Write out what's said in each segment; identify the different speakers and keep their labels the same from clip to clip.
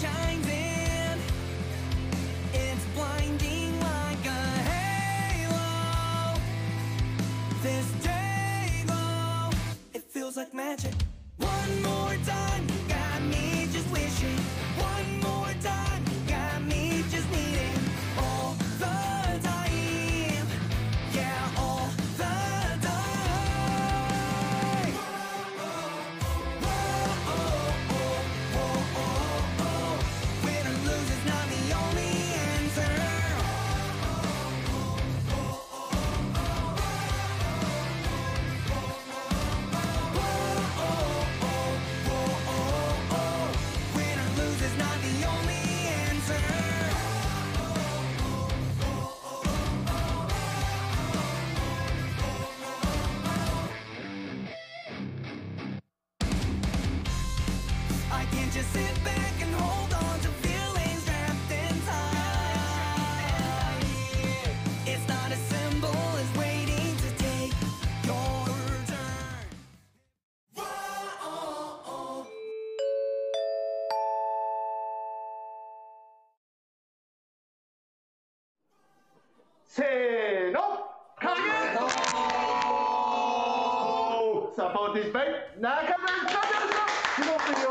Speaker 1: shines in. It's blinding like a halo. This day glow, it feels like magic. One more time, you got me just wishing. One more time, you got me just needing. All the time, yeah, all the time. Win or lose is not the only answer. Win or lose is not the only answer. I can't just sit back and hold on to feelings trapped inside. It's not as simple as waiting to take your turn.
Speaker 2: せーの影サポーティスパイ中村一太郎ですよ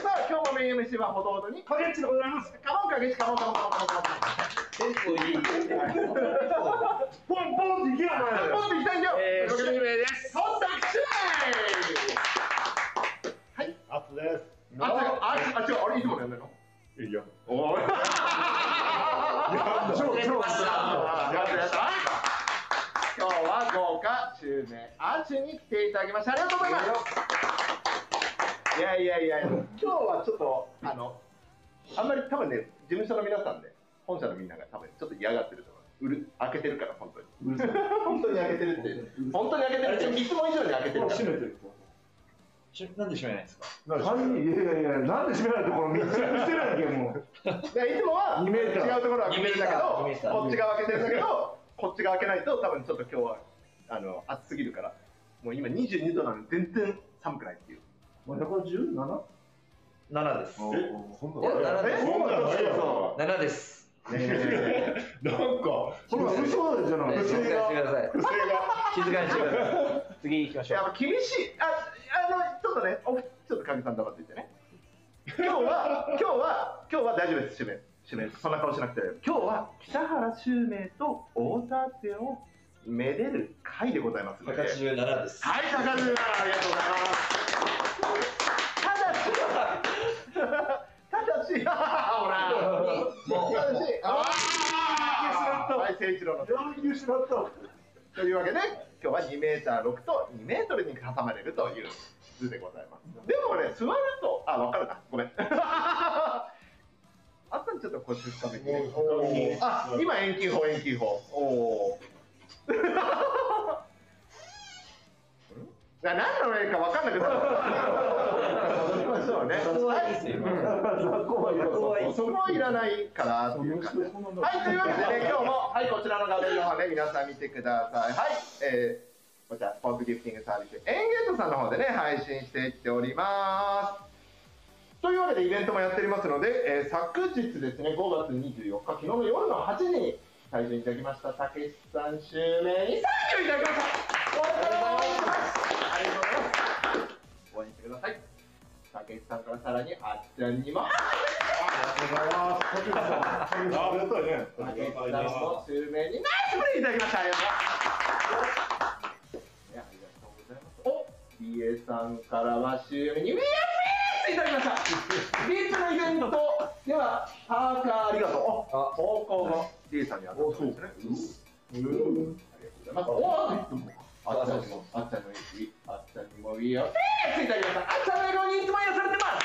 Speaker 2: さあ今日もメイン MC はほどほどに影っちでございますカモン影っちカモンカモンカモンカモン
Speaker 3: ポンポンっていけよお前
Speaker 2: ポンっていきたいんだよ、
Speaker 3: え
Speaker 2: と
Speaker 3: ー
Speaker 2: いうわけで
Speaker 3: シュウメイです
Speaker 2: 本田シはい
Speaker 3: アツです
Speaker 2: あ違うああ違うあれいつものやんないの
Speaker 3: いいよ
Speaker 2: おいやった
Speaker 3: 超超
Speaker 2: やったやった今日は豪華中年アーチに来ていただきましてありがとうございますいやいやいや今日はちょっとあのあんまり多分ね事務所の皆さんで本社のみんなが多分ちょっと嫌がってると思ううる開けてるから本当に本当に開けてるって本当に開けてるっていつも以上に開けてるから
Speaker 3: めてる
Speaker 4: なんで閉めないんですか
Speaker 3: 何いやいやいやなんで閉めないところ密着してるんけもう
Speaker 2: でいつもは
Speaker 3: 2メーター
Speaker 2: 違うところは開けてるんだけ
Speaker 4: 2メ
Speaker 2: ど
Speaker 4: ーター
Speaker 2: こっちが開けてるんだけどこっちが開けないと多分ちょっと今日はあの暑すぎるからもう今22度なのに全然寒くないっていう
Speaker 3: まだこれ 17?
Speaker 4: 7です。
Speaker 3: そん
Speaker 4: いや
Speaker 3: な
Speaker 4: な
Speaker 3: の
Speaker 4: ん
Speaker 3: え
Speaker 4: で
Speaker 3: そんなのないや
Speaker 2: そ
Speaker 4: 7です。
Speaker 3: なんかほら嘘じゃない
Speaker 4: えー静かにしてください。
Speaker 3: 不正が
Speaker 4: 静かにしてください。次行きましょ
Speaker 2: やっぱ厳しいああのちょっとねおちょっと影さん黙っていてね今日は 今日は今日は大丈夫です指名指名そんな顔しなくて今日は北原襲名と太田店をめでる会でございます
Speaker 4: う。
Speaker 2: ので
Speaker 4: 87です。
Speaker 2: はい、高橋さん、ありがとうございます。ただし、ただし、ほら、
Speaker 4: も
Speaker 2: ただし、ああ、はい、誠一郎の。
Speaker 3: 要求しなった
Speaker 2: というわけで、今日は2メーター6と2メートルに挟まれるという図でございます。でもね、座ると、あ、わかるな、ごめん。 あったんちょっと腰深めてね。あ、今遠近法、遠近法。おお。な何の例か分かんなくなる。そうね。
Speaker 4: う、怖いですよ。
Speaker 2: そこはいらないからっていう感じですはい、というわけでね、今日も、はい、こちらの画面の方ね、皆さん見てください。はい、えー、こちら、スポーツギフティングサービス、エンゲートさんの方でね、配信していっております。というわけで、イベントもやっておりますので、えー昨日ですね、5月24日、昨日の夜の8時に、配信いただきました、たけしさん襲名にサンキューいただきました。おめでとうございます。ありがとうございます。応援してください。たけしさんからさらに、あっちゃんにも、
Speaker 3: ありがたいね
Speaker 2: ありがとうございます。数名にナイスプレーいただきました。ありがとうございますいやありがとうございます。お、リエさんからは数名にウィアピースいただきました。ビーチのイベントではパーカーありがとう。お、高校のリエさんにあったんですね。うんありがとうございます。お、いつもあっちゃんにもあっちゃんのいいあっちゃんにもウィアピースいただきました。あっちゃんの笑顔にいつも癒されてま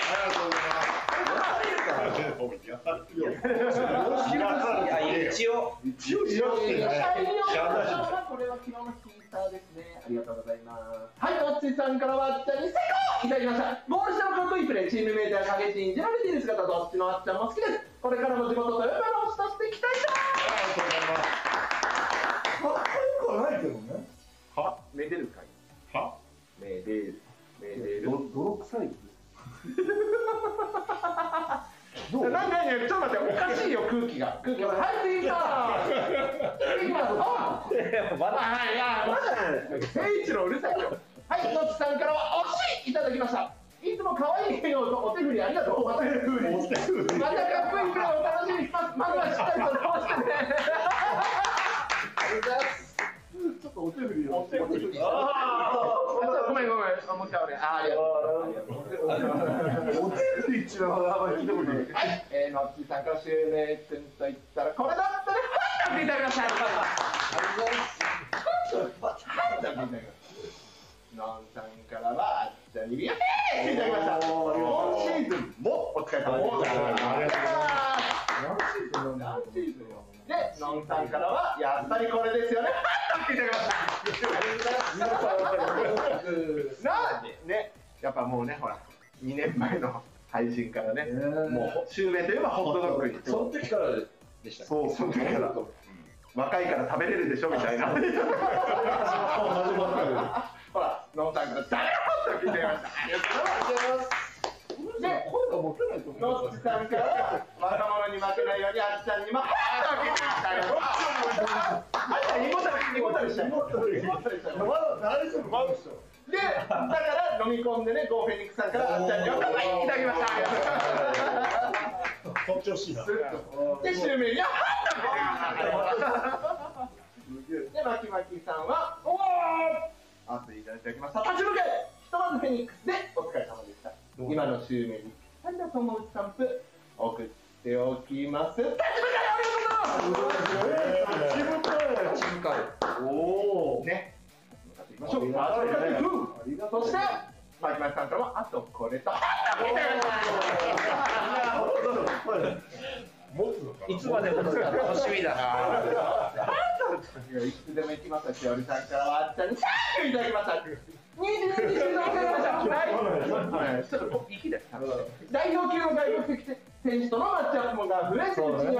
Speaker 2: す。こ
Speaker 3: 一応やってない
Speaker 4: 一応。
Speaker 2: れは昨日のヒーターですね。ありがとうございます。はい、マッチさんからはあっちゃんに成功いただきました。ゴール下のかっこいいプレー、チームメーター、影陣、ジェラルティの姿、どっちのあっちゃんも好きです。これからも地元、豊川の推しとして期待して
Speaker 3: かっこよくはないけどね
Speaker 2: ます。めでる会。
Speaker 3: は
Speaker 2: めでる。めでる。
Speaker 3: ど泥臭い
Speaker 5: やちょっと待っておかしいよ空気が空気がはい次さ次さあ
Speaker 4: まだ
Speaker 5: はいはいまだ誠一郎うるさいよはいのちさんからはおしいいただきましたいつも可愛い笑顔とお手振りありがとうお手振りまたカップインプレーを楽しみにしますまずはしっかりと通してねありがとうございますちょっとお手振りをお手振りあごめんごめんあもう一回俺あありがとう
Speaker 6: お手振りっちゅうのはあんまり聞いたことない
Speaker 5: はい、えー、のっちさんから襲名戦と言ったら、これだったね、パンダみたいなさ、パンダみたいな。のんさんからは、あっちゃんに、やっへーいただきました。今シーズンもお疲れ様でした。
Speaker 6: ありがとうござい
Speaker 5: 何シーズンよ。で、のんさんからは、やっぱりこれですよね、パンダいただきました。なんでね、やっぱもうね、ほら、2年前の配信からね、もう襲名といえばホットドッグに。
Speaker 4: その時からでしたっけ
Speaker 5: そう、その時から、若いから食べれるでしょみたいな。 ほら、ノンタンが誰もって聞いてました。ありがとうございます。で、声が持てないと思う。ノッチさんから、若者に負けないように、あっちゃんにも、あーって聞いてました。ありがとうございます。あっちゃん、胃もたれ、胃もたれしちゃう。胃もたれしちゃう。で、だから飲み込んでね、ゴーフェニックスさんから、あっちゃんにおかいいただきました。で、襲名には、はで、まきまきさんは、おおあといただきました。立ち向かえひとまずフェニックスでお疲れ様でした。今の襲名に、なんだと思うスタンプ、送っておきます。立ち向かえありがとうございますね。ましょう。そして、マキマキさんからは、あとこれと。
Speaker 4: いつまでも続くか楽しみだな。
Speaker 5: いつでも行きますしおりさんからはあっちゃんにサーいただきました。22日の朝ました。はい。ちょっと息で。代表級の外国籍選手とのマッチアップもが増えてるうちに温めるの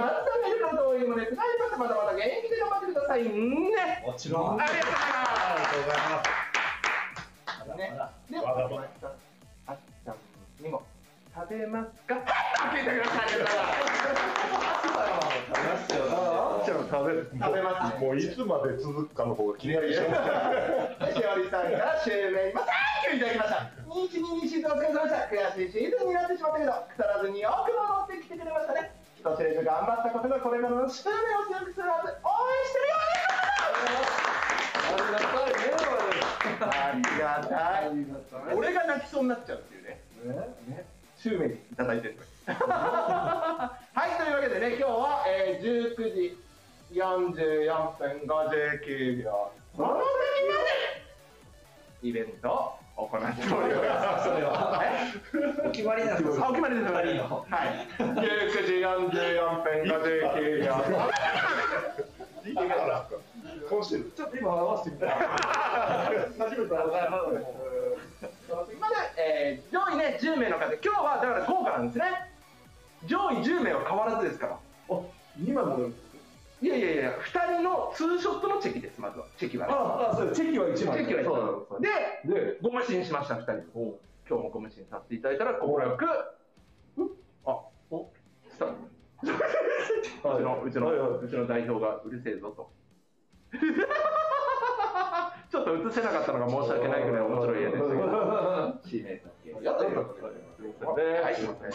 Speaker 5: と応援もね、またまだまだ現役で頑張ってくださいね。
Speaker 7: もちろん。
Speaker 5: あ
Speaker 7: あ
Speaker 5: りがとうございま
Speaker 7: りがとうござ
Speaker 5: す。
Speaker 7: います。
Speaker 5: ね、で、
Speaker 7: わが
Speaker 5: あ
Speaker 7: まま
Speaker 5: っちゃんにも食べますか？あ聞いてください。
Speaker 6: あっちゃん食べる
Speaker 5: 食べますね
Speaker 6: もういつまで続くかの方が気になるでしょ
Speaker 5: しおりさんから襲名今サンキューいただきました。二一二二シーズンお疲れ様でした。悔しいシーズンになってしまったけど、腐らずによく戻ってきてくれましたね。人知れず頑張ったことがこれからの襲名を強くするはず。応援してるよね。ありがたい。俺が泣きそうになっちゃうっていうね。ね。襲名いただいてる。はい、というわけでね、今日は、えー、19時44分59秒。この時までイベントを行っております。それは。
Speaker 4: お決まりなんです
Speaker 5: あ、お決まりです。はい。19時44分59秒。
Speaker 6: 今週ちょっと今合わせてみた
Speaker 5: まだ、えー上位ね10名の方、今日はだから豪華なんですね。上位10名は変わらずですから。
Speaker 6: 今の
Speaker 5: いやいやいや、2人のツーショットのチェキです、まずは。チェキはね。
Speaker 6: ああそうチェキは一枚
Speaker 5: チェキは一枚
Speaker 6: そう
Speaker 5: で、
Speaker 6: で
Speaker 5: ご無心しました、2人。今日もご無心させていただいたら、心よく。あ、お、した。うちの、うち
Speaker 6: はいはい
Speaker 5: の、うちの代表がうるせえぞと。 ちょっと映せなかったのが申し訳ないぐらい面白い絵でしたけど。シーメイさんっていうやったりとかねはい、すいませんね。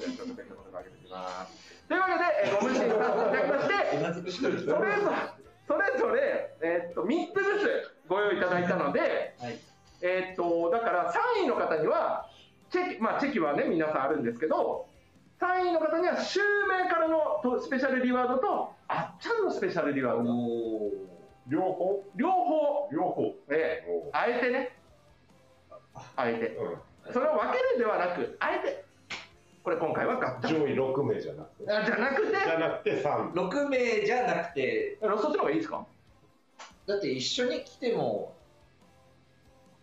Speaker 5: ちょっと勉強のわけでます。というわけで、えーご無事にスタートいただきまして、それぞれ、それぞれ、えーっと、三つずつご用意いただいたので、えーっと、だから3位の方には、チェキ、まあ、チェキはね、皆さんあるんですけど、3位の方には、襲名からのとスペシャルリワードと、あっちゃんのスペシャルリワード。
Speaker 6: 両方
Speaker 5: 両方、
Speaker 6: 両方
Speaker 5: え
Speaker 6: お
Speaker 5: ー、あえてね、あえて。それを分けるではなく、あえて、これ今回はガッチャン
Speaker 6: 上位六名じゃなくて
Speaker 5: あじゃなくて、
Speaker 6: じゃなくて三
Speaker 4: 六名じゃなくて、
Speaker 5: あのそっちの方がいいですか
Speaker 4: だって一緒に来ても。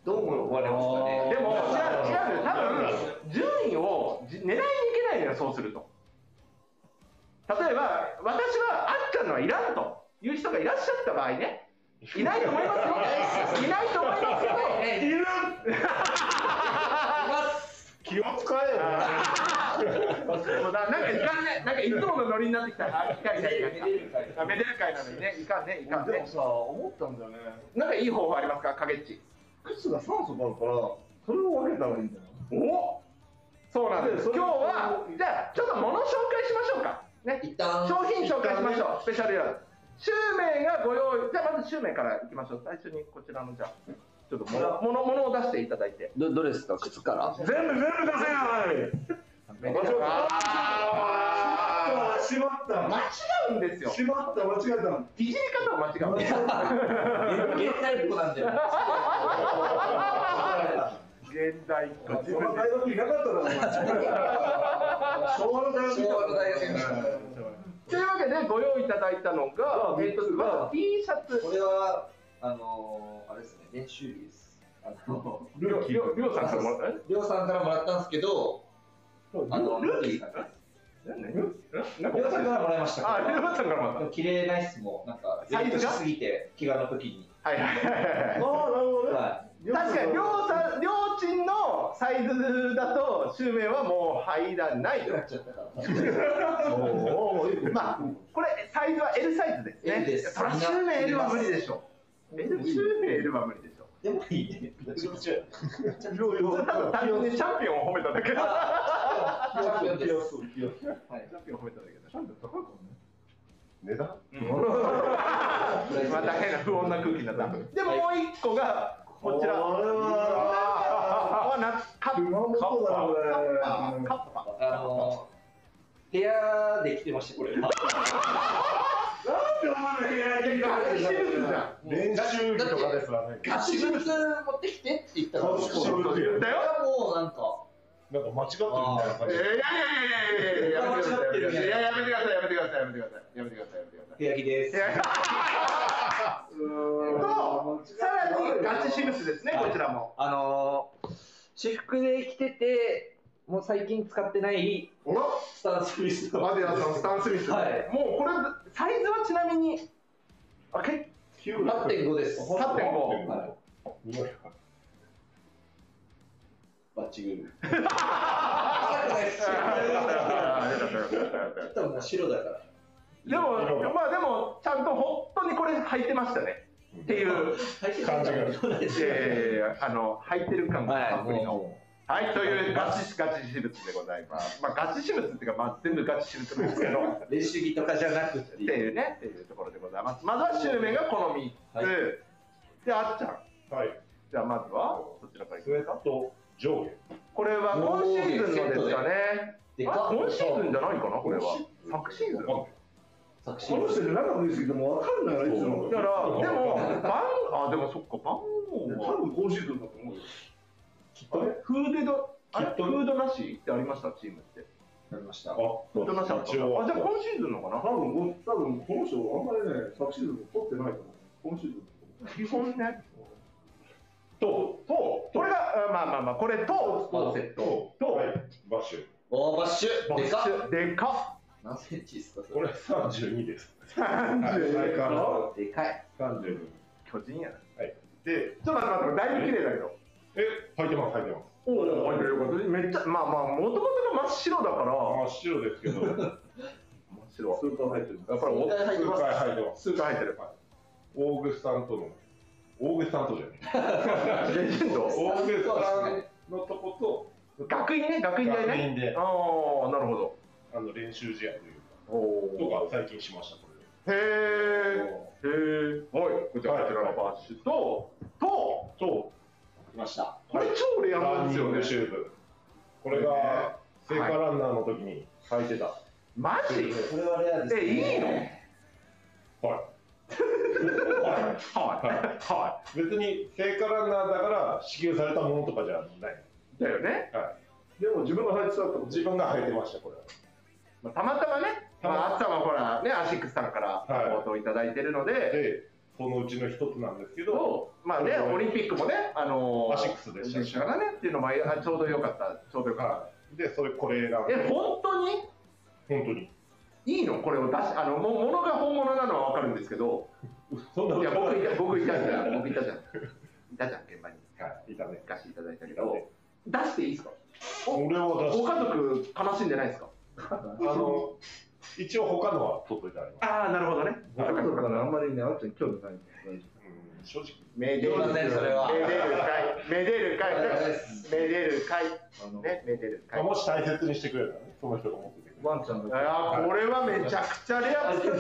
Speaker 4: どう思われますかね。
Speaker 5: でも、違う、違う、多
Speaker 6: なる
Speaker 5: 分順位をじ狙いにいけないのよ、そうすると。例えば、私はあっちゃんのはいらんという人がいらっしゃった場合ね、いないと思います よ、いないと思いますよ、
Speaker 4: ええ
Speaker 6: 気を使えよ
Speaker 5: もうななんかいかんね、なんかいつものノリになってきたら、あ、いかんいかんいかんいかん。あめでる会なのにね、いかんね、いかん
Speaker 6: で
Speaker 5: ね
Speaker 6: も。さ思ったんだよね
Speaker 5: なんかいい方法ありますか、影っち。
Speaker 6: 靴が酸素があるからそれを分けたらいいんだよ
Speaker 5: おそうなんです。
Speaker 6: でそ
Speaker 5: 今
Speaker 6: れ
Speaker 5: 日は、じゃあ、ちょっと物紹介しましょうか。ね。
Speaker 4: 一旦
Speaker 5: 商品紹介しましょう、スペシャルイヤー。シュウメイがご用意、じゃあまずシュウメイからいきましょう。最初にこちらの、じゃあ、ちょっと物物物を出していただいて。
Speaker 4: どどれですか靴から
Speaker 8: 全部全部出せ
Speaker 5: め
Speaker 8: ない
Speaker 5: あ
Speaker 6: しまっ
Speaker 5: ー間
Speaker 6: た
Speaker 5: 違うんですよ。
Speaker 6: しまった間違えたの
Speaker 5: いじり方を間違う。
Speaker 4: 現代っ子なんだよ
Speaker 5: 現代化
Speaker 6: そんな大学いなかったなお前昭和の大学
Speaker 4: 昭和の大学
Speaker 5: というわけでご用意いただいたのが、えーとまず T シャツ
Speaker 4: これはあのー、あれですね練習着ですあの
Speaker 5: りょりょりょうさんからもらった
Speaker 4: りょうさんからもらったんですけどあの
Speaker 5: ルーキー
Speaker 4: ー
Speaker 5: えなんか
Speaker 4: りょうさんからもらいました
Speaker 5: ありょうさんからもらっ
Speaker 4: 綺麗な質もなんか
Speaker 5: サイズが
Speaker 4: しすぎて気がの時に
Speaker 5: たはいはいはいはい
Speaker 6: ああなるほどね
Speaker 4: は
Speaker 5: 確かにりょうさんりょうちんのサイズだと襲名はもう入らない
Speaker 4: いなっちゃったか ら
Speaker 6: おーいいね
Speaker 5: まあこれサイズは L サイズですね
Speaker 4: L です
Speaker 5: そら襲名 L は無理でしょう L 襲名 L は無理でしょ
Speaker 4: でもいいね気持ちいいう
Speaker 6: ようよ
Speaker 5: う
Speaker 6: う
Speaker 5: ただ単純にチャンピオンを褒めただけだ
Speaker 4: チャンピオンですはい
Speaker 5: チャンピオンを褒めただけだチャンピオン高いもんね
Speaker 8: 値段
Speaker 5: また変な不穏な空気になった。でもう一個がこちら。
Speaker 6: これは
Speaker 5: はなカッ
Speaker 6: 熊本だなこれ
Speaker 5: パカッパ。
Speaker 4: あのー、部屋で着てましたこれ
Speaker 5: ガチシルズじゃ
Speaker 6: 練習着とかですらね
Speaker 4: ガチグッズ持ってきてって言ったか
Speaker 6: そ
Speaker 4: ら
Speaker 6: うそうそう
Speaker 4: れ
Speaker 5: ん。だよ。
Speaker 4: はもうなんか
Speaker 6: なんか間違ってるみたいな感
Speaker 5: い
Speaker 6: じ
Speaker 5: やいやいやいやいやいややめてくださいやめてくださいいややめてくださいやめてくださいやめてくださいやめてくださいやめてください
Speaker 4: 部屋着で
Speaker 5: と
Speaker 4: す
Speaker 5: さらにガチシルズですねこちらも
Speaker 4: あのー、私服で着ててもう最近使ってない
Speaker 5: おら
Speaker 4: スタンスミスの
Speaker 5: マデラさんスタンスミス
Speaker 4: はい
Speaker 5: もうこれサイズはちなみにあ結
Speaker 4: 8.5です
Speaker 5: 構8.5
Speaker 4: はいバッチグー高くないっすよちょっともう白だから
Speaker 5: でも、まあでも、ちゃんと本当にこれ履いてましたね。っていう、
Speaker 6: 感じが
Speaker 5: えー、あの、履いてる感が
Speaker 4: はい
Speaker 5: たっぷりの。
Speaker 4: も
Speaker 5: はい、というガチ、ガチ私物でございます。まあ、ガチ私物っていうか、まあ、全部ガチ私物なんですけ ど、っ
Speaker 4: う練習着とかじゃなくて
Speaker 5: ていうね、っていうところでございます。まずは、シュウメイがこの3つ。
Speaker 4: はい
Speaker 5: で、あっちゃん。
Speaker 6: はい
Speaker 5: じゃあ、まずは、そちらからいき
Speaker 6: スウ
Speaker 5: ま
Speaker 6: ェ
Speaker 5: すか
Speaker 6: ッ。ト上下
Speaker 5: これは今シーズンのですかね。
Speaker 4: で
Speaker 5: あ
Speaker 4: か
Speaker 5: 今シーズンじゃないかな、これは。昨シーズン
Speaker 4: 昨シ
Speaker 6: こ
Speaker 4: ー
Speaker 6: の
Speaker 4: ズ
Speaker 6: 人
Speaker 4: ン
Speaker 6: で中脱いすぎても分かんないからいつも
Speaker 5: だから、でも、番、あ、でもそっか、番
Speaker 6: 多
Speaker 5: 号は。
Speaker 6: 分今シーズンだと思うよ
Speaker 5: あれフーデドあれフードなしってありましたチームって
Speaker 4: なりました
Speaker 5: フードなしあったあじゃあ
Speaker 6: 応
Speaker 5: 今シーズンのか
Speaker 6: 多
Speaker 5: な
Speaker 6: 分ご多分この人あんまりね昨シーズンも取ってないと思う今シーズン
Speaker 5: 基本ねととこれがあまあまあまあこれと
Speaker 4: ワンセット
Speaker 5: と
Speaker 6: バッシュ
Speaker 4: おーバッシュでかっ
Speaker 5: でか
Speaker 4: 何センチですかそ
Speaker 6: こ
Speaker 4: れ
Speaker 6: れ三十二です
Speaker 5: 32
Speaker 6: か
Speaker 4: でかい
Speaker 6: 三十
Speaker 5: っ巨人やなち
Speaker 6: 二で
Speaker 5: ょっと待って待ってだいぶ綺麗だけど
Speaker 6: え履いてます履いてます
Speaker 5: おおめっちゃまあまあもともとが真っ白だから真
Speaker 6: 真っ白ですけど数
Speaker 5: っ白
Speaker 6: 回履いてる
Speaker 5: やっぱりお
Speaker 4: 絶対入って
Speaker 6: 数
Speaker 4: ます
Speaker 6: 回履いてます
Speaker 5: 数回入ってる
Speaker 6: オーグスタントのオーグスタントじゃない
Speaker 5: レジェンド
Speaker 6: 大げさのとこと
Speaker 5: 学院ね学院大ね
Speaker 6: 院で
Speaker 5: ああなるほど
Speaker 6: あの練習試合という
Speaker 5: お
Speaker 6: か
Speaker 5: お
Speaker 6: とか最近しましたこれ
Speaker 5: へえへえ、はい、こちらこちらのバッシュと、と、
Speaker 6: と
Speaker 4: 来ました
Speaker 5: これ超レアな
Speaker 6: ラ
Speaker 5: んで
Speaker 6: ンニ
Speaker 5: すよ
Speaker 6: ン
Speaker 5: ね
Speaker 6: グ。シューズこれが聖火ランナーの時に履いてた
Speaker 5: マジ？
Speaker 4: これはレアですね
Speaker 5: えいいの
Speaker 6: は
Speaker 5: はい、はい
Speaker 6: 別に聖火ランナーだから支給されたものとかじゃない
Speaker 5: い。だよね。
Speaker 6: でも自分が履いてたと自分が履いてましたこれ
Speaker 5: まあ、たまたまね、まあ、あっさんはほらね、アシックスさんからサポートをいただいてるので、
Speaker 6: でそのうちの一つなんですけど
Speaker 5: とまあね、オリンピックもね、あのー、
Speaker 6: アシックスでしたし
Speaker 5: からねっていうのもあちょうどよかった、ちょうどよかっ
Speaker 6: はいでそれこれなん
Speaker 5: た。え、
Speaker 6: で
Speaker 5: 本当に？
Speaker 6: 本当に
Speaker 5: いいのこれを出しあのも物が本物なのはわかるんですけど
Speaker 6: そんない
Speaker 5: や僕い
Speaker 6: は
Speaker 5: た僕いたじゃん僕いたじゃんいたじゃん現場に
Speaker 6: いいたね
Speaker 5: 行かせていただいたけ
Speaker 6: いたね
Speaker 5: ど出していいですか
Speaker 6: お俺は出し
Speaker 2: ご家族悲しんでないですか
Speaker 6: あの、一応他のは取っといてありま
Speaker 2: ああ、なるほどね。
Speaker 3: ご家族からあんまりね、あっちゃん興味ないんで大
Speaker 6: す。うん、
Speaker 3: 丈
Speaker 6: 正直。
Speaker 2: めでる
Speaker 4: すいませんそれは
Speaker 2: めでる会。めでる会。
Speaker 4: ありがとうございます
Speaker 2: めでる会。
Speaker 3: 夫。あの、
Speaker 2: ね、めでる会。
Speaker 6: もし大切にしてくれたらね、その人が持っててくれる。
Speaker 3: ワンちゃんが。
Speaker 2: あーこれはめちゃくちゃレアですよ。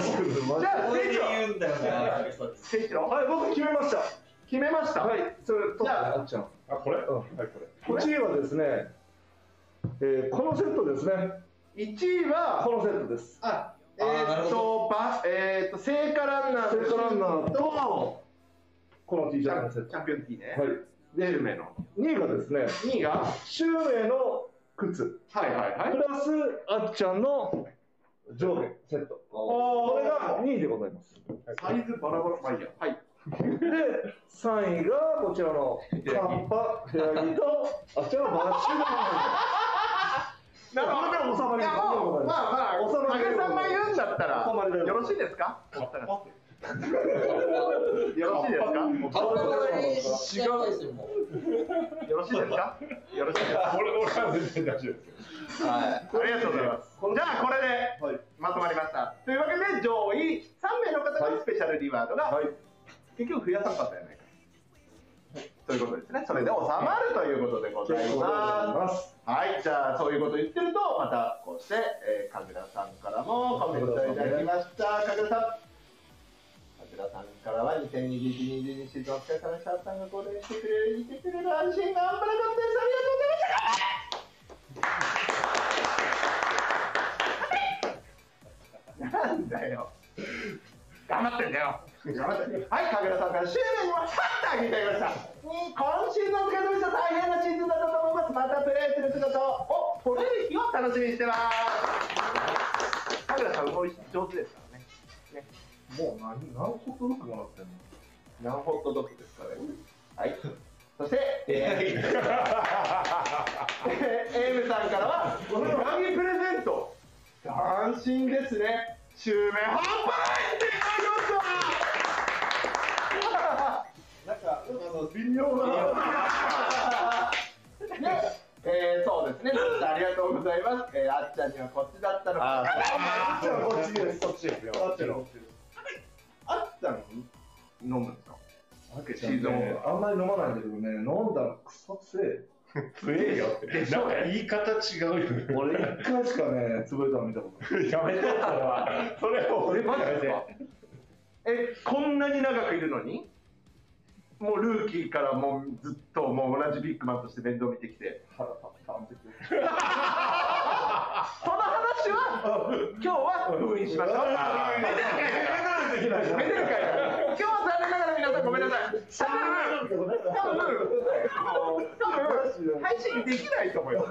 Speaker 2: じゃあ、
Speaker 4: これ
Speaker 2: 聖
Speaker 4: で
Speaker 2: 地
Speaker 4: 言うんだよな。
Speaker 2: 聖地はい、僕決めました。決めました。はい。
Speaker 3: それ、と、
Speaker 2: じゃあ
Speaker 3: ワンちゃん。
Speaker 6: あ、これ、
Speaker 3: うん
Speaker 6: はい、これ。
Speaker 3: 1位はですね、えーこのセットですね。
Speaker 2: 1位は
Speaker 3: こ、のセットです。
Speaker 2: あ、え
Speaker 4: あーなる
Speaker 2: ーっと、
Speaker 4: ほ
Speaker 2: ば、えーっと、聖火ランナー
Speaker 3: セ
Speaker 2: と。
Speaker 3: ットランナーと、この T シ
Speaker 2: チ
Speaker 3: ャツ
Speaker 2: ャ
Speaker 3: の
Speaker 2: ン
Speaker 3: セット。
Speaker 2: チャンピオンティーね。
Speaker 3: はい。
Speaker 2: デルメの。
Speaker 3: 2位がですね、
Speaker 2: 2位が、は
Speaker 3: シュウメイの靴、
Speaker 2: いはいは
Speaker 3: プ
Speaker 2: い。
Speaker 3: ラスあっちゃんの上下セット。
Speaker 2: お
Speaker 3: これが
Speaker 2: が、
Speaker 3: 2位でございます。
Speaker 2: サイズバラバラ、まあいいや。はい。
Speaker 3: で、3位がこちらのカッパ、フェアギーと、あっちゃんのバッシュ
Speaker 2: なるほど、
Speaker 3: 収まり
Speaker 2: いやもうまあまあ、
Speaker 3: 収まり
Speaker 2: 影さんが言うんだったら、
Speaker 3: 収まりだよ
Speaker 2: よろしいですか。お二人 よろしいですか。
Speaker 4: あ、これ違うですよ、もう。
Speaker 2: よろしいですか。よろしいですか。
Speaker 6: 俺、俺は全然大丈夫ですよ。
Speaker 4: はい。
Speaker 2: ありがとうございます。じゃあ、これで、まとまりました。というわけで、上位三名の方がスペシャルリワードが、結局増やさなかったじゃないか。ということですね。それで収まるということでございます。
Speaker 3: ます。
Speaker 2: はい、じゃあそういうこと言ってるとまたこうして、えー、神楽さんからもコメントいただきました神楽さん神楽さんからは2022年シーズンお疲れ様でしたさんがこれしてくれるいてくれる安心が半端なかったですありがとうございましたなんだよ頑張ってんだよ頑張ってはい神楽さんから終了にも勝ったあげてあげましたうん今シーズンお疲れ様でした大変なシーズンだったと思いますまたプレーする姿をお取れる日を楽しみにしてます神楽さん動き上手ですからね
Speaker 3: もう何、何ホットドッグもらってんの
Speaker 2: ナンホットドッグですからねはいそして、えー、エイムさんからは「お手紙プレゼント」斬新ですね襲名販売っていただきました
Speaker 4: なんか、あの、
Speaker 2: 微妙な。ね、えー、そうですね。ありがとうございます。えー、あっちゃんにはこっちだったのか。
Speaker 6: あ
Speaker 3: あじゃあこっちです。
Speaker 6: こっちですよ。
Speaker 3: あっちの。
Speaker 2: あっちゃん飲むんですか。
Speaker 3: シーズンあんまり飲まないんだけどね、飲んだらクソ強い。
Speaker 6: 強えよって。なんか言い方違うよね。
Speaker 3: 俺一回しかね、潰れたの見たことない。
Speaker 6: やめて、それは。それを俺
Speaker 2: え、マジですか。え、こんなに長くいるのに。もうルーキーからもうずっともう同じビッグマンとして面倒見てきて。
Speaker 3: 腹立ったんで
Speaker 2: その話は今日は封印しました。
Speaker 3: できないじゃん
Speaker 2: めでる会だ今日は残念ながら皆さんごめんなさい。多分多分、多分、配信できないと思うよ。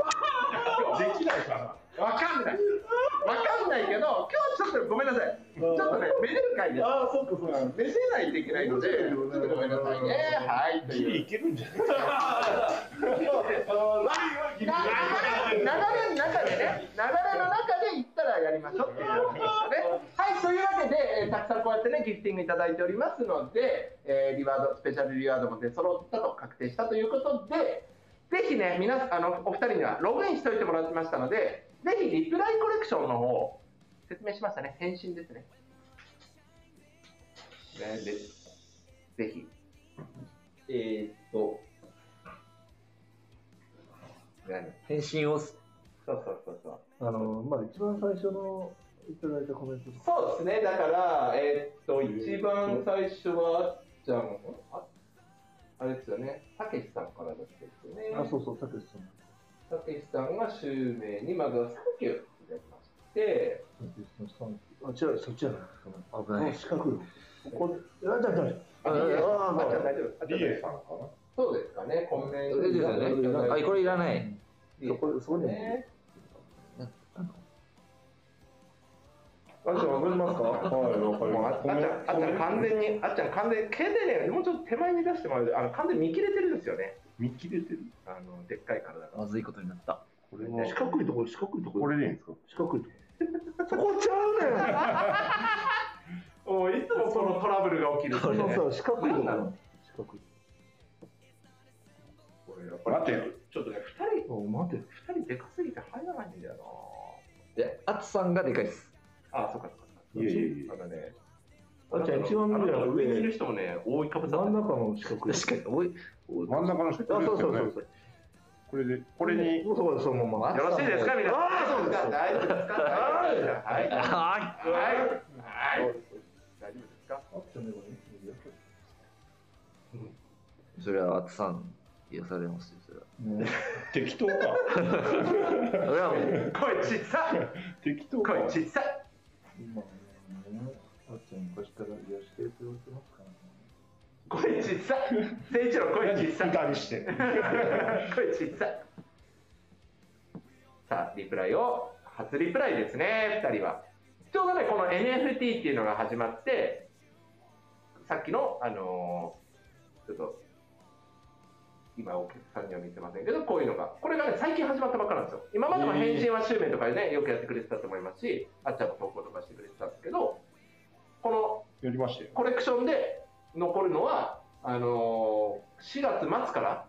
Speaker 6: できないか
Speaker 2: わかんない。わかんないけど、今日ちょっとごめんなさい。ちょっとね、めでる会です。
Speaker 3: ああ、そっかそっか。
Speaker 2: めでないといけないので、ちょっとごめんなさいね。はい、と
Speaker 6: な。ギ
Speaker 2: い
Speaker 6: リ
Speaker 2: う
Speaker 6: い。けるんじゃない
Speaker 2: 流れの中でね、流れの中で行ったらやりましょうっていうことですね。はい、というわけで、えーたくさんこうやってね、ギフティングいただいておりますので、えーリワード、スペシャルリワードも出揃ったと確定したということで、ぜひね、皆さんあの、お二人にはログインしておいてもらってましたので、ぜひリプライコレクションの方、説明しましたね、返信ですね。ねでぜひ、
Speaker 4: えー、っと、
Speaker 2: 何
Speaker 4: 返信をす。
Speaker 2: そうそうそうそう。
Speaker 3: あの、まあ一番最初のいただいたコメントです。
Speaker 2: そうですね、だから、えーっと、一番最初は、あっちゃん、ああれですよね、たけしさんからだったですよね。
Speaker 3: あ、そうそう、たけしさん。
Speaker 2: たけしさんが襲名に、まずはサンキューいただきまして、
Speaker 3: たけしさん。あ、違う、そっちじゃない。危ない。四角いの。これ、あ、じゃあ、じゃあ、
Speaker 2: あ、
Speaker 3: あ
Speaker 2: いいです
Speaker 3: あ、
Speaker 2: あっちゃん
Speaker 3: まあ
Speaker 2: 大丈夫。あっちゃん
Speaker 6: リ
Speaker 2: 大
Speaker 6: エ
Speaker 2: 丈夫
Speaker 6: さんか
Speaker 2: そうですかね、コメン
Speaker 4: そ
Speaker 2: ト。
Speaker 4: れですよね。あ、これいらない。
Speaker 3: そこ、そこに。
Speaker 2: ね
Speaker 3: あ、じゃあ、わかりますか。
Speaker 6: な。はい、わかり
Speaker 2: もうああっちゃん、あっちゃん完全に、あっちゃん完全に、毛でね、もうちょっと手前に出してもらうと、あの完全に見切れてるんですよね。
Speaker 6: 見切れてる。
Speaker 2: あの、でっかい体が。
Speaker 4: まずいことになった。
Speaker 6: これは
Speaker 3: 四角いところ、四角いところ。
Speaker 6: これでいいんですか
Speaker 3: 四角いところ。そこちゃ
Speaker 2: もういつもそのトラブルが起きるん
Speaker 3: う
Speaker 2: で
Speaker 3: ねん。
Speaker 2: ね。
Speaker 3: そうそう、四角い
Speaker 2: な
Speaker 3: とこ
Speaker 2: んな
Speaker 3: ろ。四角い。
Speaker 2: これやっぱり
Speaker 6: 待ってよ。
Speaker 2: ちょっとね、二人
Speaker 3: お前
Speaker 2: 待って、二人でかすぎて入らないんだよ
Speaker 4: で、アツさんがでかいです。
Speaker 2: な。あ、そっかそっか。
Speaker 6: いやいやい
Speaker 2: な
Speaker 6: や
Speaker 2: んかね、
Speaker 3: あじゃあ一番上じゃなく
Speaker 2: 上にいる
Speaker 3: て
Speaker 2: 人もね、覆いかぶさっ
Speaker 3: 真
Speaker 2: て
Speaker 3: ん
Speaker 2: る
Speaker 3: 中の近く
Speaker 4: 確かに、おい、おい、
Speaker 6: 真ん中の人
Speaker 3: あそうそうそう
Speaker 6: ね
Speaker 3: そう
Speaker 6: これでこれに
Speaker 3: そうそうそのまま
Speaker 2: よろしいですか、皆さん。
Speaker 3: あーそうですか
Speaker 2: 大丈夫ですか。
Speaker 3: はい
Speaker 2: はい。はい。
Speaker 4: あ
Speaker 2: はい。大丈夫ですか。
Speaker 3: あったねこ
Speaker 4: ーそれはアツさん、癒されますよ、それは。
Speaker 3: れね
Speaker 6: 適当か
Speaker 4: それはもう、
Speaker 2: 声小さい。
Speaker 6: 適当か
Speaker 2: 声小さい。
Speaker 3: 今ねあっちゃん昔から癒してくれてますからね
Speaker 2: 声小さい。誠一郎声小さい。
Speaker 6: 歌にして
Speaker 2: 声小さい。さあ、リプライを、初リプライですね、2人は。ちょうどね、この NFT っていうのが始まって、さっきの、あのーちょっと、今、お客さんには見せませんけど、こういうのが、これがね、最近始まったばっかなんですよ。今までの返信は周明とかでね、よくやってくれてたと思いますし、あっちゃんも投稿とかしてくれてたんですけど、この
Speaker 6: やりましたよ
Speaker 2: コレクションで残るのは、あのー4月末から、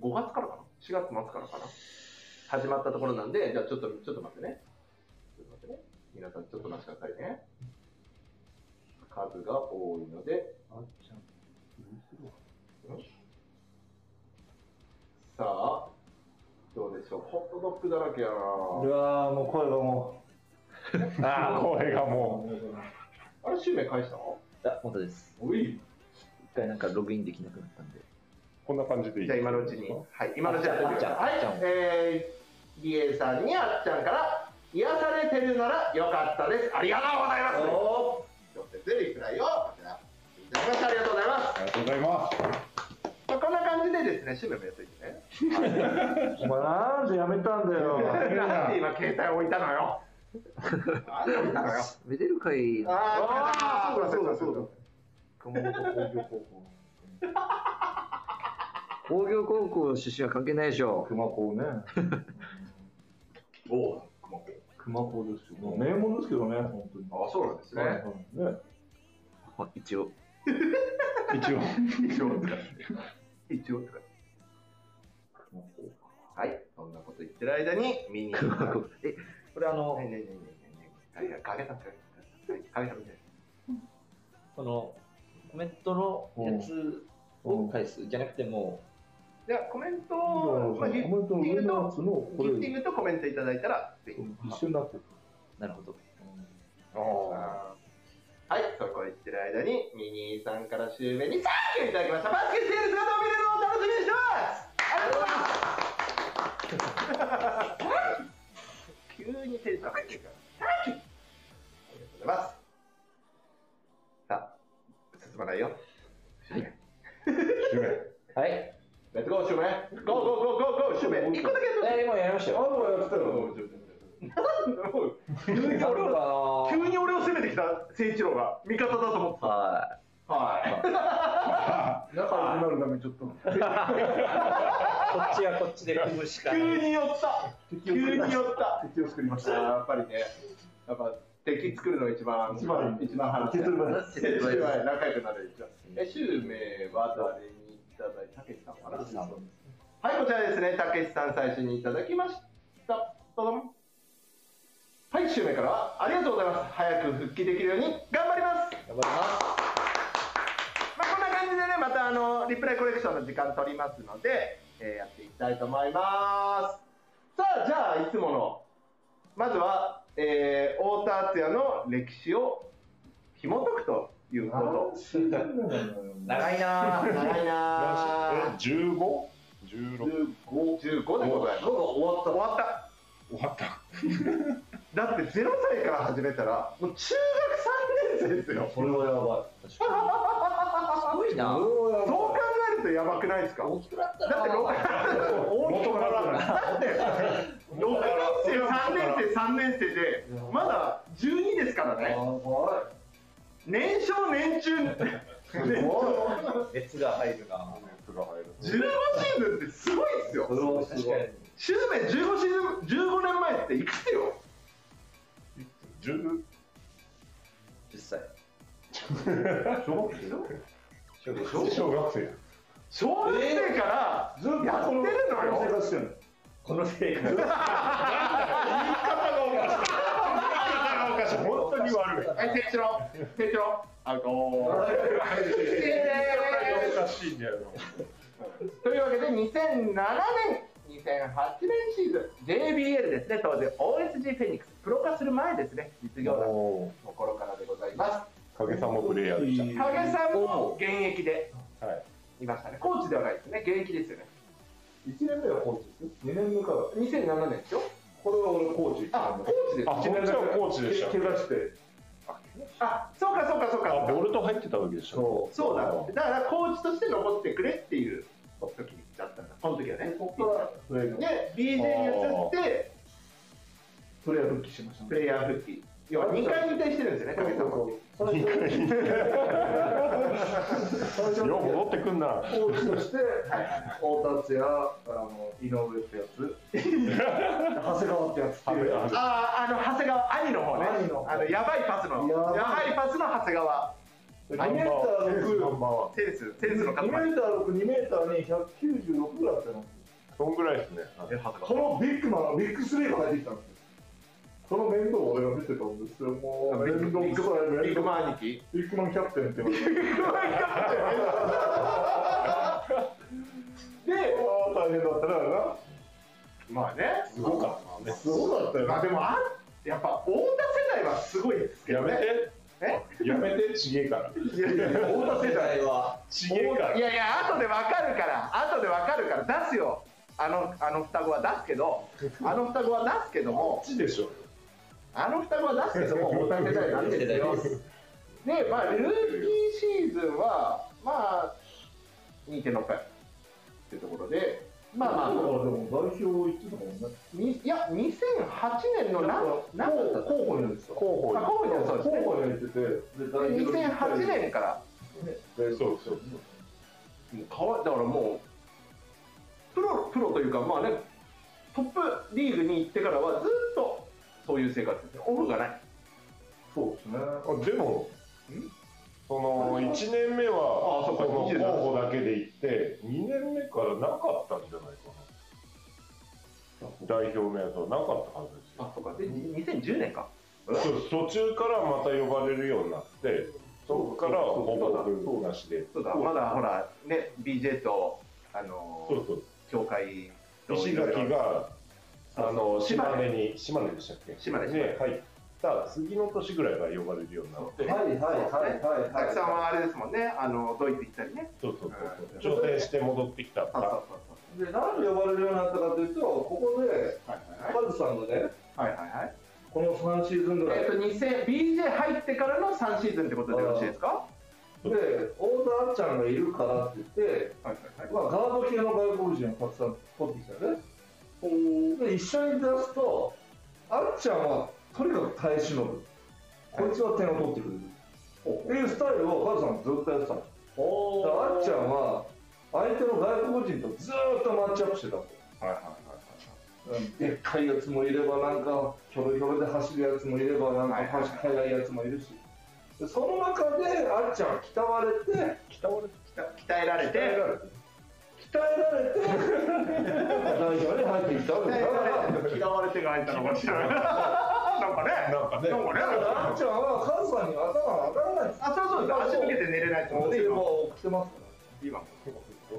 Speaker 2: 5月からかな ?4 月末からかな始まったところなんで、じゃあちょっと、ちょっと待ってね。ちょっと待ってね。皆さんちょっと待ちくださいね。数が多いので、
Speaker 3: あっちゃん
Speaker 2: さあ、どうでしょう。ホットドッグだらけやな
Speaker 3: うわーもう声がも
Speaker 6: ああこれが
Speaker 3: う
Speaker 6: も
Speaker 2: あれ、シュウメイ返したの
Speaker 4: あ、本当です。
Speaker 2: おい。
Speaker 4: 一回なんかログインできなくなったんで。
Speaker 6: うこんな感じでいい
Speaker 2: じゃあ今のうちに。はい、今のうちにやってみてください。
Speaker 4: あ
Speaker 2: は
Speaker 4: っちゃんあっちゃん
Speaker 2: い、えー、リエさんにあっちゃんから、癒されてるなら良かったです。ありがとうございます。
Speaker 3: お
Speaker 2: 挑戦するリプライをこちらいただきましたありがとうございます、
Speaker 6: ありがとうございます
Speaker 2: まあ、こんな感じでですね趣味もやっていて ね
Speaker 3: ーお前なんでやめたんだよ
Speaker 2: なんで今携帯置いたの よなんで置いたのよ
Speaker 4: めでる会の
Speaker 2: あーあそうだそうだそう
Speaker 3: 熊本工業高校
Speaker 4: 工業高校出身は関係ないでしょ。
Speaker 3: 熊高 ね
Speaker 2: だお
Speaker 3: 熊高ですけど名門ですけどね本当に
Speaker 2: あそうなんですね
Speaker 3: ね
Speaker 4: あ一応。
Speaker 6: 一応
Speaker 2: 一応とか一応とかはいそんなこと言ってる間に見に行く はい
Speaker 4: え、これあの、
Speaker 2: はいはいはいはい影さん影さんみたい
Speaker 9: このコメントのやつを返すじゃなくても
Speaker 2: じゃあコメント
Speaker 3: コメント
Speaker 2: をまあギフ
Speaker 3: の上のやつのこ
Speaker 2: ギ
Speaker 3: れ
Speaker 2: フティングとコメントいただいたらぜひ
Speaker 3: 一緒になってる。
Speaker 9: なるほど
Speaker 6: ああ
Speaker 2: はい、そこ行ってる間に、ミニーさんから終面にサンキューいただきました。バスケしている姿を見るのを楽しみにしてますありがとうございます急にテンション上がってるから。サンキューありがとうございます。さあ、進まないよ。
Speaker 6: 締め
Speaker 9: はいえ
Speaker 2: レッツゴー、シュウメイゴーゴーゴーゴーゴー、シュウメイ一個だけやっ
Speaker 9: ーもうやりましたよ
Speaker 3: もやってた
Speaker 2: たの。急に
Speaker 9: な
Speaker 2: 俺
Speaker 9: る
Speaker 2: を
Speaker 9: ほ
Speaker 2: 急に俺を攻めてきた誠一郎が味方だと思って
Speaker 4: は
Speaker 2: た。はい。
Speaker 3: 仲良くなるためにちょっと
Speaker 9: こっちはこっちで組むしか
Speaker 2: 急に寄った
Speaker 3: 敵
Speaker 2: 急
Speaker 3: を作りま
Speaker 2: に
Speaker 3: し
Speaker 2: 寄った
Speaker 3: た。敵を作りました。
Speaker 2: やっぱりね、やっぱ敵作るの一番
Speaker 3: 一番
Speaker 2: 一番話
Speaker 3: 手取りま
Speaker 2: 手取り早い仲良くなれるじゃん。え、シュウメイは誰にいただいたけしさんかな。はい、こちらですね、たけしさん最初にいただきました。どどんはい、シュウメイからはありがとうございます。早く復帰できるように頑張ります。
Speaker 9: 頑張りま
Speaker 2: まあ、こんな感じでね、またあのリプレイコレクションの時間取りますので、えーやっていきたいと思います。さあ、じゃあ、いつもの、まずは、えー、太田敦也の歴史を紐解くというこ
Speaker 9: す長い
Speaker 2: と。
Speaker 9: な
Speaker 2: 長い なぁ。
Speaker 6: 15?16 終
Speaker 2: 15でございます。終わった。
Speaker 6: わった
Speaker 2: だって0歳から始めたら、もう中学3年生ですよ。
Speaker 3: これはやばい。
Speaker 4: い。すごいな。
Speaker 2: そう考えるとやばくないですか
Speaker 9: 大きくなった
Speaker 2: だって
Speaker 9: な
Speaker 2: 6
Speaker 6: 元から
Speaker 2: だって6年生、3年生、3年生で、まだ12ですからね、年少、年中、年長
Speaker 9: 熱が入るな
Speaker 2: 15シーズンってすごいですよ、
Speaker 9: 確かに
Speaker 2: シュウメイ15シーズン、15年前っていくつよ、
Speaker 6: 10
Speaker 9: 10歳
Speaker 6: 小学
Speaker 9: 小学
Speaker 6: 生小学生
Speaker 2: 小学生から
Speaker 3: ずっと
Speaker 2: やってるのよ、
Speaker 3: 生活してる。この性格
Speaker 6: おかしい本当に悪い
Speaker 2: はい、清志郎、清志郎、アウト。
Speaker 6: おかしいんだよ
Speaker 2: というわけで、2007年、2008年シーズン、JBL ですね、当時 OSG フェニックス、プロ化する前ですね、実業団の頃からでございます。
Speaker 6: 影さんもプレイヤーでし
Speaker 2: 影さんも現役で
Speaker 6: たはい
Speaker 2: いましたね、コーチではないですね、現役ですよね。
Speaker 3: 1年目はコーチです2年目から
Speaker 2: 2007年でしょ
Speaker 3: これは俺コーチ
Speaker 2: あ、コーチです
Speaker 6: あ、こっちはコーチでした
Speaker 3: 怪我して
Speaker 2: あ、そうかそうかそう
Speaker 6: あ、
Speaker 2: か。
Speaker 6: ボルト入ってたわけでしょ
Speaker 3: そ
Speaker 2: そ
Speaker 3: う
Speaker 2: うだ。だからコーチとして残ってくれっていう時だったんだ。この時はね。
Speaker 3: ここからプレーの
Speaker 2: で、BJ に移って、
Speaker 3: プレー復帰しました
Speaker 2: プレイヤー復帰。要は2回引退してるんですよね、
Speaker 3: そう
Speaker 2: 武
Speaker 3: そ
Speaker 2: さん
Speaker 3: う
Speaker 2: も。
Speaker 3: そう最初最初
Speaker 6: よう
Speaker 3: の
Speaker 6: 戻ってくんな
Speaker 3: コーチとして太田敦也あの井上ってやつ 長谷川ってやつっていう
Speaker 6: あ
Speaker 2: あーあの長谷川兄の方ね
Speaker 3: 兄の方
Speaker 2: あのやばいパスの
Speaker 3: やばい
Speaker 2: やばいパスの長谷川
Speaker 3: 2メーター
Speaker 6: ナ
Speaker 3: 6
Speaker 6: ンバーワン
Speaker 2: センスセンスの塊
Speaker 3: 2メーター6、2メーターに196ぐらいあったの。
Speaker 6: そんぐらいですね
Speaker 2: え長谷
Speaker 3: このビッグマンのビッグスリーが入ってきたんですよ。その面倒を俺が見てたんですよ。もう、面倒くさい
Speaker 2: 川ビ
Speaker 3: 面
Speaker 2: ッグ
Speaker 3: 倒。
Speaker 2: マン兄貴
Speaker 3: ビッグマンキャプテンって言われて。
Speaker 2: で
Speaker 3: ああ、大変だったなあれな。
Speaker 2: まあね
Speaker 6: すごかったね
Speaker 3: すごかったよ
Speaker 2: まあ
Speaker 3: な。
Speaker 2: でもあやっぱ太田世代はすごいですけ
Speaker 6: や
Speaker 2: ど
Speaker 6: め
Speaker 2: ね
Speaker 6: てやめてちげえから
Speaker 2: いやいや太田世
Speaker 4: 世
Speaker 2: 代
Speaker 4: 代は
Speaker 6: ちげえから
Speaker 2: いやいや後でわかるから後でわかるから出すよあのあの双子は出すけどあの双子は出すけども
Speaker 6: こっちでしょ
Speaker 2: あの双子は出すけども太田世代なんですよで、まあ、ルーキーシーズンは、まあ、2.6回っていうところで、まあまあ
Speaker 3: だからで、も代表行ってたもんね。
Speaker 2: にいや、2008年のなんなんだったか
Speaker 3: 候補になってた。候
Speaker 6: 候
Speaker 2: あ候補にはそうですね
Speaker 3: 候補に入ってて、で代表に行ったり
Speaker 2: 2008年から、
Speaker 6: 補そうそう
Speaker 2: もうかわだからもう、プロプロというか、まあね、トップリーグに行ってからは、ずっとそういう生活ですよ、オフがない。
Speaker 3: そうですね。
Speaker 6: あでもその1年目は
Speaker 2: あそうか
Speaker 6: その
Speaker 2: 27
Speaker 6: 候補だけで行って2年目からなかったんじゃないかな代表のやつはなかったはずですよ
Speaker 2: あ、そうか、で、2010年か。
Speaker 6: そう途中からまた呼ばれるようになってそっから
Speaker 2: そうそうそう
Speaker 6: ほぼ分なしで
Speaker 2: そうだ、まだほら、ね、BJ と、あの
Speaker 6: そ、うそう
Speaker 2: 協会と
Speaker 6: 石垣があの
Speaker 2: 島
Speaker 6: 島
Speaker 2: 根
Speaker 6: 根に島根でしたっけ
Speaker 2: 島根島根
Speaker 6: ね入った次の年ぐらいから呼ばれるようになって
Speaker 3: はいはいはいはい。
Speaker 2: たくさんはあれですもんね、あのドイツ行ったりね。
Speaker 6: そうそうそうそう挑戦して戻ってきた
Speaker 2: そうそう
Speaker 3: で、なんで呼ばれるようになったかというと、ここで、
Speaker 2: そうはい
Speaker 3: カズさんがね、
Speaker 2: はいはいはい。
Speaker 3: この3シーズンぐらい
Speaker 2: えっ、と、2000、BJ 入ってからの3シーズンってことでよろしいですか
Speaker 3: で、太田あっちゃんがいるからって言って、
Speaker 2: はい
Speaker 3: まあ、ガード系の外国人をたくさん取ってきたよね。で、一緒に出すと、あっちゃんはとにかく耐え忍ぶ。こいつは点を取ってくれる。っていうスタイルをカズさんはずっとやってたの。だからあっちゃんは、相手の外国人とずーっとマッチアップしてたの。
Speaker 2: はいはいはい。
Speaker 3: でっかいやつもいればなんかひょろひょろで走るやつもいればなん
Speaker 2: はい
Speaker 3: か
Speaker 2: はい
Speaker 3: 走速いやつもいるしでその中であっちゃんは鍛われて鍛
Speaker 2: 鍛えられて、鍛えら
Speaker 3: えられて代表に入ってきたわけだから
Speaker 2: れて、嫌われてが入ったのかもしれない。なんかね、
Speaker 6: なんかね
Speaker 2: なんかね、
Speaker 3: あっちゃんはカズさんに頭が上がらないんです
Speaker 2: あ、そうそうそう、足向けて寝れないってことね、今。
Speaker 3: を送ってますか
Speaker 2: 今。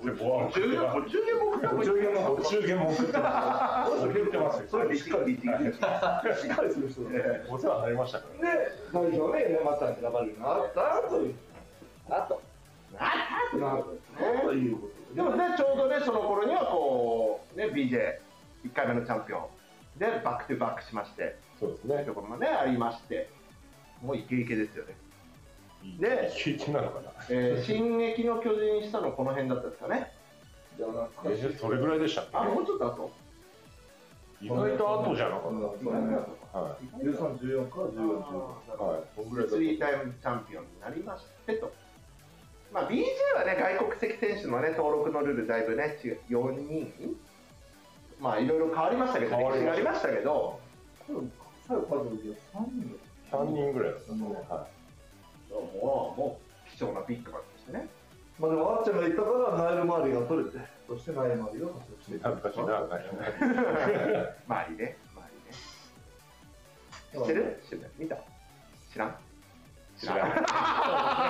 Speaker 6: 俺ボア
Speaker 2: 中元、中元も送ったもん
Speaker 3: ら50も
Speaker 6: お中元も送ってま
Speaker 3: 送って
Speaker 6: ますよ
Speaker 3: それでしっかりしっかりする人だね
Speaker 2: え
Speaker 6: すお世話になりましたか
Speaker 3: で代表にまた選ばれるようになったという
Speaker 4: あと
Speaker 3: なるというこ
Speaker 2: えでもね、ちょうどね、その頃にはこう、ね、BJ1 回目のチャンピオンでバックトゥバックしまして。
Speaker 6: そうです
Speaker 2: と
Speaker 6: ね
Speaker 2: ころもねありましてもうイケイケですよね、で
Speaker 6: 聞いてなのかな
Speaker 2: えー、進撃の巨人したのこの辺だったですかね
Speaker 3: とでじゃあなんか
Speaker 6: えそれぐらいでしたっ
Speaker 2: あもうちょっと後
Speaker 6: け意外と後じゃなかっ
Speaker 3: そうだね
Speaker 6: たは
Speaker 3: 13、14から14、
Speaker 6: いはいそんぐらいだ
Speaker 2: スリータイムチャンピオンになりましてとまあ BJ はね外国籍選手のね登録のルールだいぶね違う4人まあいろいろ変わりましたけど
Speaker 6: 変わ
Speaker 2: 歴
Speaker 6: り
Speaker 2: 史
Speaker 6: ま
Speaker 2: が
Speaker 6: した
Speaker 2: ありましたけど
Speaker 3: 多分 最後数えて3人
Speaker 6: 3人ぐらいだったねはい
Speaker 2: もうもう貴重なビッグマンとしてね
Speaker 3: まあでもあっちゃんが言ったからナイル周りが取れて、そしてナイル周りが活躍していく
Speaker 6: 恥ずかしいな、
Speaker 2: 周りね、周りね。知ってる知ってる見た知らん
Speaker 6: 知らん。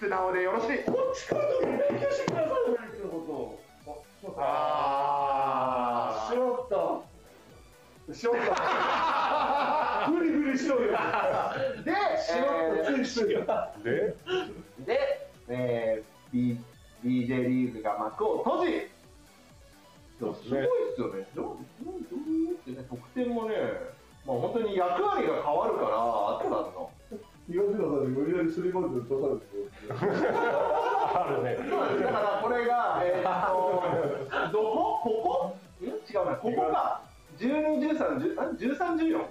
Speaker 2: 素直でよろしい。
Speaker 3: こっちからでも勉強してください、勉強のことを。あ、そうか。
Speaker 2: あ
Speaker 3: しよった。しよった。ふりふりしろよ。
Speaker 2: ーで、
Speaker 3: しよった、ついしろよ。
Speaker 6: で、
Speaker 2: えーで、えー B、BJ リーグが幕を閉じ、
Speaker 6: そうです
Speaker 2: すごい
Speaker 6: ね
Speaker 2: っ。すよね。どうどうどうってね、得点もね、まあ本当に役割が変わるから、あったの。
Speaker 3: 言わせたさに無理やりスリーポイントで落とされてる。
Speaker 6: あるね。
Speaker 2: そうなんです。だからこれが、えーっと、どこここん違うな、ここが、12、13、10あ13、14?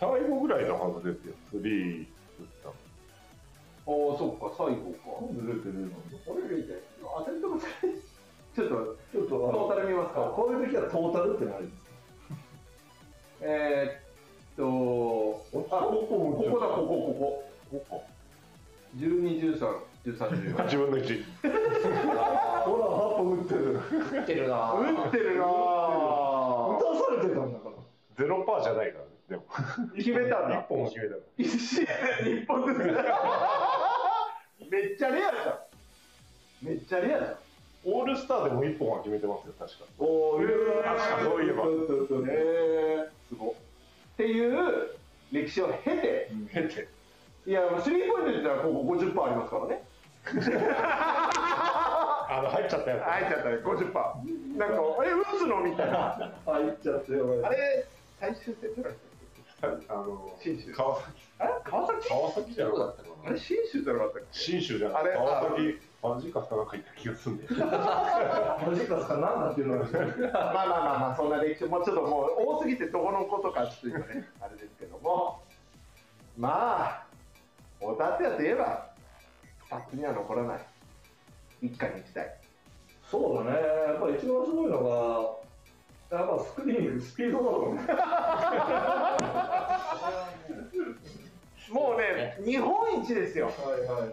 Speaker 6: 最後ぐらいのはずですよ。スリー打ったの。
Speaker 2: ああ、そっか、最後
Speaker 3: な
Speaker 2: か。
Speaker 3: んで出てるの
Speaker 2: あれみたいな。当たりとかちょっと、
Speaker 3: ちょっとあ
Speaker 2: ト
Speaker 3: の
Speaker 2: ータル見ますか。
Speaker 3: こういう時はトータルってないです。
Speaker 2: えー、っと、
Speaker 3: こ
Speaker 2: あ
Speaker 3: こ
Speaker 2: ここだ、ここ、ここ。ここ。十二、十三、十三、 十四。
Speaker 6: 自分の位置。
Speaker 3: ほら、八本打ってる。
Speaker 4: 打ってるなぁ
Speaker 2: 打ってるな
Speaker 3: 打
Speaker 2: ぁ。
Speaker 3: たされてたんだから。
Speaker 6: ゼロパーじゃないからね。でも。
Speaker 2: 決めたん
Speaker 6: 一
Speaker 2: だ。
Speaker 6: 本も決めたの。
Speaker 2: 一試合で一本ずつ。 めっちゃレアじゃん。めっちゃレアじゃん。
Speaker 6: オールスターでも一本は決めてますよ、確か。
Speaker 2: おー、
Speaker 6: 確かそういえば。
Speaker 2: えー、すごっ。っていう歴史を経て、
Speaker 6: 経て
Speaker 2: いや、もうスリーポイントって言ったら、ここ50%ありますからね。
Speaker 6: あの、入っちゃったやつ。
Speaker 2: あえちゃったね、50%。なんか、あれ、打つのみたいな。
Speaker 3: あ、行っちゃってやばい。
Speaker 2: あれ、最終戦じゃない
Speaker 6: あの、
Speaker 2: 信州
Speaker 6: 川崎。
Speaker 2: あれ川崎
Speaker 6: 川崎じゃな
Speaker 4: どこだ
Speaker 6: かっ。
Speaker 4: ったたか
Speaker 2: あれ、信州じゃなかったっけ
Speaker 6: 信州じゃなかった。
Speaker 2: あれ
Speaker 6: 川崎、マジかかなんか行った気がするんだよ。
Speaker 3: マジかさ、なんだっていうのが。
Speaker 2: まあまあまあまあ、そんな歴史、もうちょっともう多すぎて、どこのことかっていうのはね、 あれですけども、まあ、小田達也といえば、二つには残らない、一家に一台。
Speaker 3: そうだね。やっぱり一番すごいのが、やっぱスクリーン、スピードだと思う。
Speaker 2: もうね、日本一ですよ、
Speaker 3: はいはいはい。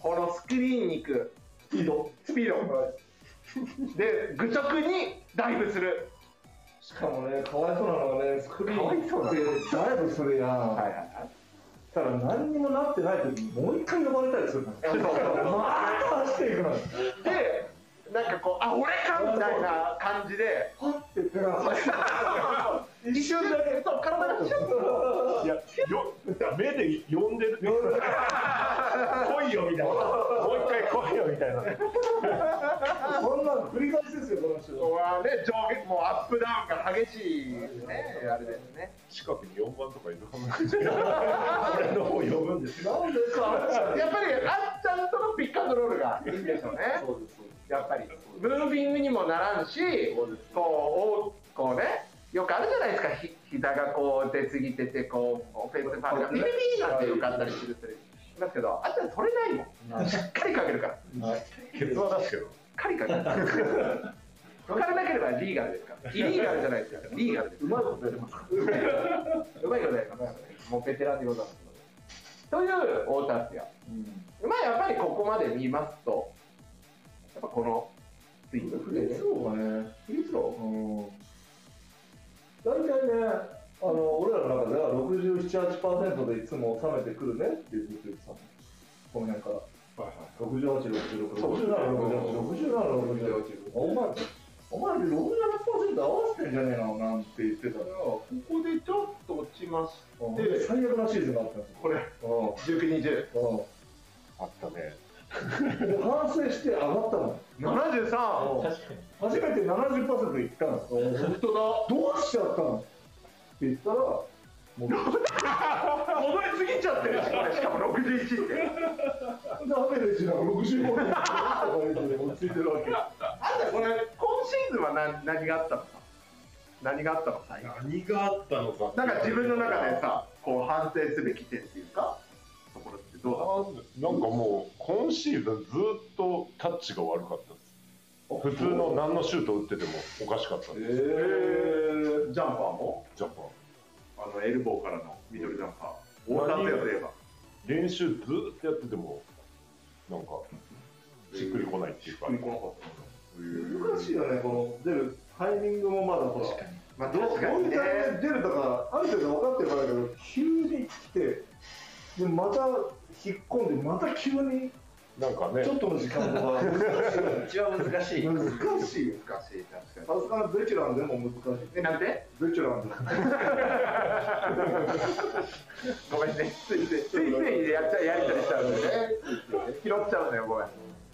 Speaker 2: このスクリーンに行く
Speaker 3: スピード。
Speaker 2: スピード、
Speaker 3: は
Speaker 2: で、愚直にダイブする、
Speaker 3: い。しかもね、かわいそうなのがね、スクリーン。
Speaker 2: かわいそうなの
Speaker 3: ダイブするやん。
Speaker 2: はいはいはい、
Speaker 3: ただ何にもなってない時にもう一回呼ばれたりするから。また走っていくのよ。
Speaker 2: で、なんかこう、あ俺かみたいな感じで、
Speaker 3: パッて手が走って
Speaker 2: 一瞬だけ、そう、体がシュッと。
Speaker 6: いや、よ、目で呼んでる。 来いよみたいな。もう一回来いよみたいな。
Speaker 3: そんなの繰り返しですよ、この人。
Speaker 2: ここはね、上下もうアップダウンが激しいね、あれですね。
Speaker 6: 近くに4番とかいるかもしれない。 俺の方呼ぶんですよ。
Speaker 3: なんでか。
Speaker 2: やっぱりあっちゃんとのピックアンドロールがいいんでしょうね。
Speaker 9: そうですそうです
Speaker 2: やっぱりムービングにもならんし、こうおこうね、よくあるじゃないですか。ひ膝がこう出過ぎててこうオフェンスファウルがビビビリなんてよかったりするする。だけどあっちゃんそれないもん。しっかりかけるから。し
Speaker 6: ケツは出すけど。
Speaker 2: っかりかけ る。かからなければリーガルですから。イリーガルじゃないですから。リーガルです。
Speaker 3: うまいことやりますか。
Speaker 2: うまいことやりますからねもうベテランでございますので。という太田ですよ。まあやっぱりここまで見ますと、やっぱこのスイング
Speaker 3: フリースローがね、
Speaker 2: フリースロ
Speaker 3: うん大体ね、あの俺らの中では67、8%でいつも収めてくるねっていうこと言ってたのこの辺から。68、66、67、67、67、67。お前、お前で68%合わせてんじゃねえのなんて言ってたのよ。
Speaker 2: ここでちょっと落ちまし
Speaker 3: で、最悪なシーズンがあったんですよ。
Speaker 2: これ
Speaker 3: うん
Speaker 2: 1920
Speaker 6: あったね。
Speaker 3: うんで反省して上がったの。
Speaker 2: 73
Speaker 3: うん初めて70%いったんですよ。
Speaker 2: 本当
Speaker 3: どうしちゃったのって言ったら、もう、
Speaker 2: だ戻りすぎちゃってるしこれしかも61って
Speaker 3: ダメでしな、65年落ち着いてるわけ。
Speaker 2: あんたこれ今シーズンは何何があったの何があったの最後
Speaker 6: 何があったのか。
Speaker 2: なんか自分の中で。さこう反省すべき点っていうかところってどうだっ
Speaker 6: なんかもう、今シーズンずっとタッチが悪かったです。普通の何のシュート打っててもおかしかったん
Speaker 3: え
Speaker 6: です、
Speaker 3: ー、
Speaker 2: たジャンパーも
Speaker 6: ジャパン。
Speaker 2: あのエルボーからの緑ジャンパー大田強といえば
Speaker 6: 練習ずっとやってても、なんか、しっくりこないっていうか。
Speaker 3: 組み込まなかった難しいよねこの出るタイミングもまだほら
Speaker 4: 確かに。
Speaker 2: まあ、
Speaker 3: どうど
Speaker 2: 確
Speaker 3: う
Speaker 2: か
Speaker 3: い
Speaker 2: に
Speaker 3: う
Speaker 2: ね
Speaker 3: タイミングで出るとかある程度分かってるからだけど急に来てでまた引っ込んでまた急に
Speaker 6: なんかね
Speaker 3: ちょ、っとの時間が難しいよね
Speaker 4: 一番難しい。
Speaker 3: 難しいよ
Speaker 2: 難しい確か
Speaker 3: さすがのベテランでも難しい
Speaker 2: にえなんで
Speaker 3: ベテランで
Speaker 2: ごめんねついついついついやっちゃやりたりしちゃうんだよねついついね拾っちゃうんだよごめん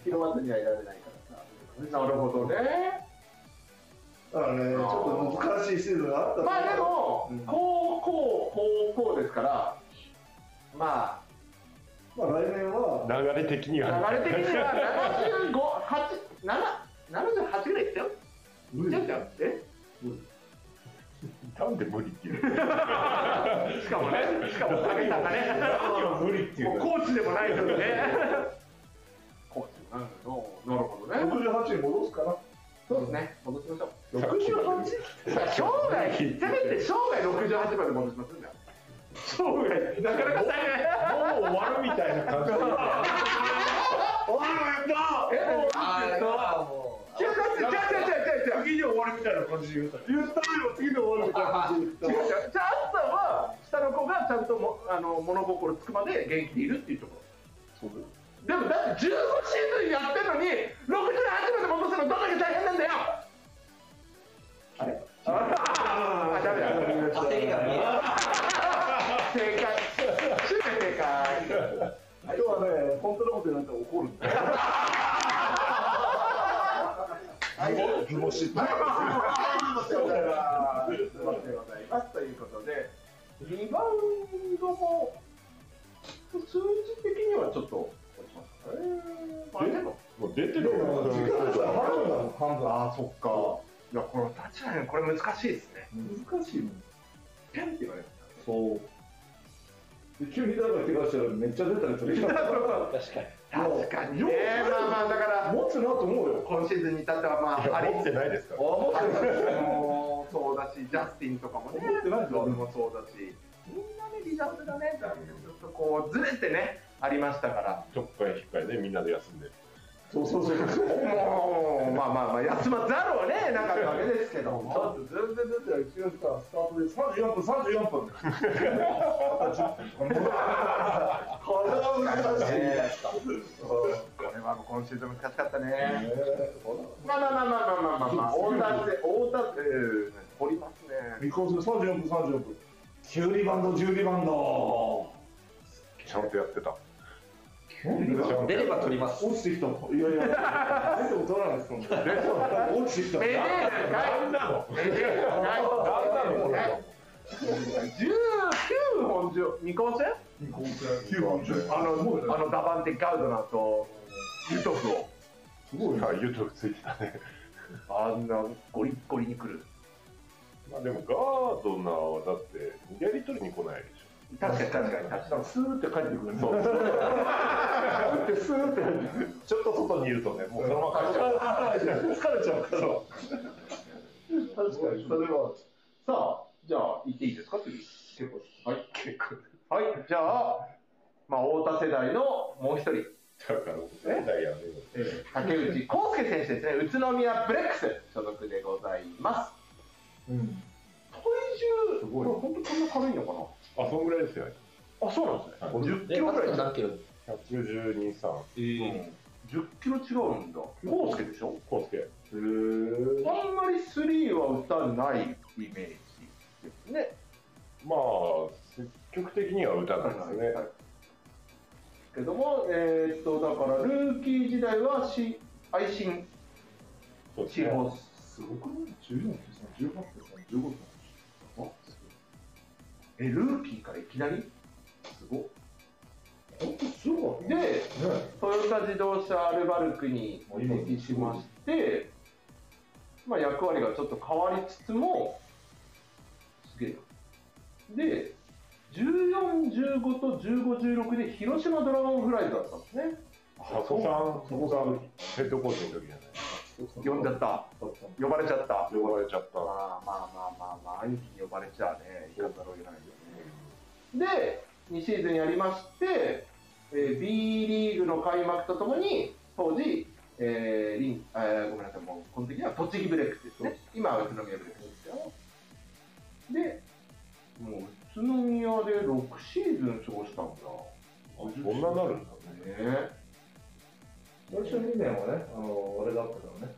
Speaker 2: 拾わずにはいられないからさなるほどね
Speaker 3: だからねちょっと難しいシーズンがあった
Speaker 2: まあでも、
Speaker 3: うん
Speaker 2: こうこうこうこうですからま
Speaker 3: まあ来年は
Speaker 6: 流れ的には。
Speaker 2: あ流れ的には758ぐらいいったよ
Speaker 3: 無
Speaker 2: いっ
Speaker 3: 理
Speaker 2: ちゃうじゃんえ
Speaker 6: なんで無理っていう。
Speaker 2: しかもねしかも武井さんがね
Speaker 6: 何を無理っていうの
Speaker 2: もうコーチでもないのにねコーチでもないのなるほどね
Speaker 3: 68に戻すかな
Speaker 2: そうですね戻しましょう
Speaker 3: 68?
Speaker 2: 生涯せめて生涯68まで戻しますんだよ生涯なかなか大変
Speaker 6: もう終わるみたいな感じで。
Speaker 2: え
Speaker 4: ああ、だからもう。
Speaker 2: 違う違う違う違う違う違う
Speaker 6: 次で終わるみたいな感じで言うた
Speaker 3: 言ったよ次の終わるから
Speaker 2: 違う違うじゃああったは下の子がちゃんともあの物心つくまで元気でいるっていうところでもだって15シーズンやってるのに68まで戻すのどんだけ大変なんだよあれああダメだ
Speaker 4: 焦りが見えない。
Speaker 2: 正解正解
Speaker 3: 今日はね本当のことになったら怒るんだよ
Speaker 6: 図星って。
Speaker 2: はい、ということでございます。ということで、リバウンドも、数字的にはちょっと落ちましたね。まあでも、
Speaker 6: もう出て
Speaker 3: で
Speaker 6: る
Speaker 3: も時間差あるんだもん半分
Speaker 2: ああ、そっか。いや、この立ち上がり、これ難しいですね。
Speaker 3: 難しいもん
Speaker 2: ペンって言われまし
Speaker 3: そうで急にだから怪我したらめっちゃ出たりする
Speaker 2: た。
Speaker 9: 確かに。
Speaker 2: 確かにね。まあまあ、だから、
Speaker 3: 持つなと思うよ
Speaker 2: 今シーズンに至っては、まあ、ハリ
Speaker 6: 持ってないですか
Speaker 3: あ持ってない
Speaker 2: もそうだし、ジャスティンとかもね、
Speaker 3: 思ってない
Speaker 2: ローズもそうだし、みんなね、リザーブがね、ちょっとこう、ずれてね、ありましたから。
Speaker 6: ちょっかい引っかいでみんなで休んで。
Speaker 3: そうそうそう
Speaker 2: もう、まあまあまあ、休まざるをね、なかったわけですけど
Speaker 3: だっ
Speaker 2: も。
Speaker 3: て全然出てない違う時間スタートで34分34分これは難しいね
Speaker 2: これはもう今シーズン難しかった
Speaker 3: え
Speaker 2: ね。
Speaker 3: ーこれ
Speaker 2: ま
Speaker 3: は
Speaker 2: あまあまあまあまあまあまあ、大田で、大田で、掘りますね。
Speaker 3: 見越す34分34分9リバウンド10リバウンド
Speaker 6: ちゃんとやってた。
Speaker 4: 出れば取ります。
Speaker 3: 落ちてきたもんいやいや出ても取らないですもん落ちてきた
Speaker 2: めでえなんかい。めでえない。
Speaker 6: これ
Speaker 2: 十九本中、二高戦。
Speaker 3: 日本戦9本10
Speaker 2: あの、あ
Speaker 3: あ
Speaker 2: の、ダバンテガウドナーと。ユトフを。
Speaker 3: すごい
Speaker 6: あ、ユートついてたね。
Speaker 2: あんなゴリッゴリに来る。
Speaker 6: まあでもガードナーはだってやり取りに来ないでし
Speaker 2: 確かに確かに確かに。
Speaker 3: スーって帰ってくるそう
Speaker 2: スーって
Speaker 6: ょ。ちょっと外にいるとね、もうそのまま帰っちゃう。
Speaker 3: 疲れちゃうから
Speaker 2: 確かに。それは。さあ、じゃあ、行っていいですか、次。結構です。はい、結構です。はい、じゃあ、まあ、太田世代のもう一人、
Speaker 6: だから、えだやね。
Speaker 2: えー竹内康介選手ですね、宇都宮ブレックス所属でございます。
Speaker 3: うん
Speaker 2: 体重、これ本当こんな軽いのか
Speaker 6: あ、そんぐらいですよね。
Speaker 2: なあ、そうなんですね。
Speaker 6: はい
Speaker 2: 50キ
Speaker 4: え、
Speaker 2: ロ
Speaker 4: マ
Speaker 2: ぐら
Speaker 4: ス
Speaker 2: い
Speaker 4: ク
Speaker 2: だ。
Speaker 4: 何キロ？
Speaker 6: 112、3。
Speaker 2: 10キロ違うんだ。康介でしょ
Speaker 6: コウスケ。
Speaker 3: へー
Speaker 2: あんまりスリーは打たないイメージですね。
Speaker 6: まあ、積極的には打たないですね。
Speaker 2: けども、えーっと、だから、ルーキー時代はし、愛心、
Speaker 6: そうです
Speaker 2: シ
Speaker 6: ね
Speaker 2: ー。ホース。
Speaker 3: すごくない14分18分15分
Speaker 2: え、ルーキーからいきなりすごっ
Speaker 3: 本当すごいね
Speaker 2: で、
Speaker 3: ね
Speaker 2: トヨタ自動車アルバルクに移籍しまして、まあ、役割がちょっと変わりつつも、すげえな。で、14、15と15、16で広島ドラゴンフライズだったんですね。
Speaker 6: 佐古さん、佐古さん、ヘッドコーチの時じゃない。
Speaker 2: 呼んじゃった。呼ばれちゃった。
Speaker 6: 呼ばれちゃった。
Speaker 2: まあまあまあまあまあ、兄貴に呼ばれちゃあね、行かざるを得ないよね。で、2シーズンやりまして、えー B リーグの開幕とともに、当時、えー、リン、あーごめんなさい、もう、この時は栃木ブレックスですね。今は宇都宮ブレックスですよ。で、もう宇都宮で6シーズン過ごしたんだ。
Speaker 6: そんななるん
Speaker 2: ね
Speaker 6: だね。
Speaker 2: え。
Speaker 3: 最初2年はね、あの、あれだったからね。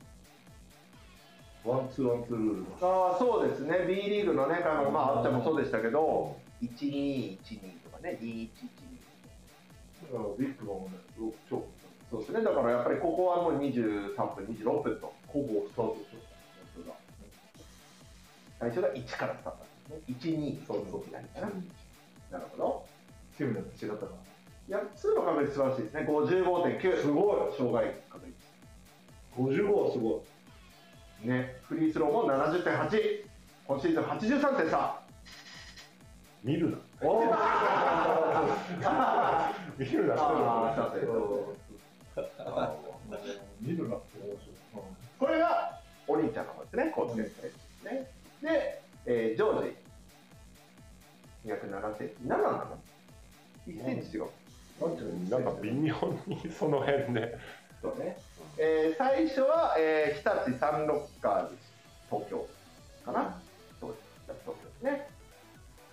Speaker 3: ワンツーワンツールールが。
Speaker 2: ああ、そうですね。B リーグのね、あの、まあ、あっちゃんもそうでしたけど、1212とかね、2112。
Speaker 3: だからビッグバンはね、よ超、
Speaker 2: そうですね。だからやっぱりここはもう23分、26分と。
Speaker 3: ほぼスタートでし
Speaker 2: 最初が1からスタートなんですね。12、そうそう、なるかな。なるほど。
Speaker 3: ょ。チームの違ったか
Speaker 2: 8つの確率素晴らしいですね。55.9。
Speaker 3: すごい
Speaker 2: 障害確率。
Speaker 3: 55はすごい。
Speaker 2: ね、フリースローも70.8、今シーズン83.3、
Speaker 6: 見るな。
Speaker 3: おー
Speaker 6: 見るな。
Speaker 2: あー
Speaker 3: えっと見るなって面白い。
Speaker 2: これがお兄ちゃんの方ですね、コーチ先生ですね。で、えー、ジョージ、207センチ、7なの ?1 センチ違う。
Speaker 6: なんか微妙にその辺で。
Speaker 2: そうね。えー、最初は、えー、日立サンロッカーズ東京かな。そうです。東京ですね。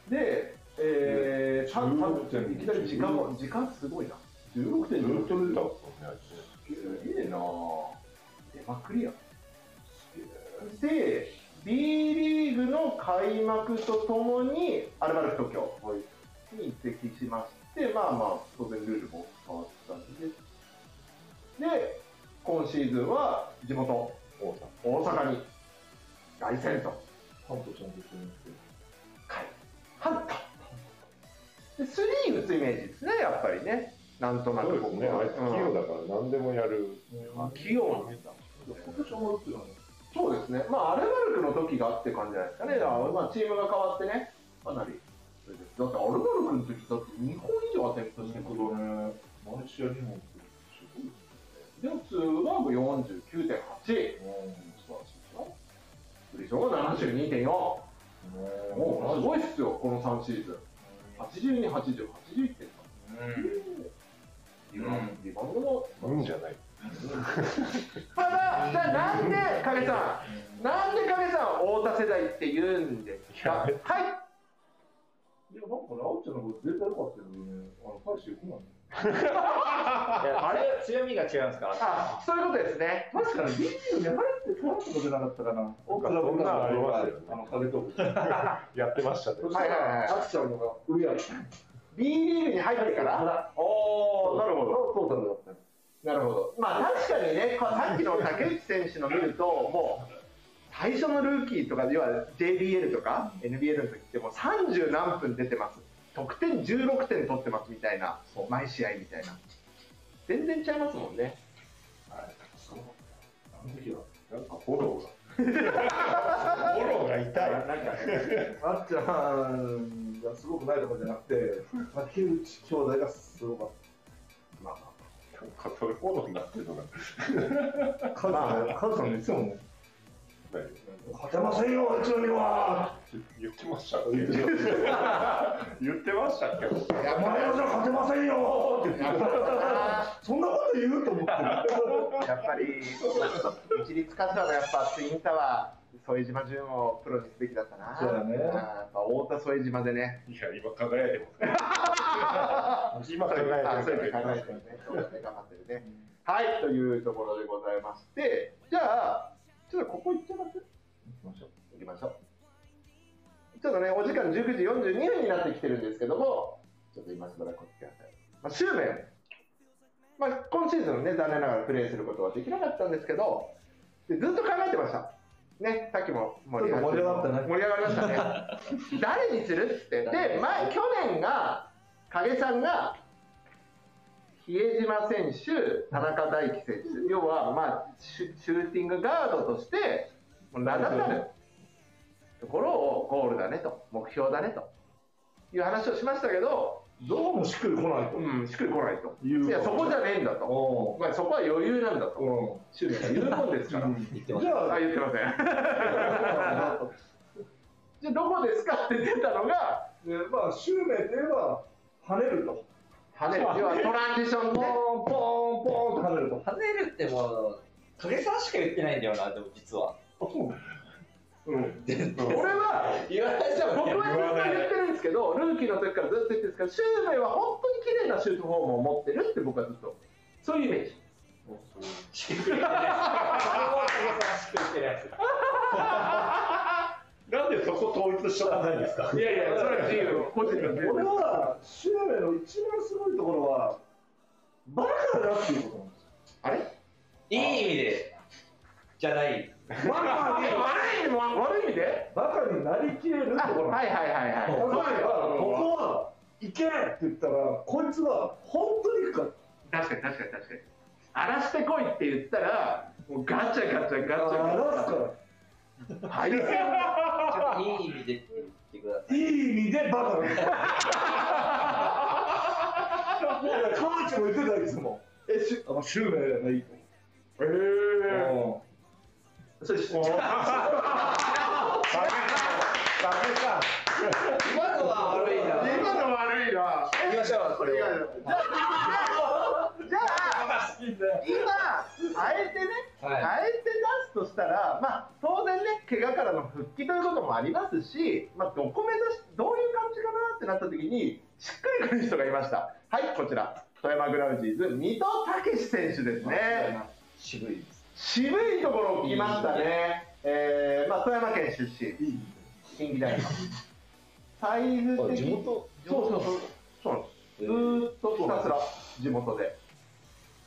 Speaker 2: で、えー、さんさんいきなり時間も、時間すごいな。
Speaker 6: ず
Speaker 2: 16.6
Speaker 6: っと出たもんね。
Speaker 2: いいなぁ。出まくりや。で、B リーグの開幕とともに、アルバルク東京に移籍しまして、まあまあ、当然ルールも変わったんです。で、今シーズンは地元、
Speaker 6: 大
Speaker 2: 大阪に凱旋と。
Speaker 3: ハントちゃんと一緒にやってる。
Speaker 2: はい。ハンタで、スリー打つイメージですね、やっぱりね。なんとな
Speaker 6: 阪。
Speaker 2: く
Speaker 6: そうですね。あいつ器用だから何でもやる。
Speaker 2: うん器用なんです
Speaker 3: 今年は戻ってたね。
Speaker 2: そうですね、まあ、アルバルクの時がって感じじゃないですかね、だからまあ、チームが変わってね、かなり、それですだってアルバルクの時だって2本以上アテンプトしてますよ
Speaker 3: ね。毎試合2本ってすごいで
Speaker 2: で、普通はもう49.8、
Speaker 3: すね。
Speaker 2: 素晴らしいでしょ、フリースローが72.4、も
Speaker 3: ねえ
Speaker 2: うすごいっすよ、この3シーズン、82、80、81.3、リバウンドリバウンドも、
Speaker 6: うんじゃない。
Speaker 2: ただ、じゃあなんで、影さん、なんで影さん、太田世代って言うんですか、はいい、
Speaker 3: いや、なんかね、あおちゃんのこと絶対良かったよね。あの、彼氏よくない
Speaker 9: あれ強みが違うんですから。
Speaker 2: あそういうことですね。
Speaker 3: 確かに、ビールに入ってトラップ出なかったかな。
Speaker 6: なんかそんなのありますよね
Speaker 3: あの、風と
Speaker 6: やってましたね。
Speaker 2: はいはいはい
Speaker 3: あっちゃんのが上やった。
Speaker 2: B リーグに入ってから。おお、なるほど。
Speaker 3: トータルだったね。
Speaker 2: なるほど。まあ確かにね、こうさっきの竹内選手の見ると、もう、最初のルーキーとか、要は JBL とか NBL の時ってもう30何分出てます。得点16点取ってますみたいな、毎試合みたいな。全然ちゃいますもんね。
Speaker 3: あの時は。
Speaker 6: なんかフォローが。フォローが痛い。
Speaker 3: あっちゃんがすごくないとかじゃなくて、竹内兄弟がすごかっ
Speaker 6: なんかそれフォローになってるのが。
Speaker 3: た。カズさん、カズさん言ってたもんね。勝てませんよ、うちのには。
Speaker 6: 言ってましたっけ言ってましたっけ
Speaker 3: お前らじゃ勝てませんよって言ってそんなこと言うと思って
Speaker 2: やっぱり、一律柏のやっぱツインタワー、添島淳をプロにすべきだったな。
Speaker 3: そうだね
Speaker 2: あーやっぱ太田添島でね。
Speaker 6: いや今輝いてますね今輝いて
Speaker 2: あ
Speaker 6: ま
Speaker 2: そ
Speaker 6: す
Speaker 2: ういうの考えてるね。そうだね、頑張ってるね。はい、というところでございまして、じゃあ、ちょっとここ行っちゃいます行きましょう。ちょっとね、お時間19時42分になってきてるんですけども、ちょっと今しばらくお付き合いください。まあ、シューメン。まあ、今シーズンね、残念ながらプレーすることはできなかったんですけど、でずっと考えてました。ね、さっきも盛
Speaker 3: ちょっと盛り上がったね
Speaker 2: 盛り上がりましたね。 誰にするっつって。で、前、去年が、影さんが、比江島選手、田中大輝選手、要は、まあ、シュシューティングガードとして、もう名だたるところをゴールだねと、目標だねという話をしましたけど、
Speaker 3: どうもしっくり来ないと。
Speaker 2: うん、しっくり来ないと。
Speaker 3: 言う
Speaker 2: いや、そこじゃねえんだ
Speaker 3: う
Speaker 2: と。まあ、そこは余裕なんだと。
Speaker 3: ん。うん。
Speaker 2: シュートが言うもんですから。
Speaker 9: 言ってま
Speaker 3: じ
Speaker 9: す。
Speaker 3: ゃ
Speaker 2: あ、
Speaker 3: あ、
Speaker 2: 言ってません。 じゃあ、どこですかって出たのが、
Speaker 3: えーまあ、執念といえば、跳ねると。
Speaker 2: 跳ねる。要はトランジション
Speaker 3: ポー
Speaker 2: ね。
Speaker 3: ン、ポーン、ポーンと跳ねると。
Speaker 4: 跳ねるってもう、影さんしか言ってないんだよな、でも実は。
Speaker 3: うん。
Speaker 2: 俺は、
Speaker 4: 言わないじゃん。
Speaker 2: 僕はずっと言ってるんですけど、ルーキーの時からずっと言ってるんですけど、シュウメイは本当に綺麗なシュートフォームを持ってるって僕はずっと。そういうイメージ。
Speaker 5: なんでそこ統一しちゃないんですか
Speaker 2: いやいや、それは自由。個人の自由
Speaker 3: 俺は、シュウメイの一番すごいところは、バカだっていうことなんですよ。
Speaker 2: あれ
Speaker 4: いい意味で、じゃない。
Speaker 2: 悪い悪い意味で
Speaker 3: バカになりきれると
Speaker 2: あ
Speaker 3: ころ
Speaker 2: は
Speaker 3: なんです
Speaker 2: いはいはいはい。
Speaker 3: よ。例えば、ここは、いけないって言ったら、こいつは本当に行くから。
Speaker 2: 確かに確かに確かに。荒らしてこいって言ったら、もうガチャガチャガチャ
Speaker 3: あ
Speaker 2: ガ
Speaker 3: らす
Speaker 2: チャ。
Speaker 3: から。
Speaker 2: はい。
Speaker 4: ちょっといい意味でって言ってくださ
Speaker 3: いい意味でバカなんだよだから河内も言ってたいつもえしあのシュウメイがいいと
Speaker 2: えー。それ
Speaker 4: い。今のは悪いな。
Speaker 2: 今の悪いな。
Speaker 4: 行きましょう、それは。
Speaker 2: じゃあ、今、あえてね、
Speaker 4: はい
Speaker 2: あえて出すとしたら、まあ、当然ね、怪我からの復帰ということもありますし、まあ、どこ目指し、どういう感じかなってなった時に、しっくりくる人がいました。はい、こちら、富山グラウジーズ、水戸武史選手ですね。
Speaker 4: 渋いです。
Speaker 2: 渋いところを来ましたね。えー、まあ、富山県出身、近畿大学。サイズ的に
Speaker 9: 元
Speaker 2: そうそうそう。そうなんです。ずーっとひたすら地元で。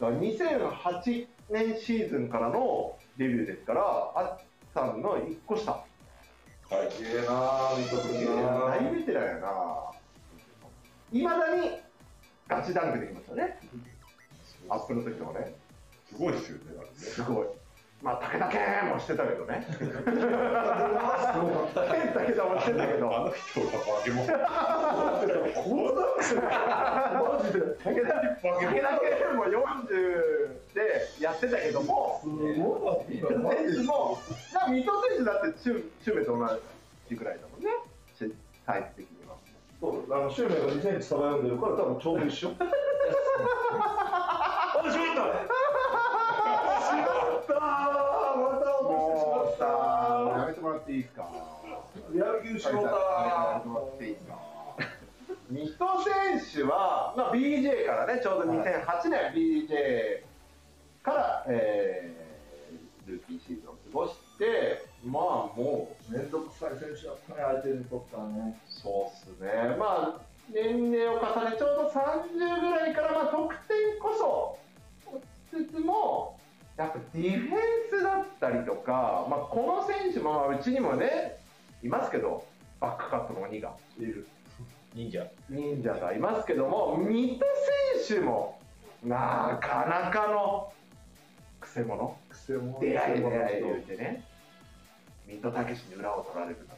Speaker 2: だから2008年シーズンからのデビューですから、あっさんの1個下。
Speaker 3: すげえなあ水戸君な
Speaker 2: 大ベテランやな。いまだにガチダンクできましたね。アップの時とかね。
Speaker 5: すごいですよね。だってね
Speaker 2: すごい。まあ、武田健もしてたけどね。武田もしてたけど。
Speaker 5: あの人が化け物。
Speaker 2: マ ジで武田武田健も40でやってたけども、
Speaker 3: すごかった
Speaker 2: 選 手も、だから水戸選手だって中中米と同じぐらいだもんね、しサイズ的には。
Speaker 3: そうあのシュウメイが2センチさば読んでるから多分ちょうど一 緒あしまったしまったまた落としてしま
Speaker 2: も
Speaker 3: っ
Speaker 2: う
Speaker 3: た
Speaker 2: さ、やめてもらっていいですか。
Speaker 3: やる気失っ
Speaker 2: やめてもら
Speaker 3: た
Speaker 2: っていいですか。 水戸選手は、まあ、BJ からね、ちょうど2008年、BJ から、えー、ルーキーシーズンを過ごして、まあもう。
Speaker 3: めんどくさい選手だったね相手にとったらね
Speaker 2: そうっすね、まあ、年齢を重ね、ちょうど30ぐらいから、まあ、得点こそ落ちつつも、やっぱディフェンスだったりとか、まあ、この選手も、まあ、うちにもね、いますけど、バックカットの鬼がいる、
Speaker 9: 忍者。
Speaker 2: 忍者がいますけども、水戸選手も、なかなかのくせ者、
Speaker 3: 癖も
Speaker 2: 出会い出会い言うてね、水戸武史に裏を取られるな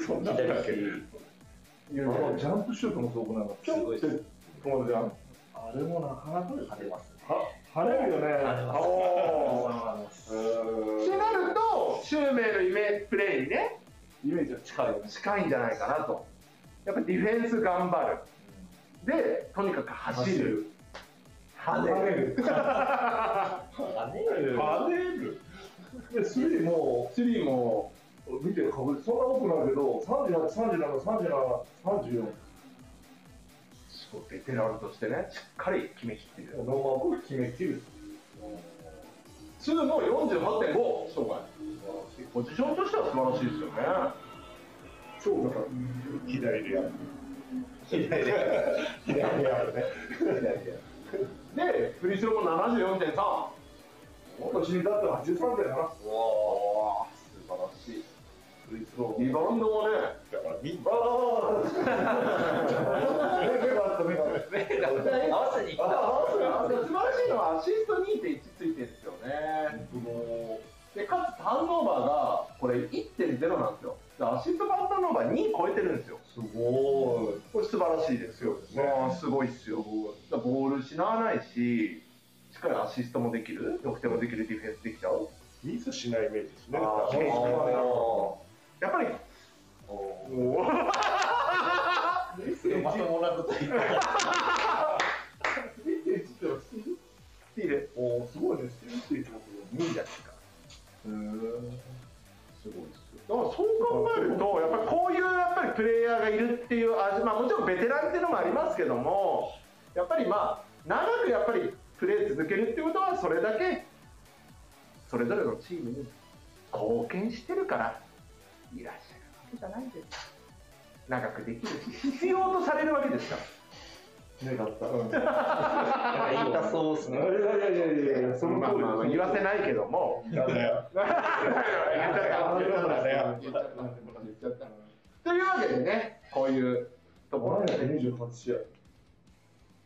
Speaker 5: そんなんだっけ。
Speaker 3: いやいやジャンプシュートもすごくない
Speaker 9: すごいです
Speaker 3: ピョンって止まるじゃんあれもなかなかです
Speaker 9: 跳ねますね。
Speaker 3: は晴れるよね
Speaker 2: おー
Speaker 3: う
Speaker 2: ってなると、シューメイのイメージプレーにね、
Speaker 3: ーんイメージは近いよね
Speaker 2: 近いんじゃないかなと。やっぱディフェンス頑張る。で、とにかく走る。跳ねる。
Speaker 9: 跳ね
Speaker 5: 跳ねる。
Speaker 3: でスリーも
Speaker 2: スリーも、
Speaker 3: 見てるかぶりそんな多くないけど38、37、37、34
Speaker 2: すごいベテランとしてね、しっかり決めきっている。
Speaker 3: ノーマークを決めきる
Speaker 2: ツーも48.5、障害。ポジションとしては素晴らしいですよね。
Speaker 3: 超だから
Speaker 5: 左でやる。左でやるね。
Speaker 2: で、フリースローも74.3。
Speaker 3: 私にだったら83だよ
Speaker 2: うわー、素晴らしい。フリースロー。リバウンドもね、
Speaker 5: だからみんな
Speaker 3: なああ目があった目があった
Speaker 4: 合わせに行くな。
Speaker 2: あそうなんです素晴らしいのはアシスト2.1ついてるんですよね。で、かつターンオーバーがこれ1.0なんですよ。でアシストパターンオーバー2超えてるんですよ。
Speaker 3: すごい
Speaker 2: これ素晴らしいですよ。
Speaker 5: ね
Speaker 2: まあ、すごいですよ。だからボール失わないし、しっかりアシストもできる、得点もできる、ディフェンスできちゃう。
Speaker 5: ミスしないイメージですね。
Speaker 2: あー
Speaker 5: も
Speaker 2: やっぱり、
Speaker 3: ミスよ
Speaker 4: まともなこと言って
Speaker 2: ス
Speaker 3: 1.1はスティール
Speaker 2: ティール。
Speaker 3: おーすごいね、スティールって言ってますよ。2位だけか。すごいですよ。
Speaker 2: そう考えると、やっぱりこういうやっぱりプレイヤーがいるっていう味、まあ、もちろんベテランっていうのもありますけども、やっぱりまあ、長くやっぱりプレー続けるってことは、それだけ、それぞれのチームに貢献してるから、いらっしゃるわけじゃないです。長くできる、必要とされるわけですから。
Speaker 3: 目があった。
Speaker 4: 言ったそうです
Speaker 3: い
Speaker 4: ね
Speaker 3: やいやいやいやいや、その
Speaker 2: まあ
Speaker 3: 通り
Speaker 2: まあまあ言わせないけども。
Speaker 5: なんだよ。
Speaker 2: 言っちゃった言っちゃったというわけでね、こういうところ
Speaker 3: 前
Speaker 2: で、ね、
Speaker 3: 28試合。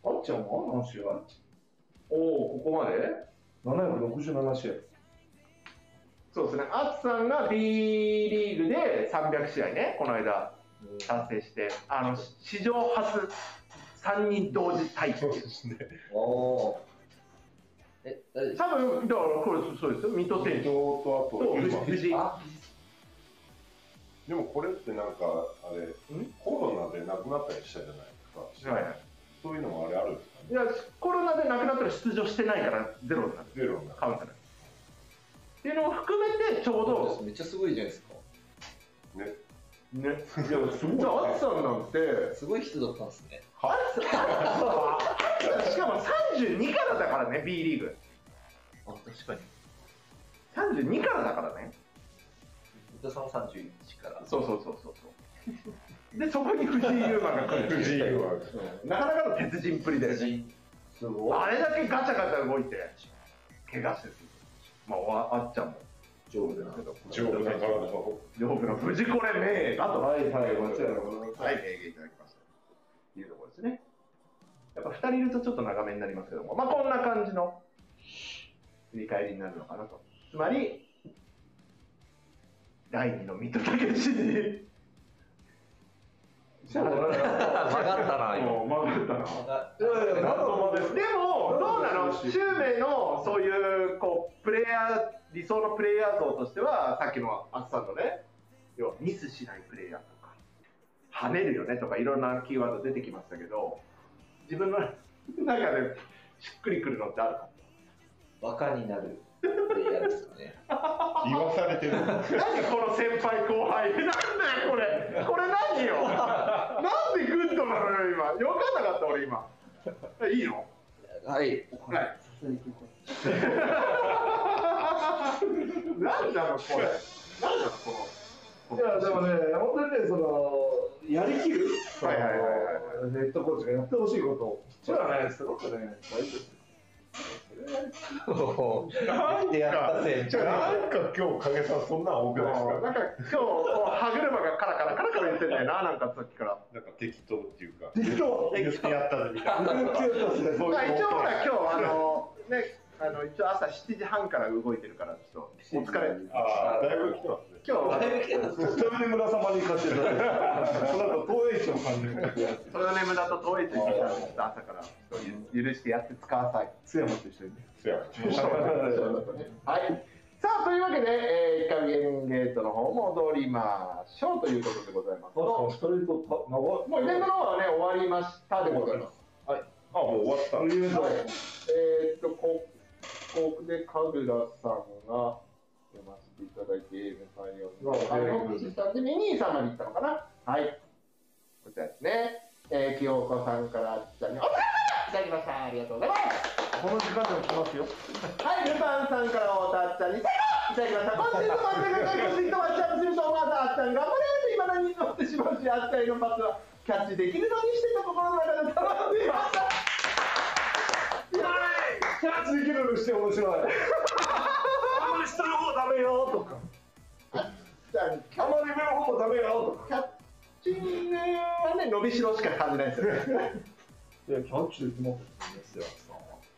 Speaker 3: あっちゃんは何試合
Speaker 2: おお、ここまで
Speaker 3: ?767 試合。
Speaker 2: そうですね、アツさんが B リーグで300試合ね、この間、達成して、あの史上初、3人同時対
Speaker 6: そう
Speaker 2: 決。
Speaker 6: ですね。
Speaker 4: おーえ誰です
Speaker 2: 多分だからこれ、そうですよ、水戸
Speaker 6: 伊
Speaker 2: 選
Speaker 6: 藤
Speaker 2: 手
Speaker 6: とあ
Speaker 2: と
Speaker 6: と
Speaker 2: 藤
Speaker 6: 今
Speaker 2: 藤井。
Speaker 6: でもこれってなんかあれコロナでなくなったりしたじゃないですか。
Speaker 2: はい
Speaker 6: そういうのもあれあるんですかね。
Speaker 2: いや、コロナで亡くなったら出場してないから、ゼロになる。
Speaker 6: ゼロになる
Speaker 2: カウントねっていうのも含めてちょう
Speaker 4: そうで
Speaker 2: ど
Speaker 4: すめっちゃすごいじゃないですか
Speaker 2: ねいやすごいじゃあアツさんなんて
Speaker 4: すごい人だったんですね
Speaker 2: アツさんはアツさんしかも32からだからね B リーグ
Speaker 4: あ確かに
Speaker 2: 32からだからね
Speaker 4: 伊藤さんは31から
Speaker 2: そうそうそうそうそうでそこに藤井優馬が来る
Speaker 6: 藤井は
Speaker 2: なかなかの鉄人っぷりで
Speaker 3: すごい。
Speaker 2: あれだけガチャガチャ動いて怪我してるまあわあっちゃんも
Speaker 3: 丈夫な。
Speaker 6: 丈夫な体を。
Speaker 2: 丈夫な藤これ名だと
Speaker 3: はいはい、間違いなく。
Speaker 2: はい、名言いただきました。というところですね。やっぱ2人いるとちょっと長めになりますけども、まあこんな感じの振り返りになるのかなと。つまり、第2の水戸武史に、
Speaker 3: そうだね。
Speaker 4: 曲がったな今
Speaker 2: もう曲がったな。
Speaker 4: 曲が
Speaker 3: いやいや、なんともです。
Speaker 2: でも、どうなの、シュウメイのそういうこうプレイヤー、理想のプレイヤー像としては、さっきのあっさんのね、要はミスしないプレイヤーとか、跳ねるよねとか、いろんなキーワード出てきましたけど、自分の中でしっくりくるのってあるか
Speaker 4: バカになるプレイヤーですよね
Speaker 5: 言わされてる。
Speaker 2: 何この先輩後輩、なんだよ、これ、これ何よ、なんでグッドなのよ、今、よかんなかった、俺、今。いいの
Speaker 4: はい
Speaker 2: はいなんなのこれ。なんなのこ
Speaker 3: いや、でもね、本当にね、その、やりきる、
Speaker 2: はいはいはい
Speaker 3: そのヘッドコーチがやってほしいことを、それはね、すごくね、大事ですよ。
Speaker 4: でやったせい
Speaker 6: なんか今日影さんそんな多くないです
Speaker 2: の。
Speaker 6: か。
Speaker 2: なんか今日こう歯車がカラカラカラカラ言ってんだよな、なんかさっきから。
Speaker 5: なんか適当っていうか。
Speaker 3: 適当
Speaker 5: 言ってやったぜみたいな。
Speaker 3: 無給だしね
Speaker 2: まあ一応ほら今日あのねあの一応朝7時半から動いてるからちょっとお疲れ。
Speaker 5: ああ、だいぶ来てますね。
Speaker 2: 今日は
Speaker 3: ちなみに村様に勝ちたい。なんか東映賞感じる。
Speaker 2: 豊根村と遠いと言ってきたんです朝から許許してやって使わさい。
Speaker 3: 津山と一緒にね。
Speaker 5: せや。
Speaker 2: はい。さあ、というわけで、えー、一回ゲームゲートの方戻りましょうということでございます。も
Speaker 3: ストレートた長
Speaker 2: うイベントの方はね、終わりましたでございます。
Speaker 5: あ、もう終わった。
Speaker 3: い。という
Speaker 2: はい
Speaker 3: と、
Speaker 2: えー、っと、ここで、神楽さんが読ませていただき、ゲーム採用
Speaker 3: あゲー
Speaker 2: の
Speaker 3: ム
Speaker 2: 口さんでミニーさんまで行ったのかなはい。こちらですね。えー、清子さんからあっちゃんに、お疲れ様いただきました。ありがとうございます。
Speaker 3: この時間でも来ますよ。
Speaker 2: はい、ルパンさんからおたっちゃんに、最後いただきました。今週の番組が結構ワッチアップすると思わず、あっちゃんが頑張れると未だに乗ってしまうし、あっちゃんへのパスはキャッチできるのにしてと心の中で楽しみました。
Speaker 3: キャッチできるのにして面白い。あんまり下の方ダメよとか、
Speaker 2: じゃあ、
Speaker 3: あんまり上の方もダメよとか。
Speaker 2: キャッチはね、伸びしろしか感じないですよね。
Speaker 3: いや、キャッチできますよ。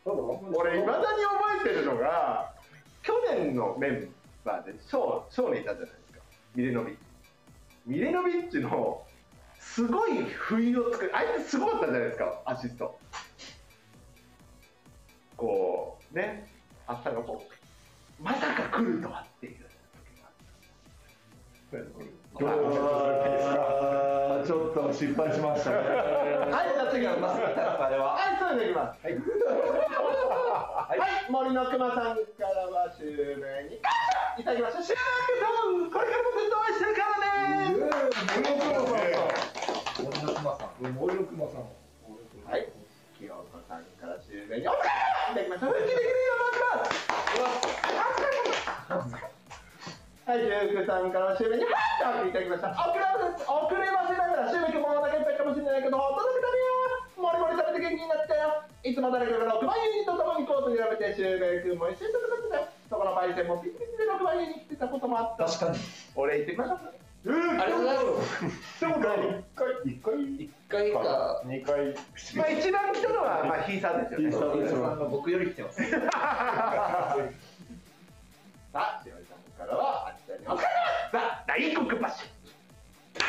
Speaker 3: ただ、
Speaker 2: 俺、いまだに覚えてるのが、去年のメンバーで、少年いたじゃないですか、ミレノビッチ。ミレノビッチの、すごい不意を作る、あいつすごかったじゃないですか、アシスト。こう、ね、あったのこう、まさか来るとはっていう時があった。
Speaker 3: あーちょっとの失敗しましたね。
Speaker 2: はい、じゃあ次はます。あれは。はい、それでいきます。はい。はい、森の熊さんからは終名に。感謝いただきました。シューメンドン、これからもずっと応援してるからね。
Speaker 3: 森の熊さん。森の熊さん。
Speaker 2: はい。清子さんから終名に。お疲れ様いただきました。復帰できるようになってます。はい、ジュークさんから終名に。はい、いただきました。遅れます。遅れませながら、終名君もお腹いっぱいかもしれないけど、届けたねよ。もりもり食べて元気になったよ。いつも誰かが6番ユニと共にコートに並べて、終名君も一緒に戦ってたよ。そこのパイセンもピッピッで6番ユニ来てたこともあった。
Speaker 4: 確かに。
Speaker 2: 俺言ってきました。
Speaker 4: ありがとうございます。
Speaker 5: でもね一回一回
Speaker 4: 一回か、
Speaker 5: 二回
Speaker 2: まあ一番来たのは、まあ、ヒーサーですよね。
Speaker 3: ヒーサーです
Speaker 4: さんが僕より来てます。
Speaker 2: さあ、しおりさんからは、あちらにおかえりさあ、大黒柱。
Speaker 5: ありが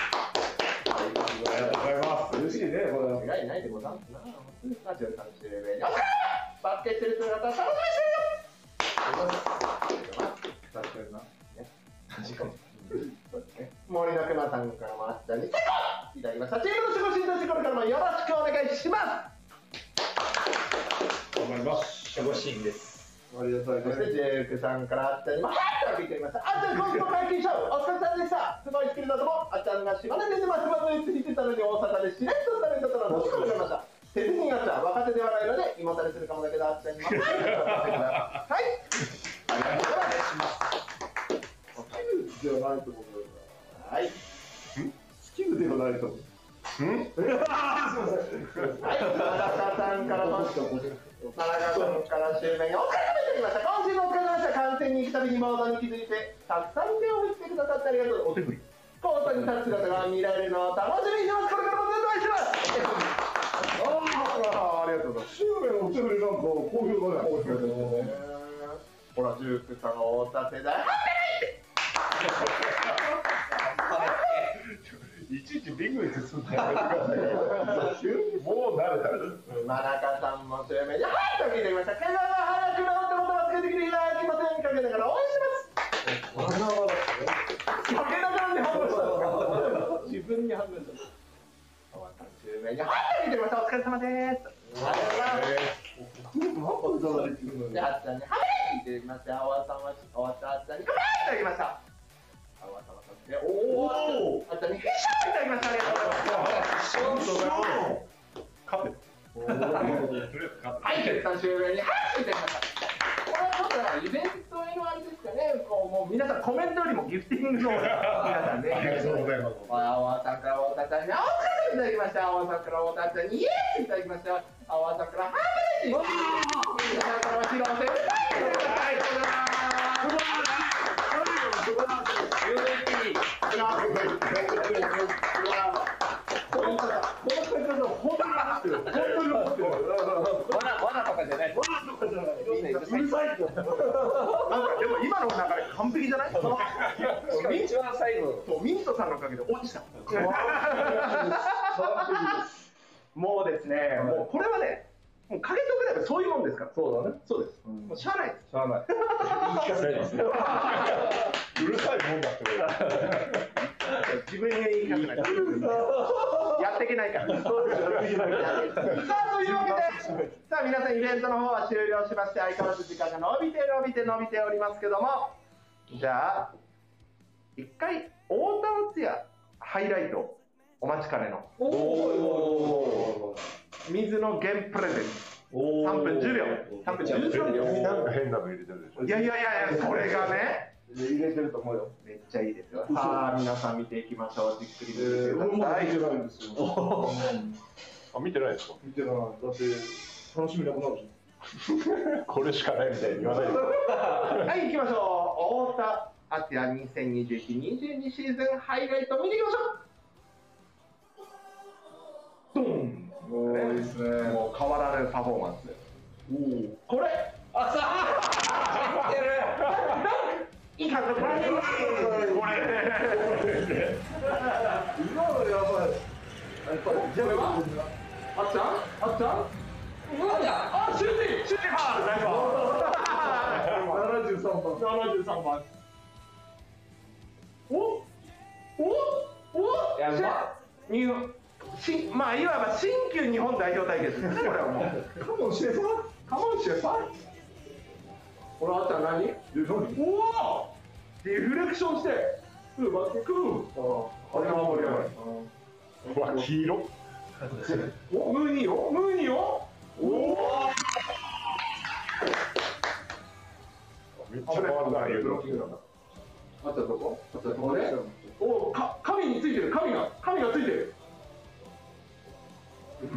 Speaker 5: とうございます
Speaker 3: 嬉しいね、これは。
Speaker 2: 間違いないでござんすな。本当にさあ、しおりさんの知り合いにおかえりバスケしてる姿、楽しみにしてるよ
Speaker 3: 確かにな。
Speaker 2: そうですね森のくまさんからもあちらに、いただきました。チームの守護神としてこれからもよろしくお願いします。
Speaker 5: 頑張ります
Speaker 4: 守護神です。
Speaker 3: ありがとう
Speaker 2: そ
Speaker 3: ご
Speaker 2: し
Speaker 3: ざ
Speaker 2: て、ジ
Speaker 3: い
Speaker 2: ェフさんからあったにも、はいと言っていました。あったに今週の解禁ショー、お疲れ様でした。すごいスキルだとも、あったんが島根でますますついてたのに、大阪でしれっと食べたのを楽しくなりました。手になっちゃ若手ではないので、胃もたれするかもだけど、あったにも。はい。ありがとうござい
Speaker 3: ます。ではないと思うよ
Speaker 2: ます。はい。
Speaker 3: スキルではないと思う。
Speaker 5: ん
Speaker 2: はい、田中さんからの、田中さんから終面にお疲れ様でした。今週のお疲れ様でした。完全に行くたびにボードに気づいて、たくさん手を振ってくださってありがとう。お手振り。コートに立つ姿が見られるのを楽しみにしてます。これからもずっと応援してます。
Speaker 3: ああ、ありがとうございます。シュウメのお手振りなんか好
Speaker 2: ほら、
Speaker 3: 評だね。好評だね。
Speaker 2: ジュークさんが大田世代。
Speaker 5: いちいちビングにすんだよもう慣れたら
Speaker 2: 真中さんも終面に、はいと聞いてきました。怪我が早く治っても助けてくれるような気持ちにかけながら応援してます。武田さんで反応した。自分に反応した。終わった終面に、はいと聞いてきました。お疲れ様です。ありがとうございます。
Speaker 3: なんでだできるの
Speaker 2: で、
Speaker 3: よ。
Speaker 2: あっちゃんに、はいって言いました。あわさんは、あわさん、あっちゃんに、はいって言いました。あわさんは、で、おお、あっちゃんに、ひしゃって言いました。ありがとうございます。
Speaker 5: 勝てとりあえず勝て
Speaker 2: はい、決算終了に、はい、みたいな。これはちょっとだからイベントのあれですかね、こう、もう皆さんコメントよりもギフティングの方が、皆さんね。
Speaker 5: ありがとうございます
Speaker 2: おい、あわさんからおたちゃんに、あわさんいただきました。あわさんからおたちゃんに、イエーイいただきました。あわさんから、ハーフレジ。皆さんからは披露せん。はい、ありがとうございます。この方、この方、本当に待ってる。本当に待ってる。
Speaker 9: わな、わなとかじゃない。
Speaker 2: うるさいって。なんかでも今の流れ完璧じゃない？その
Speaker 9: しかも一番最後。
Speaker 2: そうミントさんのおかげで落ちた。もうですね、もうこれはね、もうかけておけばそういうもんですから。
Speaker 3: そうだね。
Speaker 2: そうです。もうしゃあないです。
Speaker 3: しゃあない。
Speaker 5: うるさいもんだってこれ
Speaker 2: 自分へ言いたくない。やっていけないから。さあというわけで、さあ皆さんイベントの方は終了しまして、相変わらず時間が伸びて伸びて伸びておりますけども、じゃあ一回太田敦也ハイライトお待ちかねの
Speaker 3: おお。
Speaker 2: 水のゲンプレゼント3分10秒3分13秒
Speaker 5: なんか変なの入れてるでしょ
Speaker 2: いやいやいやいやこれがね
Speaker 3: 入れてると思うよ。
Speaker 2: めっちゃいいですよさあ皆さん見ていきましょうじっくり見てくだ
Speaker 3: ま
Speaker 2: さ
Speaker 3: 見
Speaker 2: い
Speaker 3: てないんですよ。
Speaker 5: あ見てないですか
Speaker 3: 見てない。だって楽しみなくなるじ
Speaker 5: これしかないみたいに言わないで
Speaker 2: はい行きましょう太田敦也2021-22シーズンハイライト見ていきまし
Speaker 3: ゃん。おおいいです
Speaker 2: ょ
Speaker 3: ね。
Speaker 2: うもう変わらぬパフォーマンスこれいい感じこれこれ
Speaker 3: 今のやばい。やっぱりじゃあ
Speaker 2: あっちゃんあっちゃんあ、シューティンシューティンハーなんか
Speaker 3: 七十三番。
Speaker 2: 73番おおお
Speaker 9: やば
Speaker 2: ニューしまあいわば新旧日本代表対決ですねこれはもう
Speaker 3: カモンシェファー
Speaker 2: カモンシェファー
Speaker 3: これあったら何え、何
Speaker 2: おおリフレクションして
Speaker 3: クーバッククーあ、あれが盛り上がる。
Speaker 6: うわ黄色
Speaker 2: おムーニーよムーニーよ
Speaker 6: めっちゃ回るな言うの
Speaker 3: あったとこあったとこね。
Speaker 2: おおか神についてる神が神がついてる
Speaker 6: 嘘く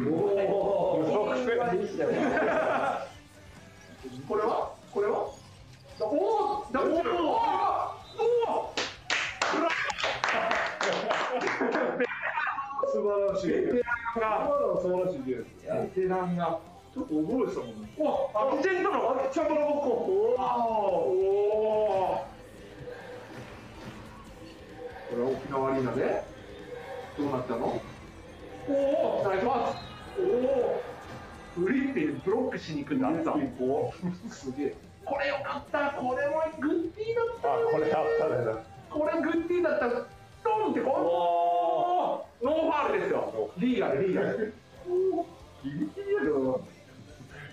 Speaker 6: せ
Speaker 2: これはこれはおおダブルおおお
Speaker 3: 素晴らしい。ベテ
Speaker 2: お
Speaker 3: ラン
Speaker 2: が
Speaker 3: は素晴らしいゲーム。
Speaker 2: ベテランが
Speaker 3: ちょっと覚えてたもんね。
Speaker 2: おおアクチェントのアクチェントのボッコおお
Speaker 3: これは沖縄アリーナで。どうなったの
Speaker 2: おおナイスパスおおフリッピンブロックしに行くんださ
Speaker 3: こう。すげえ。
Speaker 2: これよかったこれもグッディだった
Speaker 6: あ
Speaker 2: よね
Speaker 6: これあったねな
Speaker 2: これグッディだったらドンってこうノーファールですよリーガルリーガル
Speaker 3: ギリギリやけど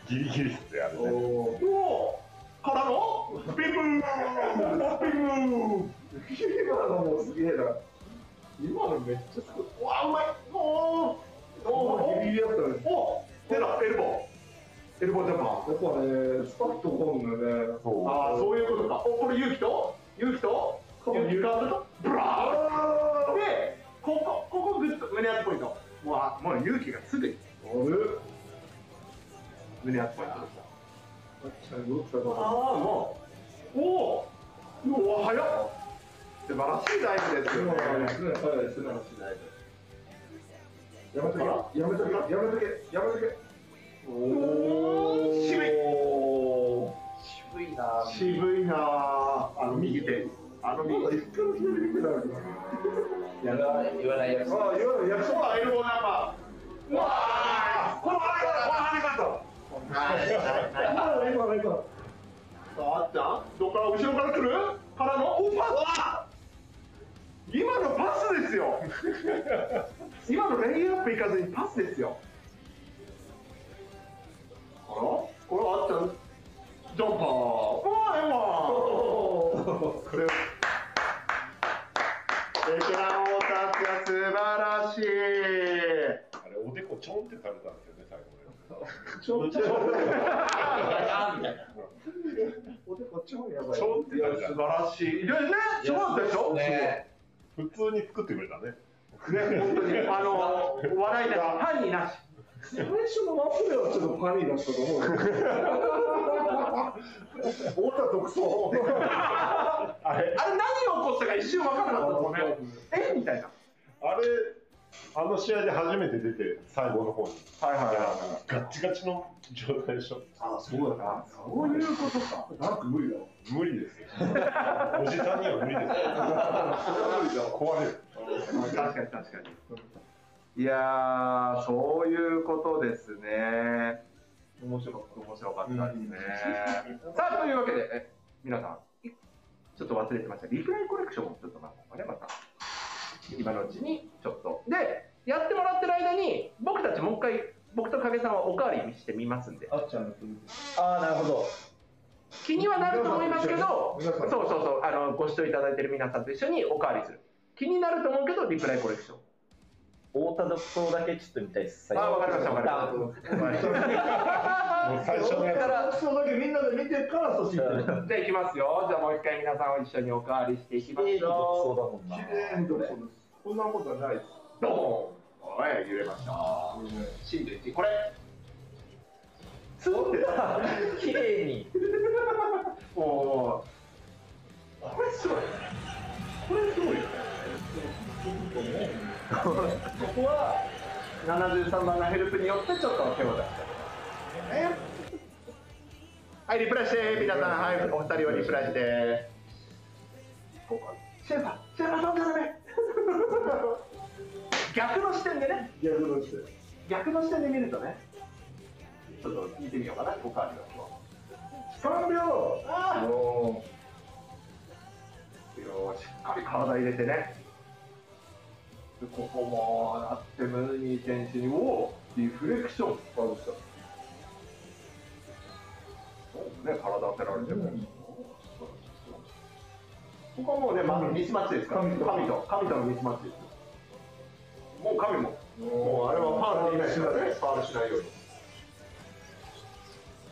Speaker 6: ギリギリっすねあれ
Speaker 3: な。
Speaker 6: ね
Speaker 3: お
Speaker 2: おおからのビブーンビブーン
Speaker 3: 今のもすげえな。今のめっちゃすごい。
Speaker 2: うわうまいおーお
Speaker 3: ギリギリやったね。
Speaker 2: ーおー出たエルボーエルボージャンパー
Speaker 3: やっぱね、スパッとこんのよね。
Speaker 6: そう
Speaker 2: ああそういうことかおこれ勇気と勇気と勇気があるとブラーンでここここグッと胸アツポイントうわもう勇気がすぐに胸アツポイントでした
Speaker 3: あっちゃんどっちか
Speaker 2: ああもうおおうわ早っ素晴らしいダイブですよね
Speaker 3: やめとけ、やめとけ、やめとけ、やめとけ。
Speaker 2: おー渋い
Speaker 4: 渋いなぁ
Speaker 2: 渋いなああの右手あの
Speaker 3: まだ
Speaker 2: 右
Speaker 3: 一
Speaker 2: 手
Speaker 3: 回も左見てないわけだ。
Speaker 4: 言わない言わないやつ
Speaker 3: ああ、いわゆる役
Speaker 2: そうだエルボーナンバーうわあこの跳ね方この跳ね方
Speaker 3: ああ、今、今。
Speaker 2: あっちゃんどっから後ろから来るからのおパス今のパスですよ今のレイアップ行かずにパスですよあらこれあっちゃんジャンパーおーエマーこれベテランオーターが素晴らしい
Speaker 6: あれおでこちょんってされたんですよね最後ね
Speaker 3: ちょっと。
Speaker 4: あみたいな
Speaker 3: おでこ超やばい。
Speaker 6: ちょんってされた
Speaker 2: 素晴らしいいやねそうだったでしょ
Speaker 4: ね
Speaker 6: 普通に作ってくれたね
Speaker 2: ね、本当に、あの、笑いなし、犯人なし。
Speaker 3: 最初のワンプレーはちょっとパニーだったと思うよ。太田独走。
Speaker 6: あ
Speaker 2: あ
Speaker 6: れ
Speaker 2: れ、何を起こしたか一瞬分からなかったもんね。えみたいな。
Speaker 6: あれあの試合で初めて出て最後の方に
Speaker 2: はいはい
Speaker 6: ガッチガチの状態でしょ
Speaker 3: ああ、そうだな。
Speaker 2: そういうことか。
Speaker 3: なんか無理だわ。
Speaker 6: 無理ですよおじさんには無理ですよ壊れる
Speaker 2: 確かに確かに。 いやー、そういうことですね。面白かった。面白かったですね。さあ、というわけで、え皆さん、いちょっと忘れてました。リプライコレクションをちょっとなんかね、また。今のうちに、ちょっと。で、やってもらってる間に、僕たちもう一回、僕と影さんはおかわりしてみますんで。
Speaker 3: あっちゃんの
Speaker 9: ああ、なるほど。
Speaker 2: 気にはなると思いますけど、そ
Speaker 3: 皆
Speaker 2: う
Speaker 3: さん
Speaker 2: そうそう、あのご視聴いただいてる皆さんと一緒におかわりする。気になると思うけど、リプライコレクション。
Speaker 9: オータドクソだけちょっと見たいです。
Speaker 2: あ、わかりました、わかりました。
Speaker 6: もう最初のやつ
Speaker 3: から、そのだけみんなで見てから、そっち行って。
Speaker 2: じゃあ行きますよ。じゃあもう一回皆さんを一緒におかわりしていきましょう。
Speaker 9: そうだもんな。
Speaker 3: こんなことはないです。
Speaker 2: ドーンはい、揺れました。震度1、これ。スンってた。
Speaker 9: 綺麗に。
Speaker 2: おおー。これすごい。これすごいよね。ここは73番のヘルプによってちょっと手を出した。ねはい、リプライして、皆さん、はい、お二人をリプライして。ここ、シェファー、シェファーどうだ ろうね。逆の視点でね、
Speaker 3: 逆のして。
Speaker 2: 逆の視点で見るとね。ちょっと見てみようかな、おかわりを。
Speaker 3: 三秒。
Speaker 2: あー
Speaker 3: お
Speaker 2: よーしっかり体入れてね。うでここもなってムニー選手にもリフレクション
Speaker 3: あのさ
Speaker 2: そうね体当てられても、ここはもうね、まあ、ミスマッチですから神と神とのミスマッチですよもう神ももうあれはファウルにしないねファウルしないように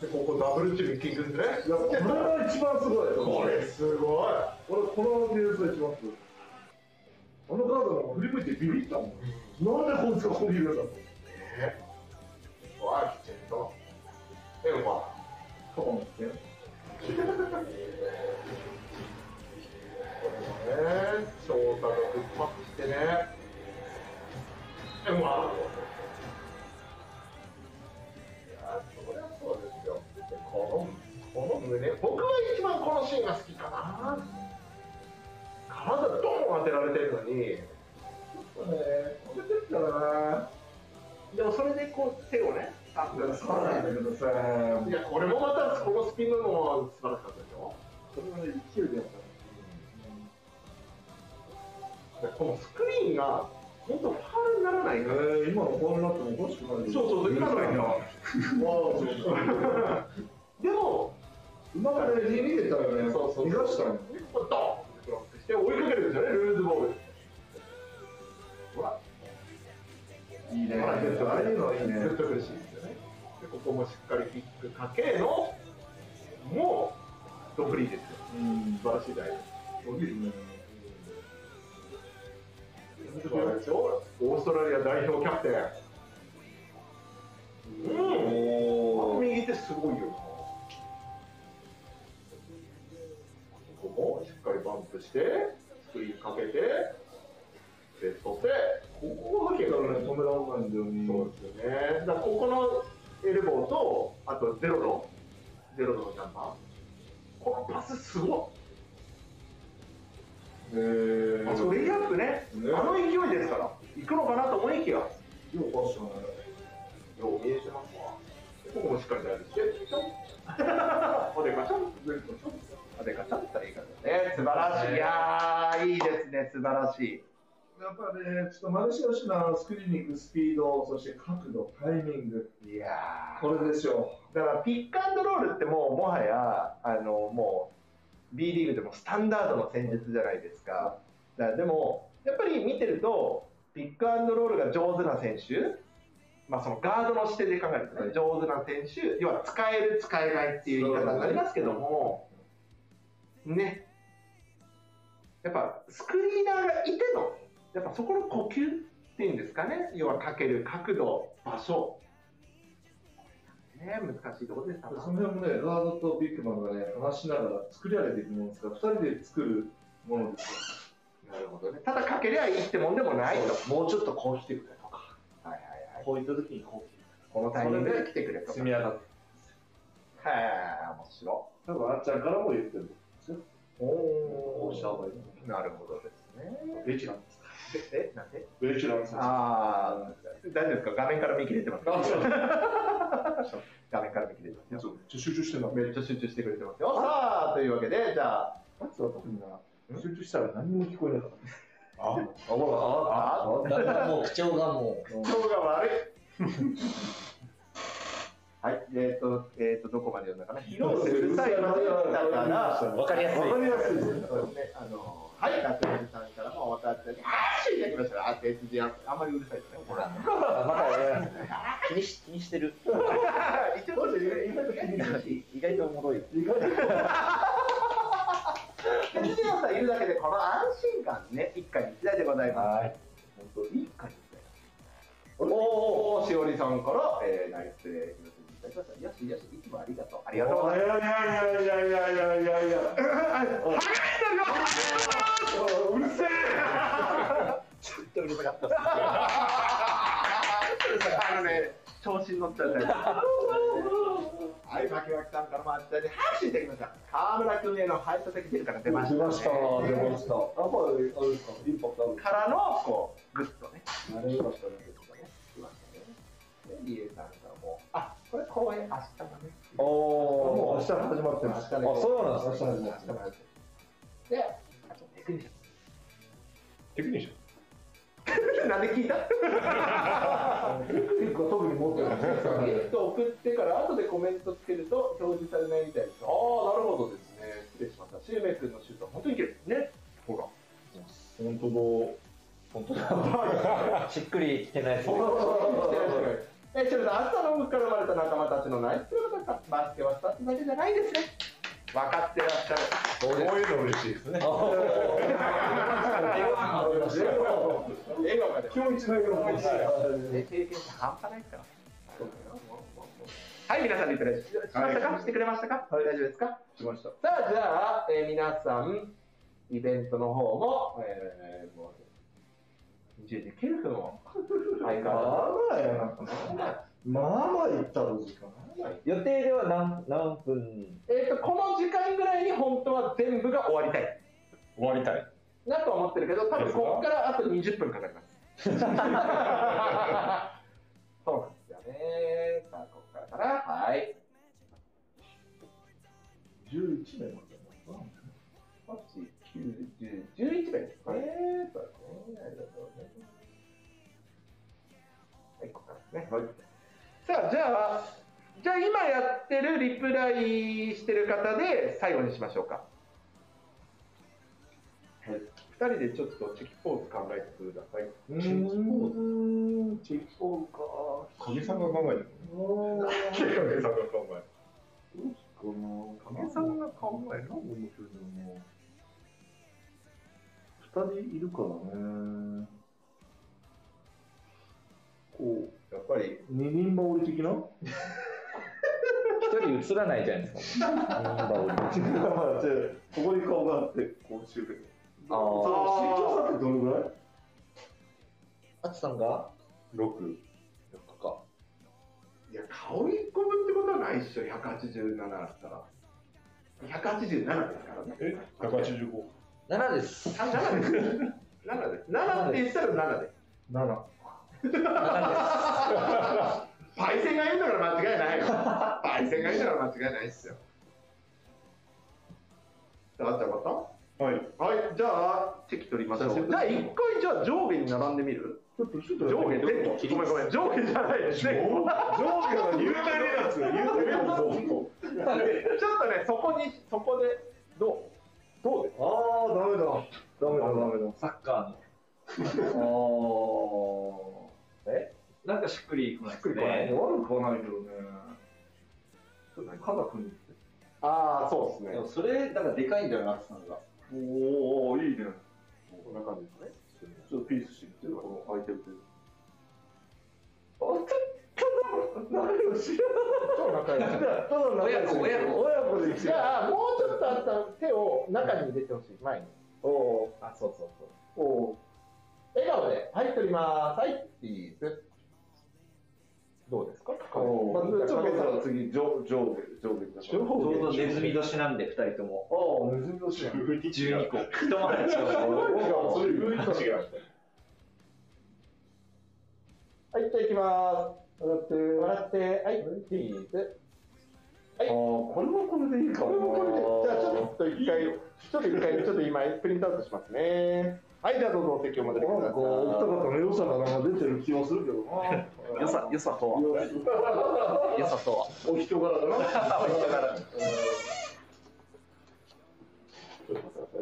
Speaker 2: でここダブルチビキングですね
Speaker 3: いや、これが一番すごい。
Speaker 2: これすごい
Speaker 3: 俺、このディフェンスが一番すごい。あのカードも振り向いてビビったもん。なんでこいつがここにいるんだ
Speaker 2: わあきちんとでもまあ
Speaker 3: とか思って。
Speaker 2: ね翔太がぶっパッしてねうまいやそりゃそうですよでこのこの胸僕は一番このシーンが好きかな体ドーン当てられてるのに
Speaker 3: そうね、これだったら
Speaker 2: でもそれでこう手をねあ
Speaker 3: な。いやそうなんだけどさ、
Speaker 2: いやこれもまたこのスピンムーブも素晴らしかったでしょ
Speaker 3: これはね勢いでやったね。
Speaker 2: でこのスクリーンが本当ファウルにならない
Speaker 3: え
Speaker 2: から
Speaker 3: ー、今のファウルになってもおかしくない
Speaker 2: そうそうそう今のがいいな
Speaker 3: よ。
Speaker 2: でも
Speaker 3: 今まで逃げてたよね。
Speaker 2: そうそう
Speaker 3: 逃がした
Speaker 2: ドンっ
Speaker 3: の。
Speaker 2: てクロスして追いかけるんですよね、ルーズボール。ほら、
Speaker 3: いいね。
Speaker 2: ほら、ずっと
Speaker 3: あれいうのいいね。
Speaker 2: ずっと苦しいですよね。で、ここもしっかりキックかけの、もう、ドフリーですよ。
Speaker 3: うん。
Speaker 2: 素晴らしい大
Speaker 3: いいね。
Speaker 2: 丈ですよ。オーストラリア代表キャプテン。うん、
Speaker 3: お
Speaker 2: この
Speaker 3: ー。
Speaker 2: 右手すごいよな。ここもしっかりバンプして、スクリーンかけて、ベストセ、ここがけ
Speaker 3: だ
Speaker 2: が
Speaker 3: か
Speaker 2: ね
Speaker 3: ら、ね、止められないんだよね。
Speaker 2: そうですよね。だからここのエルボーと、あとゼロの、ゼロのジャンパー。このパスすご
Speaker 3: へー
Speaker 2: い。あそこレイアップね、
Speaker 3: ね
Speaker 2: あの勢いですから、行くのかなと思いきや、よ
Speaker 3: ようパッションね。
Speaker 2: う見えてますわ。ここもしっかり大事して、ちょん。おでかちょん、ずっとちょん。おでかちょんって言い方ね。素晴らしい。いやー、いいですね、素晴らしい。
Speaker 3: やっぱね、ちょっとマルシオシなスクリーニング、スピード、そして角度、タイミング、
Speaker 2: いやー。
Speaker 3: これでしょ
Speaker 2: だからピックアンドロールってもうもはやあのもう B リーグでもスタンダードの戦術じゃないですかだからでもやっぱり見てるとピックアンドロールが上手な選手、まあ、そのガードの視点で考えると、ね、上手な選手要は使える使えないっていう言い方になりますけどもねやっぱスクリーナーがいてのやっぱそこの呼吸っていうんですかね要はかける角度場所ね難しいところです
Speaker 3: う。その辺もね、ガードとビッグマンがね、話しながら作り上げていくものですから、二人で作るものですよ。
Speaker 2: なるほどね。ただかけりゃいいってもんでもないと。
Speaker 9: もうちょっとこう来てくれとか、
Speaker 2: はいはいはい。
Speaker 9: こういった時にこう
Speaker 2: このタイミングで来てくれとか。
Speaker 9: 積み上がって。
Speaker 2: はい、面白
Speaker 3: 多分あっちゃんからも言ってる。
Speaker 2: い。お
Speaker 9: こうした方がいい。
Speaker 2: なるほどですね。
Speaker 9: ベチなんです。
Speaker 2: え、なんで
Speaker 9: ベチなんです。
Speaker 2: ああ、大丈夫ですか画面から見切れてます。 画面から見切れてますよ。
Speaker 3: ちょ集中してな。
Speaker 2: めっちゃ集中してくれてますよ。さあ、というわけで、じゃあ、
Speaker 3: 松は特にな、集中したら何も聞こえなかっ
Speaker 9: あ、ほら、あ、
Speaker 2: あ
Speaker 4: だからもう口調がもう
Speaker 2: 今日が悪い。はい、えっ、ー、と、えっ、ー、と、どこまで読んだかな。広瀬うるさいまでだから、
Speaker 4: 分かりやすい
Speaker 2: わかりやすいですね。あの、はい、夏目さんからもお渡しに、あーし、やってましたら、あ、手筋ああんまりうるさいですね。ほら、
Speaker 9: また俺、気にし、気にし てる。
Speaker 2: 一応、ちょっと意外と気になる
Speaker 9: 意外とおもろい。
Speaker 2: でミレオさんいるだけで、この安心感ね、一回に一台でございます。
Speaker 9: はい。
Speaker 2: 本当に一回に一台。おお、しおりさんから、えー、ナイスプレー、広瀬いただきました。よしよし、いつもありがとう。ありがとうございます。
Speaker 3: た。いやいやいやいやいやいや。
Speaker 2: うるせえ。ちょっとうるさかった。あのね、調子に乗っちゃったよ。はい、マキマキさんからもあったで、拍手いただきました。河村君への排射的出から出ました、
Speaker 3: 出
Speaker 2: ね。
Speaker 3: ました、出ました。やっぱり、あれですか、インパクト
Speaker 2: からの、こう、グッとね。
Speaker 3: ある。なりましたね。
Speaker 2: きましたねでリエさんからも、あ、これ公演明日だね。
Speaker 9: お
Speaker 3: もう明
Speaker 9: お
Speaker 3: 日。始まってます。
Speaker 2: 明日ね
Speaker 9: あそうなん
Speaker 3: 明日始
Speaker 9: で
Speaker 3: まって
Speaker 2: 明
Speaker 3: ま
Speaker 2: 日までで、あとテクニシャン。
Speaker 6: テクニシャン
Speaker 2: なんで聞いた
Speaker 3: テックは特に持ってない。
Speaker 2: ギフト送ってから後でコメントつけると表示されないみたいです。ああ、なるほどですね。失礼しました。シュウメイ君のシュートは本当にいける。ね。ほら。
Speaker 3: 本当
Speaker 9: しっくりきてないですね。
Speaker 2: え、シュウメイさん、朝の奥から生まれた仲間たちのナイスプレーだった。バスケは2つだけじゃないですね。分かってらっしゃる。
Speaker 5: こういうの嬉しいですね。
Speaker 2: 笑顔が出ます。
Speaker 3: だ。今日一のよう
Speaker 2: 経験者半端ないですから。はい、皆さんリプレイしましたかしてくれましたか大丈夫ですか
Speaker 3: しました。
Speaker 2: さあ、じゃあ、えー皆さん、イベントの方も、えー、もう、20時9分を、相変
Speaker 3: ま
Speaker 2: わ
Speaker 3: あまあやな。
Speaker 2: ら
Speaker 3: まあまあ行ったの時間。
Speaker 2: ず。
Speaker 9: 予定では何何分
Speaker 2: えっと、この時間ぐらいに本当は全部が終わりたい
Speaker 5: 終わりたい。
Speaker 2: なと思ってるけど、多分ここからあと20分かかります。そ うなんですよね。さあ、ここからかな。はい。
Speaker 3: 11名まで。
Speaker 2: 8、9、10、11名ですね。そうですね。ありがとうございます。はい、ここからですね。さあ、じゃあ、じゃあ今やってるリプライしてる方で最後にしましょうか。はい。2人でちょっとチェキポーズ考えてください。
Speaker 3: うーん、チェックポールか。
Speaker 5: 影さんが考えて
Speaker 3: う
Speaker 5: る。影さんが考え
Speaker 3: ーん
Speaker 5: る。影さんが考える。
Speaker 3: 二人いるからね。こ
Speaker 5: やっぱり
Speaker 3: う、二人羽織的な
Speaker 9: 一人映らないじゃないですか。
Speaker 3: 違う、違う。ここに顔があって、こうシュウペイ
Speaker 9: あ
Speaker 3: そ
Speaker 9: ー
Speaker 3: の身長差ってどのぐらい
Speaker 9: あつさんが
Speaker 5: 六。
Speaker 9: 4日か。
Speaker 2: いや、顔1個分ってことはないっしょ、187だったら。187ですからね。
Speaker 5: え、百八十五。
Speaker 9: 7です。
Speaker 2: あ、7です。7です。7って言ったら7です。
Speaker 3: ?7。
Speaker 2: パイセンが言うなら間違いないよ。パイセンが言うなら間違いないっすよ。じゃあ、あっちゃんまた
Speaker 5: はい。
Speaker 2: はい、じゃあ、席取りましょう。じゃあ、一回、じゃあ、上下に並んでみる
Speaker 3: ちょっと、ちょっと
Speaker 2: 上下で、ごめんごめん、上下じゃないですね。
Speaker 5: 上下の言うてるやつ、言うてるやつ、どんどん。
Speaker 2: ちょっとね、そこに、そこで、どうどうです
Speaker 3: ああ、ダメだ。ダメだ、ダメだ。
Speaker 9: サッカーの。ああ。えなんかしっくりこないですね。
Speaker 3: 悪くはないけどね。ちょっと、カナ君に。
Speaker 2: ああ、そうですね
Speaker 4: でもそれ、なんかでかいんだよな、さんが。
Speaker 3: おお、いいね。こんな感じですね。ちょっとピースしてっていうか、この相手受ける。あ、ちょっと、仲良し。ただ仲良し。
Speaker 4: 親子親子
Speaker 3: 親子で来て
Speaker 2: じ
Speaker 3: る。
Speaker 2: ゃあもうちょっとあった手を中に入れてほしい前におお
Speaker 4: あ、そうそうそう。
Speaker 2: お笑顔で「はい撮りますはいチーズ」どうですか
Speaker 3: お
Speaker 2: まず
Speaker 3: ー
Speaker 2: ちょっと
Speaker 3: じゃあ次、上上下、上下
Speaker 9: ちょうどネズミ年なんで、二人とも。
Speaker 3: ああ、ネズミ同士やん。
Speaker 9: 12個。一回り違う。
Speaker 5: そういう違う。
Speaker 2: はいじゃあいきま
Speaker 3: 笑っ
Speaker 2: す
Speaker 3: て。ああ、
Speaker 2: 笑ってはいチーズ
Speaker 3: これもこれでいいか
Speaker 2: これもこれで
Speaker 3: も
Speaker 2: じ
Speaker 3: な。
Speaker 2: ゃあちょっと一回ちょっと一回ちょっと今プリントアウトしますねはいじゃあどうぞお席を戻りく
Speaker 3: な
Speaker 2: だ
Speaker 3: んか、お二方
Speaker 2: さい
Speaker 3: の良さがなんか出てる気もするけどな。
Speaker 4: よさ、よさとは。よさとは。
Speaker 3: お人柄だな。お人柄。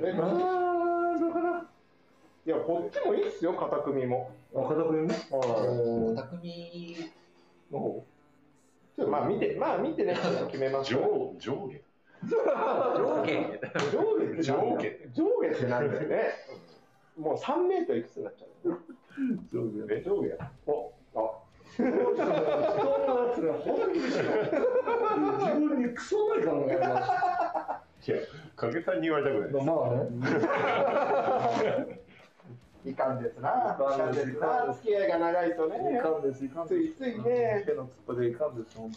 Speaker 2: ね
Speaker 3: ああ、どうかな。
Speaker 2: いやこっちもいいっすよ肩組みも
Speaker 3: あ、片栗ね。ああ。
Speaker 4: 匠
Speaker 3: の方。
Speaker 2: ちょっとまあ見てまあ見てねちょっと決めましょう
Speaker 5: 上上下。
Speaker 9: 上下。
Speaker 2: 上下ってなんだ
Speaker 5: 上下
Speaker 2: よ上下ってなんだよねもう3メートルいくつになっちゃうよね
Speaker 3: 上下。
Speaker 2: 上下やおあ
Speaker 3: 人のやつね、本気でしょ。自分にクソない考えま
Speaker 5: 影さんに言われたくないです。
Speaker 3: ま
Speaker 2: いい感じですない
Speaker 3: い感じですな
Speaker 2: 付き合いが長いと
Speaker 3: あね。い
Speaker 2: ね
Speaker 3: かんです、いかんです。
Speaker 2: ついついね
Speaker 3: 手のつっぱでいかんです、本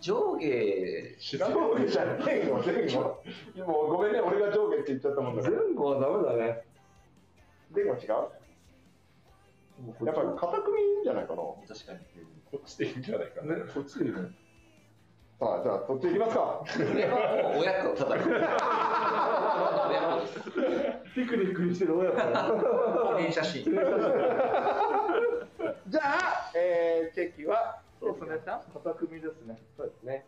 Speaker 4: 上下、
Speaker 5: 知ら
Speaker 2: 上
Speaker 5: ない。
Speaker 2: 下じゃねえよ前後今ごめんね俺が上下って言っちゃったもん
Speaker 3: 当。
Speaker 2: だから
Speaker 3: 前後はダメだね。
Speaker 2: 前後違うやっぱり肩組みいいんじゃないかな
Speaker 4: 確かに。
Speaker 5: こっちでいいんじゃないかな。
Speaker 3: ね、こっちでいいね。
Speaker 2: さあじゃあそっち行きますか
Speaker 4: 親子、ただ。親子
Speaker 3: ピクニックにしてる親子。
Speaker 4: 記念写真。
Speaker 2: じゃあ、えー、チェキは、
Speaker 3: そうですね。片組ですね。
Speaker 2: そうですね。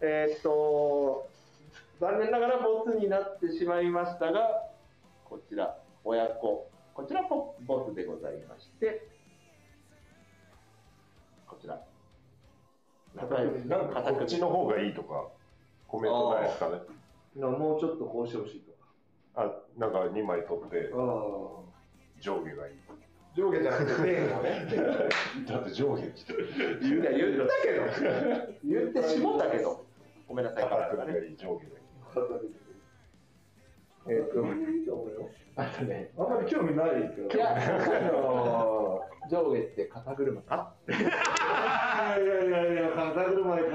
Speaker 2: えーっと、残念ながらボツになってしまいましたが、こちら、親子。こちらもボツでございまして、こちら。
Speaker 6: なんかこっちの方がいいとか、コメントないですかね。
Speaker 3: もうちょっとこうしてほしいとか。
Speaker 6: あ、なんか2枚取って
Speaker 3: あ
Speaker 6: 上下がいい。
Speaker 2: 上下じゃなくて、面をね。
Speaker 6: だって上下にしてる。
Speaker 2: 言ったけど、言ってしもたけど、ごめんなさい、カラ
Speaker 6: 片
Speaker 2: スが
Speaker 6: 組が
Speaker 2: ね。
Speaker 6: いい、上下がいい。
Speaker 3: あ。片組
Speaker 2: えーっと、
Speaker 3: いいと思うよ。
Speaker 2: あとね、
Speaker 3: あんまり興味ないけど。
Speaker 2: いや、あのー、上下って肩車かな。
Speaker 3: いやいやいや、肩車で帰ろ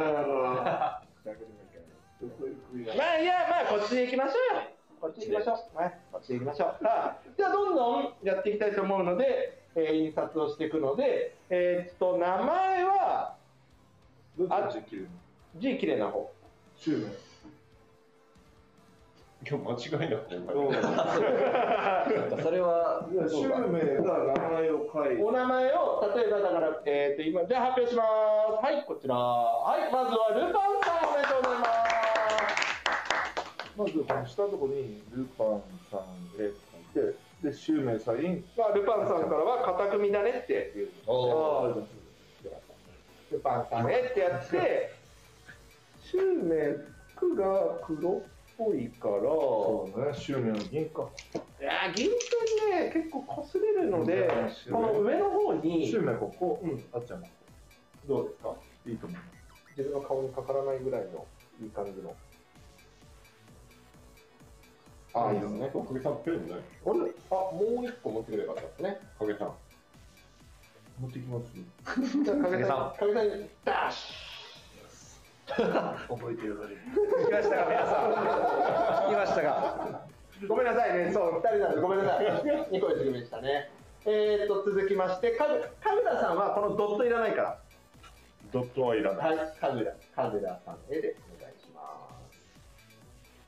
Speaker 2: まあいやまあこっちで行きましょうよこっちで行きましょう、はい、こっちで行きましょうさあじゃあどんどんやっていきたいと思うので、えー印刷をしていくのでえーっと名前は
Speaker 3: う。
Speaker 2: あ
Speaker 3: どっちで切るの
Speaker 2: G 綺麗な方
Speaker 3: 中年。
Speaker 6: 今日間違いなくてうまい
Speaker 3: うん
Speaker 9: それは、
Speaker 3: いやシュウメイが名前を書いて、
Speaker 2: お名前を例えばだからえーっと今じゃあ発表しますはいこちらはいまずはルパンさんおめでとうございます
Speaker 3: まずこの下のところにルパンさんへって書いて、で、シュウメイサイン、
Speaker 2: まあルパンさんからは肩組だねっていう
Speaker 4: お
Speaker 3: あ
Speaker 2: ルパンさんへってやってシュウメイ服が黒っぽいから
Speaker 3: そうね、シュウメイの銀貨。
Speaker 2: いやー銀線ね結構こすれるので
Speaker 3: シ
Speaker 2: この
Speaker 3: ュ
Speaker 2: 上の方に
Speaker 3: ウメイここ、うん、あっちゃんも
Speaker 2: どうですか
Speaker 3: いいと思う。
Speaker 2: 自分の顔にかからないぐらいのいい感じのああいいですね
Speaker 6: おかげさん、ペンな
Speaker 2: あ
Speaker 6: い。
Speaker 2: れあもう一個持ってくればよかったですね
Speaker 6: おかげさん。
Speaker 3: 持ってきます
Speaker 2: じゃあ影さん影さんにダッシ
Speaker 3: 覚えてるだけ。
Speaker 2: ュ聞きましたか皆さん聞きましたかごめんなさいねそう二人なんでごめんなさい2個で済みでしたねえー、っと続きましてかぐかぐらさんはこのドットいらないから
Speaker 6: ドットはいらな
Speaker 2: は
Speaker 6: い。
Speaker 2: い、カズラ、カズラさんへでお願いします。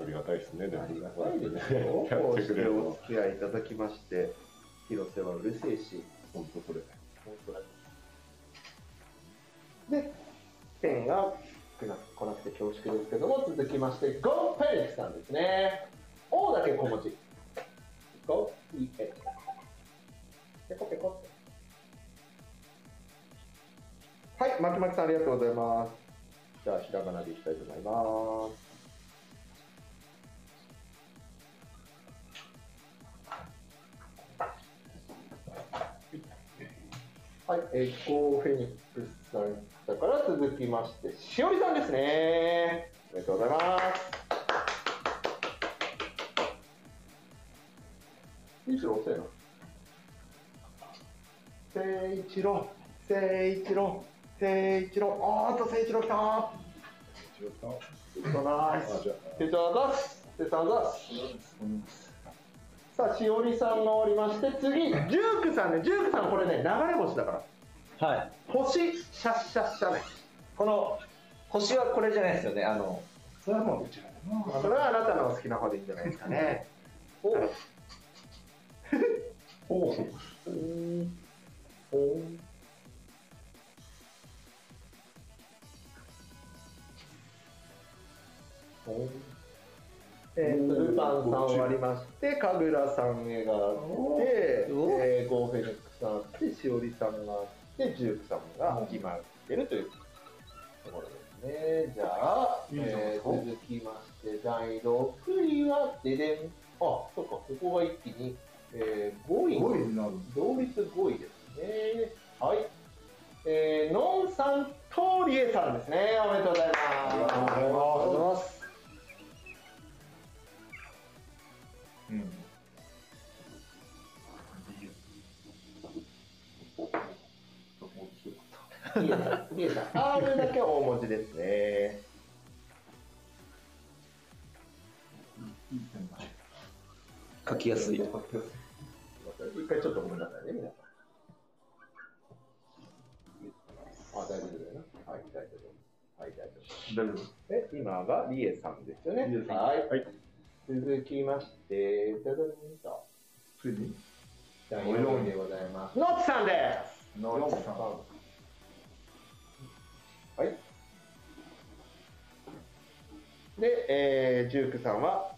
Speaker 6: ありがたいですね、でも。
Speaker 2: ありがたいですよ。
Speaker 6: や
Speaker 2: こ
Speaker 6: っ
Speaker 2: う
Speaker 6: て
Speaker 2: し
Speaker 6: くれ
Speaker 2: て
Speaker 6: る
Speaker 2: お
Speaker 6: の。
Speaker 2: 付き合いいただきまして、広瀬はうるせえし、
Speaker 6: 本当それ。
Speaker 2: 本当だで、ペンが少なくこなくて恐縮ですけども、続きまして、ゴン・ペリスさんですね。O だけ小文字。ゴン・イ・エペコペコって。はい、まきまきさんありがとうございます。じゃあ、ひらがなでいきたいと思います。はい、エコーフェニックスさんだから続きまして、しおりさんですね。おめでとうございます。いいしろ、遅いな。せいちろ、せいちろ、せいちろ、あーっとせいちろ来たー。せいちろナイス。せいちろだす。せいちろだす。さあ、しおりさんが終わりまして、次、ジュークさんね、ジュークさん、これね、流れ星だから。
Speaker 9: はい。
Speaker 2: 星シャッシャッシャね
Speaker 9: この、星はこれじゃないですよね。あの、
Speaker 3: それはもううちら
Speaker 2: それはあなたの好きな方でいいんじゃないですかねお
Speaker 6: お
Speaker 2: おえー、ルパンさん終わりまして、神楽さん絵があって、えー、ゴーフェニックスさんあって、しおりさんがあって、ジュークさんが今出るというところですね。じゃあ、えー、続きまして、第6位は、ででん。あ、そうか、ここが一気に、えー、5位
Speaker 3: す
Speaker 2: に
Speaker 3: ごいなる。
Speaker 2: 同率5位ですね。はい。えー、のんさんとりえさんですね。おめでとうございます。
Speaker 3: りがとうございます
Speaker 2: ありがとうございます。
Speaker 3: うん。
Speaker 2: リエさんリエさん、R だけは大文字ですね。
Speaker 9: 書きやすい。
Speaker 2: 一回ちょっとごめんなさいね、皆さん。あ、大丈夫だよな。はい、大丈夫。はい、大丈夫です。
Speaker 3: 大丈夫。
Speaker 2: で、今がリエさんですよね。
Speaker 3: リエさん
Speaker 2: はい。
Speaker 3: はい
Speaker 2: 続きまして、ダダダダダ
Speaker 3: ついに
Speaker 2: 第4位でございます。ノッチさんです
Speaker 3: ノッチさん
Speaker 2: はい。で、えー、ジュークさんは、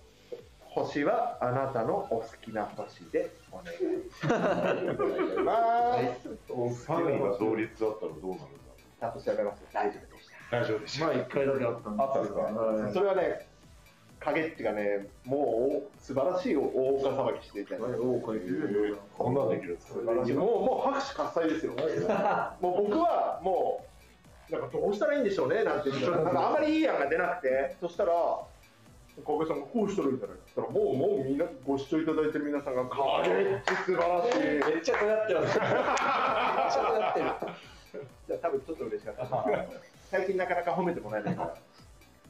Speaker 2: 星はあなたのお好きな星でお願いし ます。
Speaker 6: 3位が同率だったらどうなるか
Speaker 2: ちゃんと調べますよ。大丈夫でした。
Speaker 6: 大丈夫でしょ
Speaker 3: まあ一回だけあったんです
Speaker 2: あったんですか
Speaker 3: はい
Speaker 2: それはね、影っていうかね、もう素晴らしい大岡さばきしていただいて。
Speaker 3: 大岡行ってるよ
Speaker 6: こんなんできるんですか
Speaker 2: もうもう拍手喝采です よ、もう僕はもう、なんかどうしたらいいんでしょうねなんて言ってたらなんかあんまりいい案が出なく て、そしたら、小林さんがこうしたらいいんじゃないかって言ったら、もう、もうみんな、ご視聴いただいてる皆さんが、影って素晴らし い。
Speaker 9: めっちゃ尖ってます。めっちゃ尖ってる。
Speaker 2: じゃあ多分ちょっと嬉しかったです。 最近なかなか褒めてもらえないから。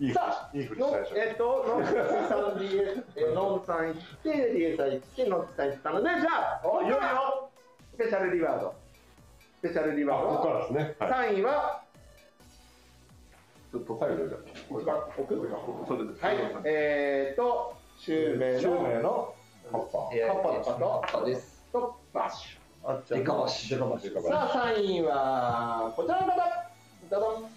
Speaker 6: いい
Speaker 2: さ
Speaker 6: ふりいいふりし
Speaker 2: の
Speaker 6: たでしょ
Speaker 2: えっと、ノンさん DS、えノンさん行って、リエさん行って、ノッチさん行ったので、じゃあ、いよいよスペシャルリワード。スペシャルリ
Speaker 6: あ
Speaker 2: ワード
Speaker 6: ここ
Speaker 2: は。
Speaker 6: からですねはい
Speaker 2: 3位は、
Speaker 6: ちょっと最後じゃあ
Speaker 2: これが奥
Speaker 6: それです
Speaker 2: はい、えーと、シュウメイ
Speaker 3: 中
Speaker 2: の
Speaker 3: 名の
Speaker 6: カッパー
Speaker 2: カッパの方
Speaker 4: カッパです。
Speaker 2: とバッシ
Speaker 3: あっちゃん
Speaker 4: デカバシ
Speaker 3: デカバシ
Speaker 2: ュ。さあ、3位は、こちらの方。ダダン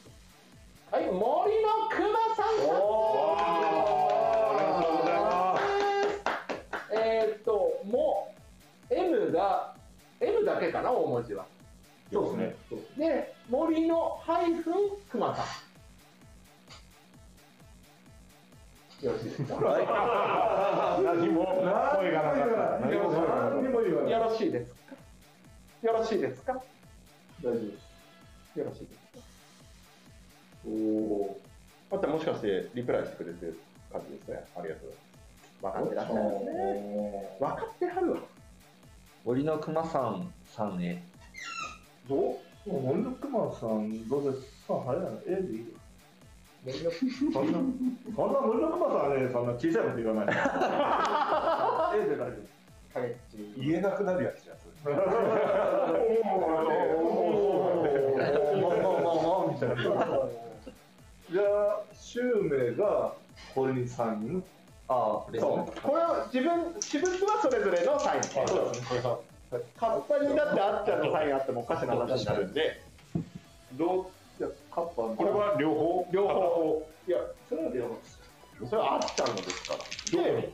Speaker 2: はい、森のくまさんさんです
Speaker 6: ありがとうございます
Speaker 2: えーっと、も、M が、M だけかな、大文字は。
Speaker 3: そうですね
Speaker 2: で、森のハイフン熊さん。よろしいですか。
Speaker 6: 何も声がなかった
Speaker 3: 何も言わない何も言わない
Speaker 2: よろしいですか。よろしいですか。大丈夫です。よろしいですか。おお。またもしかして、リプライしてくれてる感じですね。ありがとうございます。分かってらっしゃるんですね。分かってはるわ。
Speaker 9: 森の熊さんさんね。
Speaker 2: どう。
Speaker 3: 森の熊さんどうですかあれだね A でいいよそんなそんな森の熊さんはねそんな小さいこと言わない A で大丈夫
Speaker 2: 影
Speaker 6: 言えなくなるやつじゃんそれ
Speaker 3: じゃあ、シュウメイが堀さんに。
Speaker 9: ああ、ですね。
Speaker 2: そうこれを自分自分はそれぞれのサインそうですねカッパにだってあっちゃんのサインあってもおかしな話になるんでどういやカッパ
Speaker 6: これは両方
Speaker 2: 両方いや
Speaker 3: それは両方です。
Speaker 2: それはあっちゃんのですからで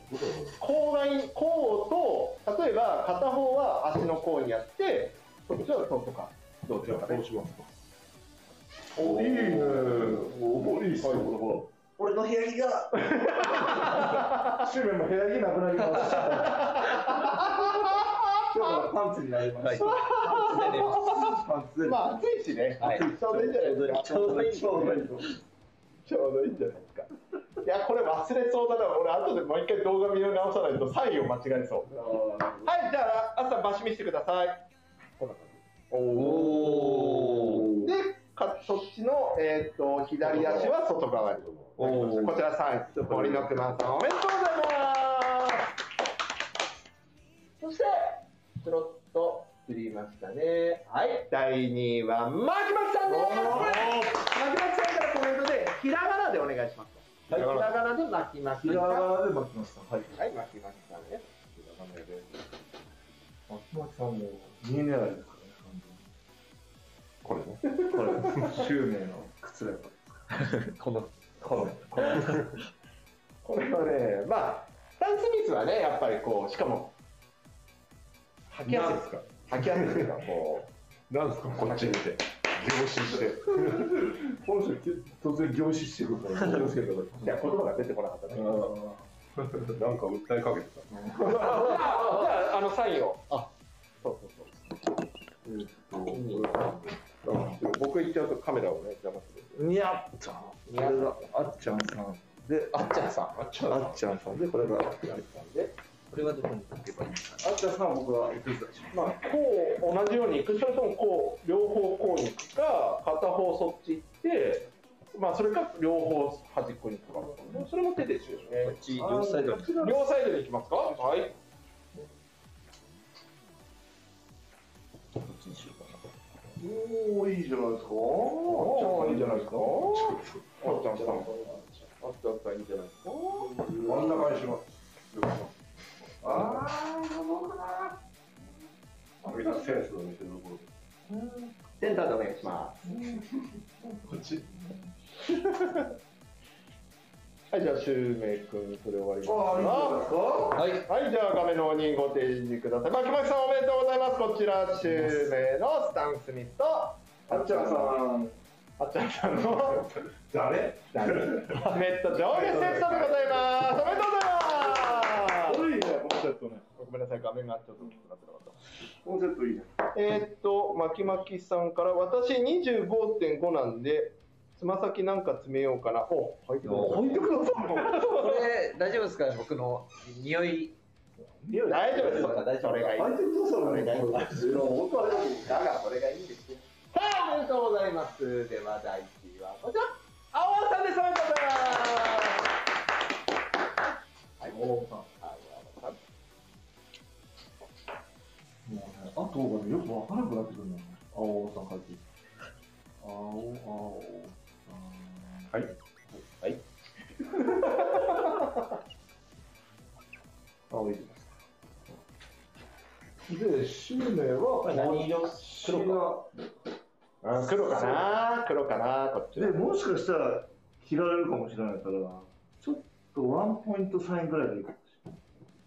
Speaker 2: 甲がい甲と例えば片方は足の甲にやってそっちはそうとかどうでし
Speaker 6: じゃ
Speaker 2: ょ
Speaker 6: あ
Speaker 2: うか
Speaker 6: こ
Speaker 2: ね
Speaker 6: うしますか
Speaker 3: お、いいね。お、いいっすね。
Speaker 4: 俺の部屋着が、
Speaker 3: シュウメイも部屋着なくなります。今日からパンツになりました。パンツで。
Speaker 2: まあ暑いしね、ちょうどいいんじゃないですか
Speaker 9: ちょうどいい
Speaker 2: ちょうどいいちょうどいいんじゃないですかいやこれ忘れそうだな俺後でもう一回動画見直さないとサインを間違えそうはいじゃあ朝バシ見してくださいこんな感じでかそっちの、えー、と左足は外側にこちら3位森の熊さんおめでとうございますそしてスロット振りましたねはい第2位はマキマキさんですマキマキさんからコメントでひらがなでお願いしますはいひらがなでマキマキ
Speaker 3: ひ
Speaker 2: さんは
Speaker 3: らがなで巻きました。はい。
Speaker 2: いマキマキさんです
Speaker 3: 巻き巻きさんも見えないです
Speaker 6: これね
Speaker 3: からね。これ、シュウメイの靴だよ。
Speaker 9: この
Speaker 3: この、こ
Speaker 2: これはねまあスタン・スミスはねやっぱりこうしかも履きやすいですから履きやすいですからこう
Speaker 6: なんですかこっち見て凝視して
Speaker 3: の人、突然凝視してくるから、気をつけてくだ
Speaker 2: いや
Speaker 3: さ
Speaker 2: 言葉が出てこなかったね
Speaker 3: い。ああ。
Speaker 6: なんか訴えかけてた
Speaker 2: じゃあじゃああのサインをあそうそうそう僕行っちゃうとカメラをね邪魔する
Speaker 3: にゃっと。これがあっちゃんさんで、あっちゃんさん。あっちゃんさんで、これがあっちゃんさんで。
Speaker 9: これはどこに置けばいいですか
Speaker 3: あっちゃんさんは僕は手伝いします。
Speaker 2: まあこう同じように行くそれともこう両方こうに行くか片方そっち行ってまあそれか両方端っこに行くかそれも手で一緒ですね
Speaker 9: こっち両サイドに。
Speaker 2: 両サイドに行きますかはい
Speaker 9: こっちにしようかな。
Speaker 2: うーん
Speaker 3: おーいいじゃないですか。あーいいじゃないですか。あっちゃんさん。あっちゃんさんいいじゃないですか。真ん中にします。あー、どうかな。
Speaker 5: あみんなセンスの見せどころ
Speaker 2: センターでお願いします。
Speaker 5: こっち
Speaker 2: はい、じゃあ、シュウメイ君、それ終わります
Speaker 3: あー、いいじゃないですか。
Speaker 2: はい、はい、じゃあ画面の方にご提示ください。まあ、木さんおめでとうございます。こちら、襲名のスタン・スミスと、あ
Speaker 3: あっちゃんさん。
Speaker 2: っちゃんさんの
Speaker 5: 誰
Speaker 2: パネット上下セットでございます。おめでとうございます。
Speaker 3: いいね、このセットね。
Speaker 2: ごめんなさい、画面がちょっと大きくなってなかった。
Speaker 3: このセットいいね。
Speaker 2: えーっと、まきまきさんから、私25.5なんで、つま先なんか詰めようかな。お、履いてください。
Speaker 3: 置いてください。
Speaker 4: これ大丈夫ですか僕の匂い
Speaker 2: 大丈夫です。それがいい。
Speaker 3: 相手どうするのね。本当あれだ
Speaker 2: だがそれがいいんですよさあおめでとうございますでは第1位はこちら青尾さんですおめでとうございますはい青尾さんはい青尾さん
Speaker 3: あとがね、よくわからなくなってくるんだよね。青さん帰ってきて。青、青。
Speaker 5: はい。
Speaker 3: はい。青いです。で、シュウメイは、何色
Speaker 2: うん黒かな黒かなこっち
Speaker 3: で、もしかしたら、切られるかもしれないから、ちょっとワンポイントサインぐらいでいいかもし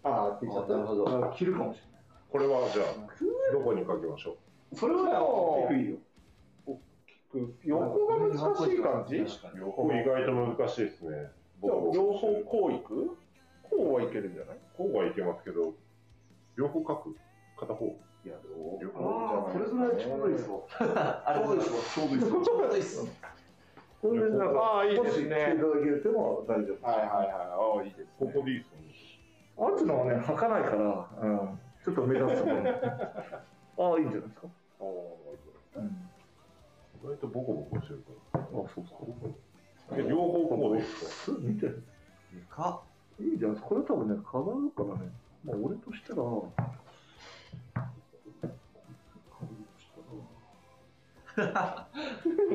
Speaker 2: ああ T シャツ
Speaker 3: れない。だから切るかもしれない。
Speaker 6: これはじゃあどこにかけましょ
Speaker 3: それは低いよ。
Speaker 2: 横が難しい感じじゃあ
Speaker 6: うここ意外と難しいですね
Speaker 2: 両方こういくこうはいけるんじゃない
Speaker 6: こうはいけますけど両方書く片方
Speaker 2: いやど
Speaker 6: 両方
Speaker 3: ああ、それぐらいちょうどいいっすわ。
Speaker 4: あれです
Speaker 3: ちょうどいいっすわ。
Speaker 4: ちょうどいいっすね
Speaker 3: それでなんか、
Speaker 2: ああいい
Speaker 3: も
Speaker 2: で
Speaker 3: し
Speaker 2: す
Speaker 3: 来ていただ
Speaker 2: ね
Speaker 3: けるっていうのは大丈夫。
Speaker 2: はいはいはいああいいです
Speaker 6: こ
Speaker 2: ね
Speaker 6: こでいいですよね
Speaker 3: あっちのはね、履かないから、うん、ちょっと目立つと思う。ああ、いいんじゃないですか。
Speaker 2: おー
Speaker 6: 意外とボコボコしてるから
Speaker 3: あそうそ
Speaker 6: え両方こうでいいですか
Speaker 3: う。普通見てる。いいじゃないですか。これ多分ね、飾るからね。まあ、俺としたら。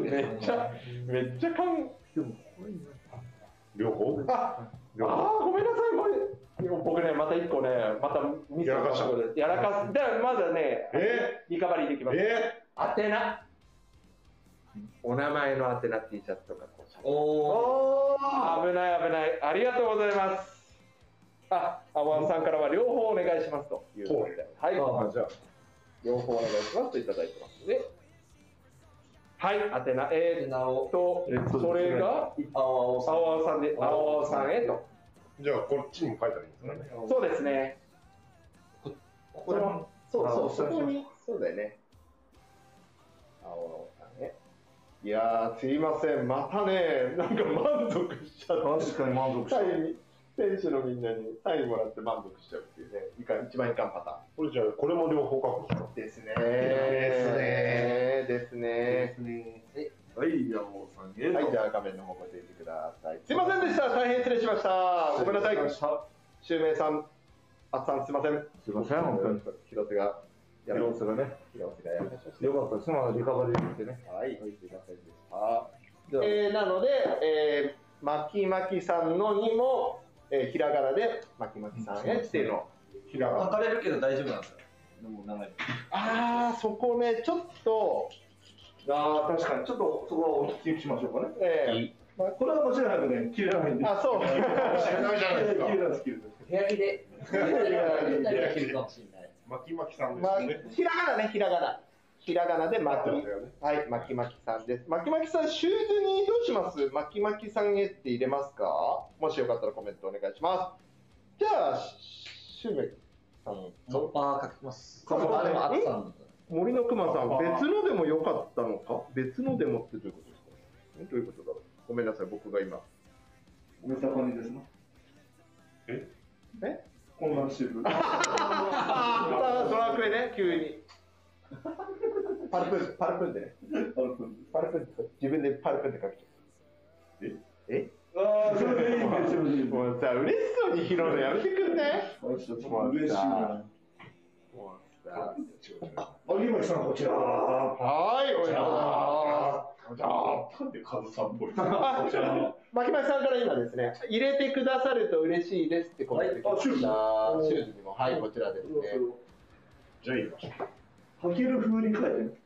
Speaker 2: めっちゃめっちゃ感
Speaker 3: でも、これね。
Speaker 6: 両方
Speaker 2: あ
Speaker 6: 両方
Speaker 2: あーごめんなさいこれでも僕ねまた一個ねまたミス
Speaker 6: やらかした
Speaker 2: やらかすだからまだね
Speaker 6: え
Speaker 2: リカバリーできます
Speaker 6: え
Speaker 2: 宛名お名前の宛名 T シャツとかこう
Speaker 4: おお
Speaker 2: 危ない危ないありがとうございますあアワンさんからは両方お願いしますということではい
Speaker 6: あじゃあ
Speaker 2: 両方お願いしますといただいてますねはい宛名えー、
Speaker 4: なお
Speaker 2: っとそれが
Speaker 4: 青
Speaker 2: 青青さんで青青さんへと
Speaker 6: じゃあこっちにも書いたらいいんですかね
Speaker 2: そうですね
Speaker 4: ここら辺
Speaker 2: そうそ
Speaker 3: あ
Speaker 2: う、そこに、そうだよね。青さんね。いやー、すいません、またね、なんか満足しちゃって、
Speaker 3: 確かに満足した。
Speaker 2: サイン選手のみんなにサインもらって満足しちゃうっていうね、いかん一番いかんパ
Speaker 6: これじゃあこれも両方書くんですか
Speaker 2: ターン。ですねー。ですね
Speaker 3: はい、じゃあ、王さんへ。
Speaker 2: ー。はい、じゃあ画面の方ご提示ください。すいませんでした、大変失礼しました。ごめんなさい。シュウメイさん、あっさん、すいません。
Speaker 3: すいません、本当に。
Speaker 2: 広瀬が、やめ
Speaker 3: 様子がね、
Speaker 2: 広瀬がやめましょう。
Speaker 3: よかったですね、まだリカバリーできてね。
Speaker 2: はい、すいませんでした。
Speaker 3: じゃあ、
Speaker 2: えーなので、えー、まきまきさんのにも、えーひらがなで、まきまきさんへっていうのを。ひら
Speaker 4: 分かれるけど大丈夫なんですかでも名前
Speaker 2: あー、そこね、ちょっと、
Speaker 3: ああ、確かに、ちょっとそこはお聞きしましょうかね。
Speaker 2: え
Speaker 3: まあ、これは間違いなくね、切れないんで。
Speaker 2: ー、あ、そう。
Speaker 6: ダメじゃないですか
Speaker 3: 切れないです、切れないです。
Speaker 4: 部屋着で部屋着で着るかもしれない
Speaker 6: 巻き巻きさんです
Speaker 2: ま
Speaker 6: よね、
Speaker 2: ひらがなね、ひらがな。ひらがなで、まき、
Speaker 6: ですよね
Speaker 2: はい、まきまきさんです。まきまきさん、シューズにどうしますまきまきさんへって入れますかもしよかったらコメントお願いします。じゃあ、しゅうめいさん。
Speaker 4: カッパーかけます
Speaker 2: カッパー
Speaker 4: あでもあったんだ
Speaker 2: 森の熊さん、別のでも良かったのか別のでもってどういうことですかえどういうことだろうごめんなさい、僕が今。
Speaker 3: 梅田パニですな。
Speaker 6: え
Speaker 2: え
Speaker 3: こんなシル。
Speaker 2: ああ、ドラクエね、急に。パルプン、パルプンでね。パルプンって、自分でパルプンって書きちゃう。え
Speaker 3: ああ、それでいいね、それでいい
Speaker 2: え
Speaker 3: ね。
Speaker 2: もうさ、嬉しそうに拾うのやめてくんね。
Speaker 3: 嬉しいな。
Speaker 2: もうさ、
Speaker 4: から、
Speaker 3: 今さん、こちら。
Speaker 5: はい、おや
Speaker 6: じゃあ
Speaker 5: なんでカズさんっぽいこちらの。
Speaker 2: 牧町さんから今ですね、入れてくださると嬉しいですってコメント
Speaker 3: はいあシューズ
Speaker 2: あシューズにも、はい、こちらですね。
Speaker 5: じゃあ行きましょう。
Speaker 3: 履ける風に書いてる。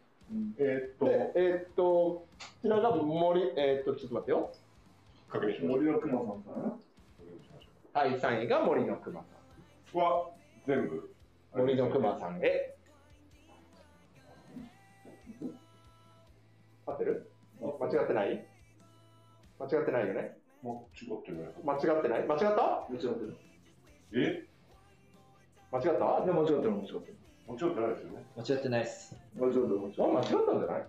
Speaker 5: えーっと、
Speaker 2: で、えーっと、こちらが森、えーっと、ちょっと待ってよ。
Speaker 6: 確認しましょう
Speaker 3: 森の熊さんかな。
Speaker 6: 確認しましょ
Speaker 2: はい、3位が森の熊さ
Speaker 6: うは全部
Speaker 2: ん。森の熊さんへ。合ってる間違ってない間違ってないよね
Speaker 6: もう違ってない
Speaker 2: 間違ってない間違った
Speaker 3: 間違ってる。
Speaker 6: え
Speaker 2: 間違った
Speaker 3: あ、でも間違ってる、間違ってる。
Speaker 6: もちろんないですよね
Speaker 9: 間違ってないです。
Speaker 3: 間違ってる、間違って
Speaker 2: あ間違ったんじゃない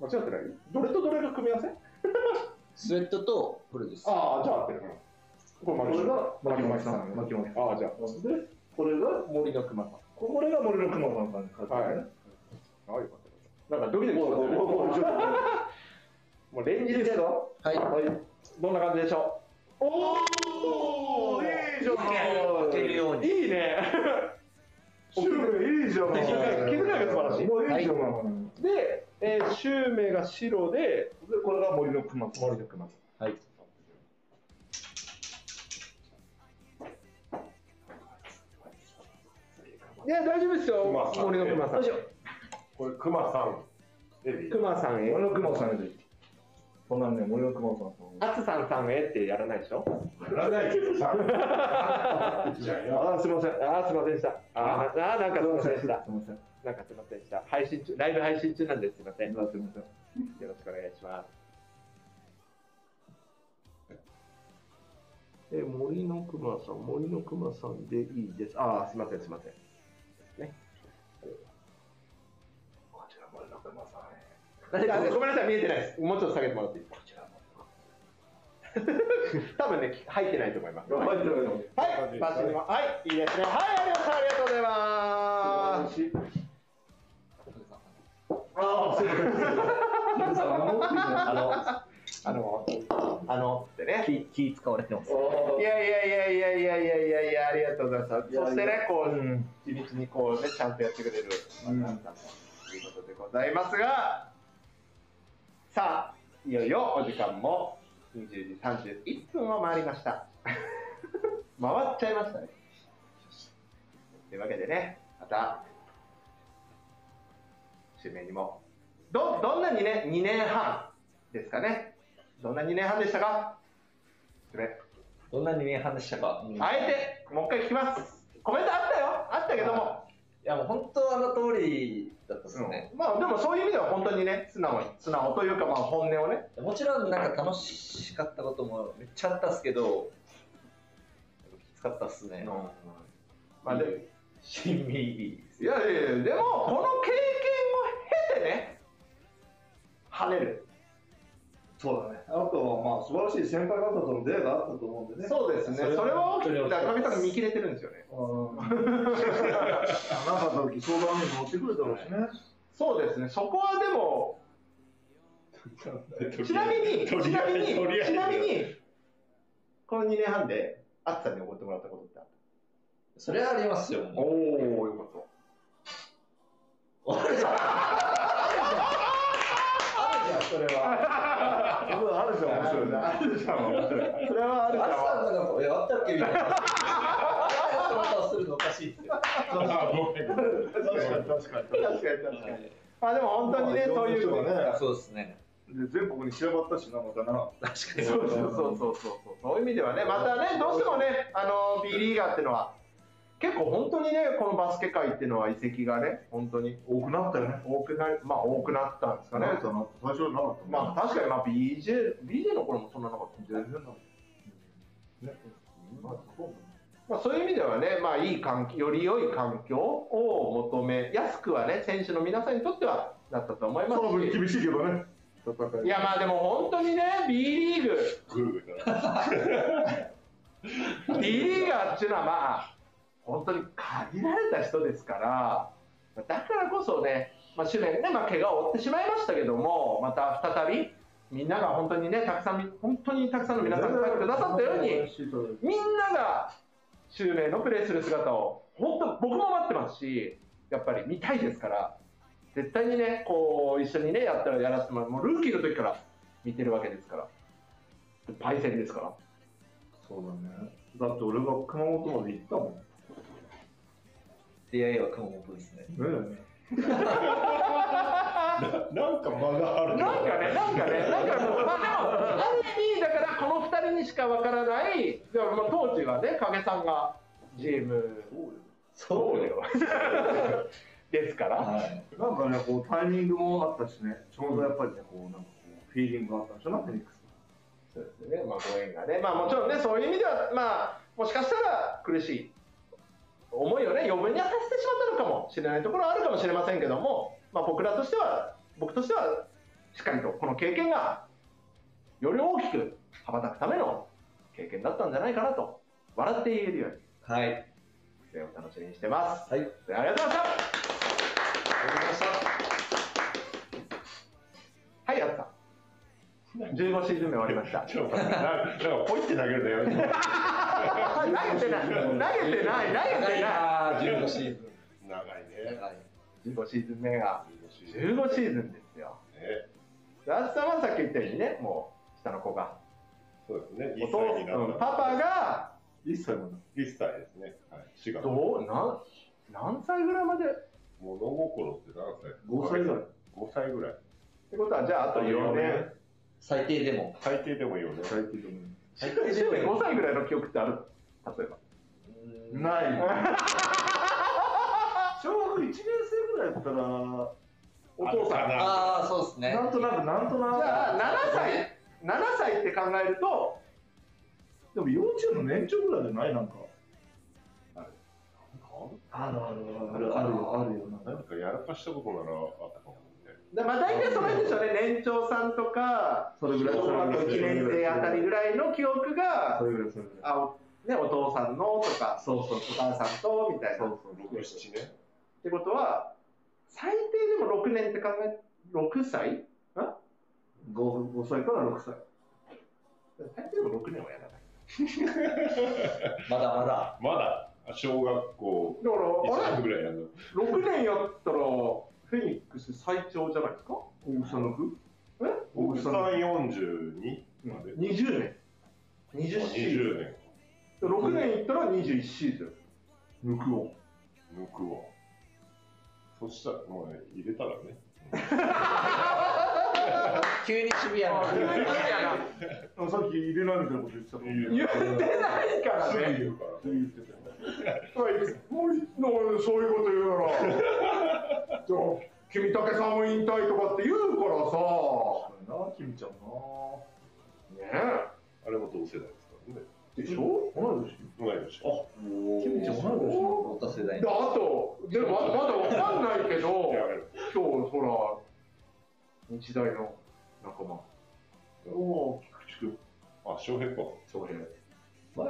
Speaker 2: 間違ってないどれとどれが組み合わせ
Speaker 9: スウェットとこれです。
Speaker 2: ああ、じゃあ合ってる。これ
Speaker 3: こ
Speaker 2: マ
Speaker 3: れ
Speaker 2: キ
Speaker 3: が牧町さん、牧町さん。
Speaker 2: ああ、じゃあ。
Speaker 3: で、これが、
Speaker 2: 森の熊さん。
Speaker 3: これが森の熊さんかに書いてるね。
Speaker 2: ああ、よかった。なんかドキドキしますね。もうレンジですよ。
Speaker 9: はい。
Speaker 2: どんな感じでしょうおおいいじゃ
Speaker 9: 開けるように。
Speaker 2: いいね。
Speaker 3: シュウメいいじゃん。
Speaker 2: 気遣いが素晴らしい
Speaker 3: もういいじゃん。
Speaker 2: で、えー、シュウメイが白で、
Speaker 3: で、これが森の熊さん。森の熊さん。
Speaker 9: はい。
Speaker 2: いや、大丈夫ですよ。
Speaker 6: 熊さん
Speaker 2: 森の熊さん。
Speaker 6: これクマさんエビ
Speaker 2: 熊さんへ。
Speaker 3: 森の熊さんで。そんなね、森の熊さんと。
Speaker 2: あつさんさんへってやらないでしょ
Speaker 6: やらないけどさじゃあや
Speaker 2: ああ、すみません。ああ、すみませんでした。ああ、ああなんかすみませんでした。
Speaker 3: すみません。
Speaker 2: なんかすみませんでした。配信中、ライブ配信中なんです。すみません。よ
Speaker 3: すみません。
Speaker 2: ろしくお願いします。え、森の熊さん、森の熊さんでいいです。ああ、すみません、すみません。
Speaker 3: こちら森の熊さん。
Speaker 2: ごめんなさい、見えてないです。もうちょっと下げてもらっていいですか。 多分ね、入ってないと思います。
Speaker 3: 入ってる
Speaker 2: はい、バッチリもはい、いいですね。はい、ありがとう、ありがとうございます。
Speaker 3: ああ、そうです。
Speaker 2: あ
Speaker 4: あの、
Speaker 2: の、あの、ってね。
Speaker 9: 気気使われてます。
Speaker 2: いやいやいやいやいやいやいやいや、ありがとうございます。
Speaker 3: いや
Speaker 2: そして
Speaker 3: い
Speaker 2: ね、こう、地道にこうね、ちゃんとやってくれる。
Speaker 3: うん
Speaker 2: まあなんかということでございますが。さあ、いよいよお時間も。20時31分を回りました。 回っちゃいましたね。というわけでね、また。締めにも。ど、どんなにね、2年半。ですかね。どんな2年半でしたか。締め。
Speaker 9: どんな2年半でしたか。うん
Speaker 2: あえて、もう一回聞きます。コメントあったよ、あったけども、
Speaker 9: いやもう本当あの通りだったですね。
Speaker 2: うんまあでもそういう意味では本当にね、素直に、素直というか、まあ本音をね、
Speaker 9: もちろんなんか楽しかったこともめっちゃあったっすけど、きつかったっすね。
Speaker 2: まあで、
Speaker 9: しんみり
Speaker 2: いやいやいや、でも、この経験を経てね、晴れる。
Speaker 3: そうだね。あとはまあ素晴らしい先輩方との出会いがあったと思うんでね。
Speaker 2: そうですね、そ
Speaker 9: それ
Speaker 2: れ
Speaker 9: は
Speaker 2: は大き
Speaker 9: それは
Speaker 2: く、だから、かみさんが見切れてるんですよね。
Speaker 3: うん。なかった時相談に乗ってくれたろうしね。
Speaker 2: そうですね、そこはでも、ちなみに、ち
Speaker 5: とり
Speaker 2: な
Speaker 5: あ
Speaker 2: み
Speaker 5: え
Speaker 2: に、
Speaker 5: ずとりあえず
Speaker 2: ちなみに、この2年半で、あつさんに怒ってもらったことってあっ
Speaker 9: それはありますよ。
Speaker 2: た
Speaker 9: もう
Speaker 2: おー、よかった。
Speaker 3: それは。それはあるじゃん、面白いね。
Speaker 2: あるじゃん、それはあ
Speaker 9: あ
Speaker 2: るじゃん。
Speaker 9: さんなんか、え、あったっけみたいな。あったことをするのおかしいっすよ。
Speaker 6: あごめん
Speaker 5: 確かに確かに。
Speaker 2: 確かに確かに。まあでも本当にね、そういう。
Speaker 3: ね。
Speaker 9: そうですね。
Speaker 3: で全国に散らばったしな、またな。
Speaker 9: 確か
Speaker 2: そう
Speaker 9: に。
Speaker 2: そうそうそうそうそう。そういう意味ではね、またね、どうしてもね、あの B リーガーっていうのは、結構本当にね、このバスケ界っていうのは移籍がね、本当に
Speaker 3: 多くなったよね。
Speaker 2: 多くなり、まあ多くなったんですかね。
Speaker 3: なったなった最初はなかったもん。
Speaker 2: まあ確かにまあ BJ、BJ の頃もそんななかったんで。
Speaker 3: 全然なかった。ね。
Speaker 2: まあそういう意味ではね、まあいい環境、より良い環境を求め、やすくはね、選手の皆さんにとってはなったと思いま
Speaker 3: その
Speaker 2: す
Speaker 3: 分
Speaker 2: し。
Speaker 3: 厳しいけどね。戦い。
Speaker 2: いやまあでも本当にね、B リーグ、
Speaker 6: グルメだな
Speaker 2: B リーガーっていうのはまあ本当に限られた人ですからだからこそね、まあ、主年ね、まあ、怪我を負ってしまいましたけどもまた再びみんなが本当にねたくさん本当にたくさんの皆さんがくださったようにみんなが襲名のプレーする姿を本当僕も待ってますしやっぱり見たいですから、絶対にね、こう、一緒にね、やったらやらせてもらう。もうルーキーの時から見てるわけですから。パイセンですから。
Speaker 3: そうだね。だって俺が熊本まで行ったも
Speaker 9: 出会いは熊本ですね。
Speaker 3: ん。ね
Speaker 5: なんか間がある
Speaker 2: なんかね、なんかね、なんかもう、まあでも、ある意味、だからこの2人にしかわからない、でもまあ当時はね、影さんが GM
Speaker 9: そうよ。
Speaker 2: ですから、
Speaker 9: はい。
Speaker 3: え。なんかね、こうタイミングもあったしね、ちょうどやっぱりね、こうなんかこうフィーリングがあったんでしょな、フェニックス。
Speaker 2: そうですね、まあご縁がね、まあもちろんね、そういう意味では、まあ、もしかしたら苦しい思いをね、嫁にさせてしまったのかもしれないところはあるかもしれませんけども、まあ僕らとしては、僕としては、しっかりとこの経験が、より大きく羽ばたくための経験だったんじゃないかなと、笑って言えるように。
Speaker 9: はい。
Speaker 2: お楽しみにしてます。
Speaker 9: はい。
Speaker 2: ではありがとうございました。はい、やった。15シーズン目終わりました。
Speaker 6: ちょっと待ってなんかなんかポイって投げるのやめてもらって
Speaker 2: 投げてない、投げてない、投げてな
Speaker 9: ああ、15シーズ
Speaker 6: 長い
Speaker 9: ン。
Speaker 6: ね
Speaker 9: はい。
Speaker 2: い。15シーズン目が
Speaker 6: いね
Speaker 2: 15シーズンですよ。であずさんはさっき言ったようにね、もう下の子が、
Speaker 6: そうですね
Speaker 2: お
Speaker 6: 一
Speaker 2: 父
Speaker 6: 歳にな
Speaker 2: うん
Speaker 6: った
Speaker 2: パパが
Speaker 3: 一切もない。
Speaker 6: 一歳ですねはい四月物
Speaker 2: どうなん何歳ぐらいまでっ
Speaker 6: 心って何歳
Speaker 3: 5歳ぐらい。
Speaker 6: 5歳ぐらい
Speaker 2: てことはじゃああと4年。
Speaker 9: 最低でも。
Speaker 6: 最低でも4年
Speaker 3: 最低と思
Speaker 9: 最低
Speaker 2: 1年5歳ぐらいの記憶ってある例えば。
Speaker 3: う。ない。 小学1年生ぐらいだったら、お父さん
Speaker 6: あ
Speaker 9: ああ、そうですね。
Speaker 3: なんとなく、なんとなく。
Speaker 2: じゃあ7歳、7歳って考えると、
Speaker 3: でも幼稚園の年長ぐらいじゃないなんか。あるあるあるよ、あるよな。
Speaker 6: 何かやらかしたことならあったかもね
Speaker 2: だまあ大体その辺でしょうね、年長さんとか、
Speaker 3: それぐらい、
Speaker 2: 小
Speaker 3: それ
Speaker 2: 学
Speaker 3: ぐらい。
Speaker 2: 1年生あたりぐらいの記憶が
Speaker 3: そ、れぐらい、それぐらい。
Speaker 2: あおね、お父さんのとか、
Speaker 3: そうそう
Speaker 2: お母さんとみたいな。っ
Speaker 6: 67年
Speaker 2: てことは、最低でも6年って考え、6歳
Speaker 3: 5, 5歳から6歳。
Speaker 2: 最低でも6年はやらない。
Speaker 9: まだまだ。
Speaker 6: まだ小学校
Speaker 2: だから、あれ
Speaker 6: 1年ぐらいやるの
Speaker 2: ?6 年やったら、フェニックス最長じゃないですか
Speaker 3: 大口さんの区
Speaker 6: 僕342まで
Speaker 2: ?20 年。20シーズン。
Speaker 6: 20年
Speaker 2: 6年いったら21シーズン。
Speaker 3: 抜くを。
Speaker 6: 抜くわそしたらもうね入れたらね
Speaker 9: 急にシビアな。
Speaker 3: あさっき入れないみたいなこと言ってたもん
Speaker 6: 言
Speaker 2: 言ってないから
Speaker 6: すぐ
Speaker 2: ね。
Speaker 6: 言うからね
Speaker 3: 言ってたよ
Speaker 2: もうそういうこと言うなら じゃあ君武さんも引退とかって言うか
Speaker 3: な、君ちゃん
Speaker 2: ら
Speaker 3: な。
Speaker 2: さね
Speaker 6: あれも同世代ですからね
Speaker 2: えでしょ
Speaker 3: 同い年
Speaker 6: 同い年
Speaker 3: 君ちゃん同い年
Speaker 9: 同世代
Speaker 2: であ。とでままだわかんないけど
Speaker 6: やめろ
Speaker 2: 今日ほら日大の仲間
Speaker 6: おお菊池君あ翔平か
Speaker 2: 翔平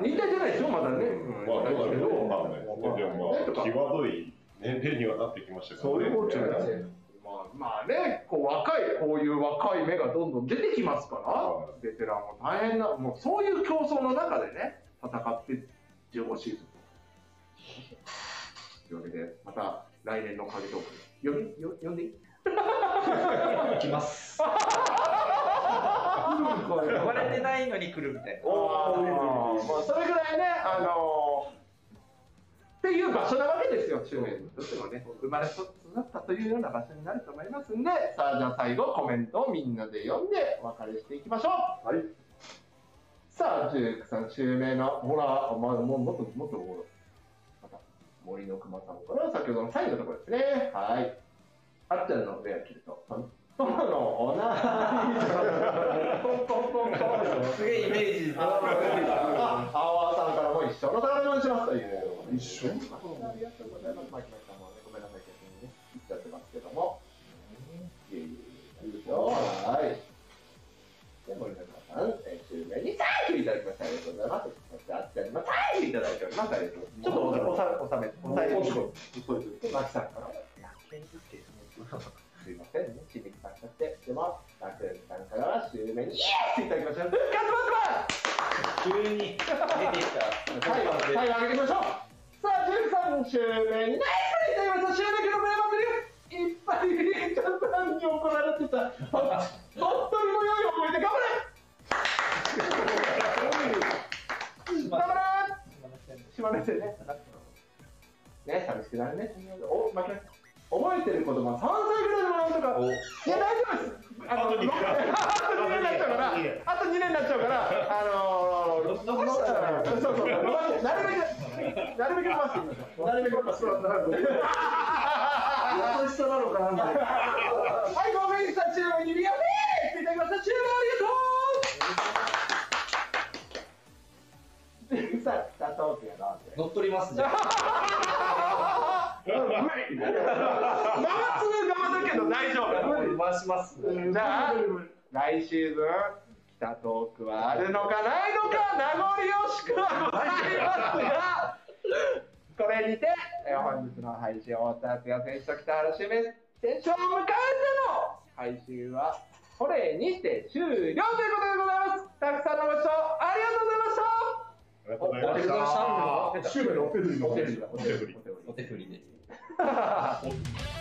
Speaker 2: 引退じゃないですよまだね、うん
Speaker 6: まあ、
Speaker 2: な
Speaker 6: だ
Speaker 2: い
Speaker 6: か
Speaker 2: で
Speaker 6: ら
Speaker 2: すけ
Speaker 6: ね、
Speaker 2: ど
Speaker 6: まあね、でもまあ、際どい年齢にはなってきましたからね。
Speaker 3: そういうもんじゃない
Speaker 2: まあまあね、こう若い、こういう若い芽がどんどん出てきますから
Speaker 6: は、
Speaker 2: ベテランも大変な、もうそういう競争の中でね、戦って15シーズンと。というわけで、また来年の影トーク、よよ呼んでいい
Speaker 9: 行きます。呼ばれてないのに来るみたいな。
Speaker 2: おーまあそれぐらいね、あのーっていう場所なわけですよ、中年としてもね、生まれ育ったというような場所になると思いますんで、さあ、じゃあ最後、コメントをみんなで読んで、お別れしていきましょう。はい、さあ、ジュークさん、中年の、ほら、あまあ、もうもっともっとほら、また森の熊さんから、先ほどの最後のところですね。はい。あっちゃんの上を切ると、トントンのおなートントントントン。
Speaker 9: すげえイメージ。
Speaker 2: あ、アワーさんからも一緒のお願いしますという。
Speaker 3: 一緒
Speaker 2: ありがとうございます。マキマキさんもね、ごめんなさい、逆にね、言っちゃってますけども。いえいえいえいいですよはい。で、森永さん、えー、中名にサーキュいただきましてありがとうございます。そして、あっちゃんにもサーキュいただいております。ありがとうございます。ちょっとおさ、おさ、おさめ、おさえて。で、マキさんからも、楽天ですけどもすいませんね、ちびきさんとして、でも、楽天さんからは、中名にイエスいただきました。カズマズマ
Speaker 9: 急に出てきた。
Speaker 2: 最後、最後上げていきましょう。さあ、13周目、ナイスプレーいただきました。周目記録
Speaker 5: さんに怒られてた、本当にも良い思い出、頑張れ頑張れ島根県ね。ね、寂しくなるね。お、負け。覚えてる子供は3歳ぐらいでもらうとか。いや、大丈夫です。あの、あと2年になっちゃうから、あと2年になっちゃうから、あのー、残したら、そうそう、伸ばしてなるべく、なるべく伸ばしていきましょう。なるべく伸ばしていきましょう。
Speaker 2: 優しさなのかなみたいな
Speaker 5: はい、ごめんなさい、中央に指輪でーっていただきました。中央ありがとう。さあ、トークやなって。
Speaker 4: 乗っ取りますじゃあ
Speaker 5: 回す側だけど大丈夫。
Speaker 4: 回します
Speaker 5: じゃあ、来シーズン、北トークはあるのかないのか、名残惜しくはございますが、これにて、えー本日の配信、太田敦也選手と北原清水選手を迎えての配信は、これにて終了ということでございます。たくさんのご視聴ありがとうございました。
Speaker 6: りがとうございました。
Speaker 2: シューベルオペフリの
Speaker 6: お手振り
Speaker 4: お手振りで
Speaker 6: お